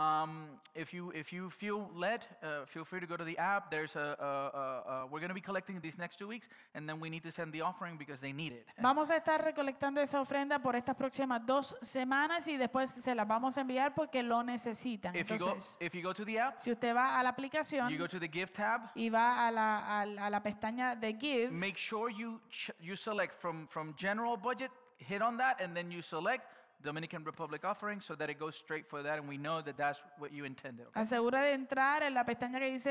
[SPEAKER 1] Um, if you if you feel led, uh, feel free to go to the app. There's a, a, a, a we're going to be collecting these next two weeks, and then we need to send the offering because they need it.
[SPEAKER 2] Vamos a estar recolectando esa ofrenda por estas próximas dos semanas y después se las vamos a enviar porque lo necesitan.
[SPEAKER 1] If you go
[SPEAKER 2] Entonces,
[SPEAKER 1] if you go to the app,
[SPEAKER 2] si usted va a la
[SPEAKER 1] you
[SPEAKER 2] aplicación
[SPEAKER 1] go to the gift tab.
[SPEAKER 2] y va a la, a la- a la pestaña de Give,
[SPEAKER 1] Make sure you ch- you select from from general budget. Hit on that, and then you select Dominican Republic offering so that it goes straight for that, and we know that that's what you intended. okay?
[SPEAKER 2] Asegura de entrar en la pestaña que dice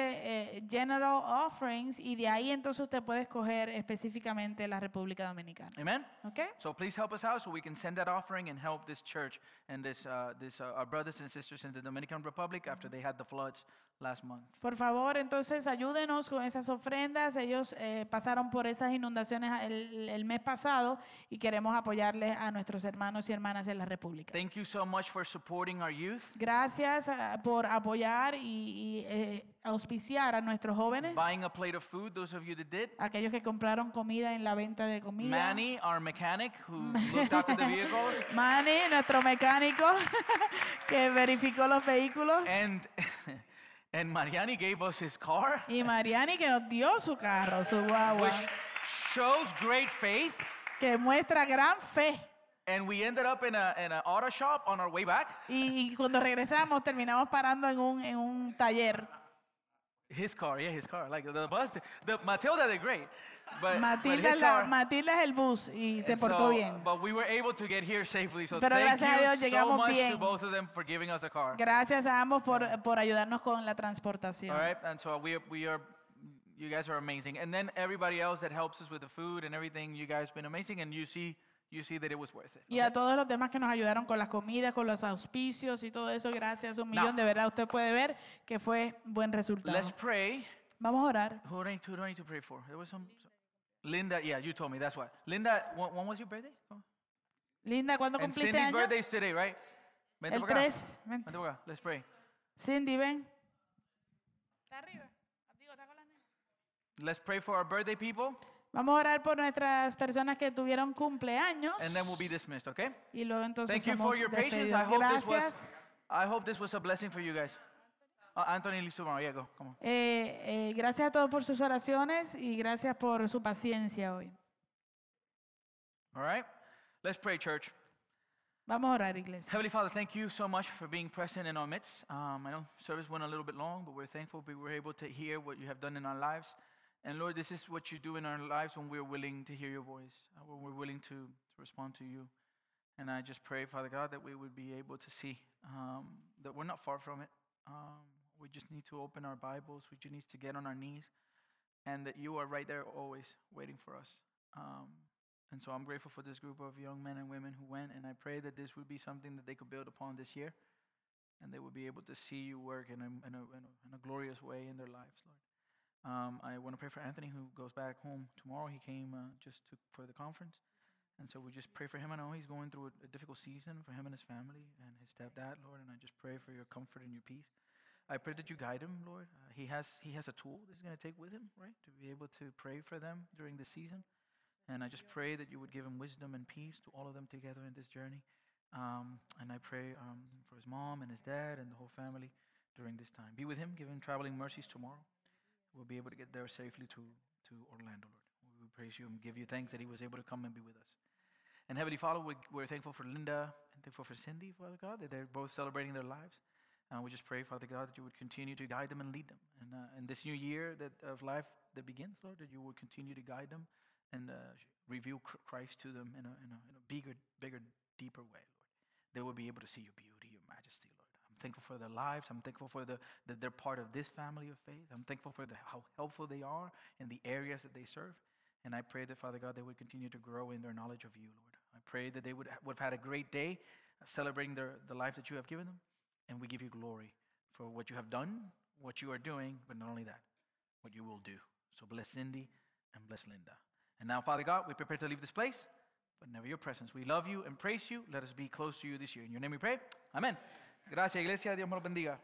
[SPEAKER 2] eh, General Offerings y de ahí entonces usted puede escoger específicamente la República Dominicana.
[SPEAKER 1] Amen.
[SPEAKER 2] ¿Ok?
[SPEAKER 1] So please help us out so we can send that offering and help this church and this, uh, this uh, our brothers and sisters in the Dominican Republic after they had the floods last month.
[SPEAKER 2] Por favor, entonces ayúdenos con esas ofrendas. Ellos eh, pasaron por esas inundaciones a- el, el mes pasado y queremos apoyarles a nuestros hermanos y hermanas en la República.
[SPEAKER 1] Thank you so much for supporting our youth,
[SPEAKER 2] Gracias ah, por apoyar y, y, eh, auspiciar a nuestros jóvenes,
[SPEAKER 1] buying a plate of food. Those of you that did.
[SPEAKER 2] aquellos que compraron comida en la venta de comida.
[SPEAKER 1] Manny, our mechanic who looked after the vehicles,
[SPEAKER 2] Manny, nuestro mecánico que verificó los vehículos.
[SPEAKER 1] and and Mariani gave us his car,
[SPEAKER 2] Y Mariani que nos dio su carro, su guagua,
[SPEAKER 1] which shows great faith.
[SPEAKER 2] que muestra gran fe.
[SPEAKER 1] And we ended up in a in an auto shop on our way back.
[SPEAKER 2] Y, y cuando regresamos terminamos parando en un, en un taller.
[SPEAKER 1] His car, yeah, his car. Like the bus, the Matilda did great, but, but
[SPEAKER 2] Matilda,
[SPEAKER 1] his
[SPEAKER 2] es la-
[SPEAKER 1] car.
[SPEAKER 2] Matilda es el bus y se
[SPEAKER 1] And
[SPEAKER 2] portó
[SPEAKER 1] so,
[SPEAKER 2] bien.
[SPEAKER 1] But we were able to get here safely, so
[SPEAKER 2] Pero
[SPEAKER 1] thank
[SPEAKER 2] gracias a Dios
[SPEAKER 1] you so
[SPEAKER 2] llegamos
[SPEAKER 1] much to
[SPEAKER 2] bien.
[SPEAKER 1] both of them for giving us a car.
[SPEAKER 2] Gracias a ambos por, por ayudarnos con la
[SPEAKER 1] All
[SPEAKER 2] transportación.
[SPEAKER 1] right, and so we are, we are You guys are amazing. And then everybody else that helps us with the food and everything, you guys been amazing and you see you see that it was worth it.
[SPEAKER 2] Y a todos los demás que nos ayudaron con las comidas, con los auspicios y todo eso, gracias un millón. De verdad, usted puede ver que fue buen resultado.
[SPEAKER 1] Let's pray.
[SPEAKER 2] Vamos a orar.
[SPEAKER 1] Who do I need to, who do I need to pray for? There was some, Linda, yeah, you told me that's why. Linda, when, when was your birthday? Oh.
[SPEAKER 2] Linda, ¿cuándo
[SPEAKER 1] And
[SPEAKER 2] cumpliste año?
[SPEAKER 1] Cindy's birthday is today, right? Vente
[SPEAKER 2] El
[SPEAKER 1] pa' acá.
[SPEAKER 2] 3.
[SPEAKER 1] Vente pa' acá. Let's pray.
[SPEAKER 2] Cindy, ven.
[SPEAKER 1] Let's pray for our birthday people
[SPEAKER 2] Vamos a orar por nuestras personas que tuvieron cumpleaños.
[SPEAKER 1] and then we'll be dismissed, okay?
[SPEAKER 2] Y luego entonces
[SPEAKER 1] Thank you
[SPEAKER 2] somos
[SPEAKER 1] for your patience. I
[SPEAKER 2] despedidos.
[SPEAKER 1] hope this was
[SPEAKER 2] Gracias.
[SPEAKER 1] I hope this was a blessing for you guys. Uh, Anthony leaves tomorrow. Yeah, go. Come on.
[SPEAKER 2] Eh, eh, gracias a todos por sus oraciones y gracias por su paciencia hoy.
[SPEAKER 1] All right? Let's pray, church.
[SPEAKER 2] Vamos a orar, iglesia.
[SPEAKER 1] Heavenly Father, thank you so much for being present in our midst. Um, I know service went a little bit long, but we're thankful we were able to hear what you have done in our lives. And Lord, this is what you do in our lives when we're willing to hear your voice, uh, when we're willing to, to respond to you. And I just pray, Father God, that we would be able to see um, that we're not far from it. Um, we just need to open our Bibles, we just need to get on our knees, and that you are right there always waiting for us. Um, and so I'm grateful for this group of young men and women who went, and I pray that this would be something that they could build upon this year, and they would be able to see you work in a, in a, in a, in a glorious way in their lives, Lord. Um, I want to pray for Anthony, who goes back home tomorrow. He came uh, just to, for the conference. And so we just pray for him. I know he's going through a, a difficult season for him and his family and his stepdad, Lord. And I just pray for your comfort and your peace. I pray that you guide him, Lord. Uh, he has he has a tool that he's going to take with him, right, to be able to pray for them during this season. And I just pray that you would give him wisdom and peace to all of them together in this journey. Um, and I pray um, for his mom and his dad and the whole family during this time. Be with him, give him traveling mercies tomorrow. We'll be able to get there safely to, to Orlando, Lord. We praise you and give you thanks that he was able to come and be with us. And Heavenly Father, we, we're thankful for Linda and thankful for Cindy, Father God, that they're both celebrating their lives. And we just pray, Father God, that you would continue to guide them and lead them. And uh, in this new year that of life that begins, Lord, that you would continue to guide them and uh, sh- reveal Chr- Christ to them in a, in a, in a bigger, bigger, deeper way, Lord. They will be able to see your beauty, your majesty, Lord. I'm thankful for their lives. I'm thankful for the, that they're part of this family of faith. I'm thankful for the, how helpful they are in the areas that they serve. And I pray that, Father God, they would continue to grow in their knowledge of you, Lord. I pray that they would, ha- would have had a great day uh, celebrating their, the life that you have given them. And we give you glory for what you have done, what you are doing, but not only that, what you will do. So bless Cindy and bless Linda. And now, Father God, we prepare to leave this place, but never your presence. We love you and praise you. Let us be close to you this year. In your name we pray. Amen. Gracias, iglesia. Dios me lo bendiga.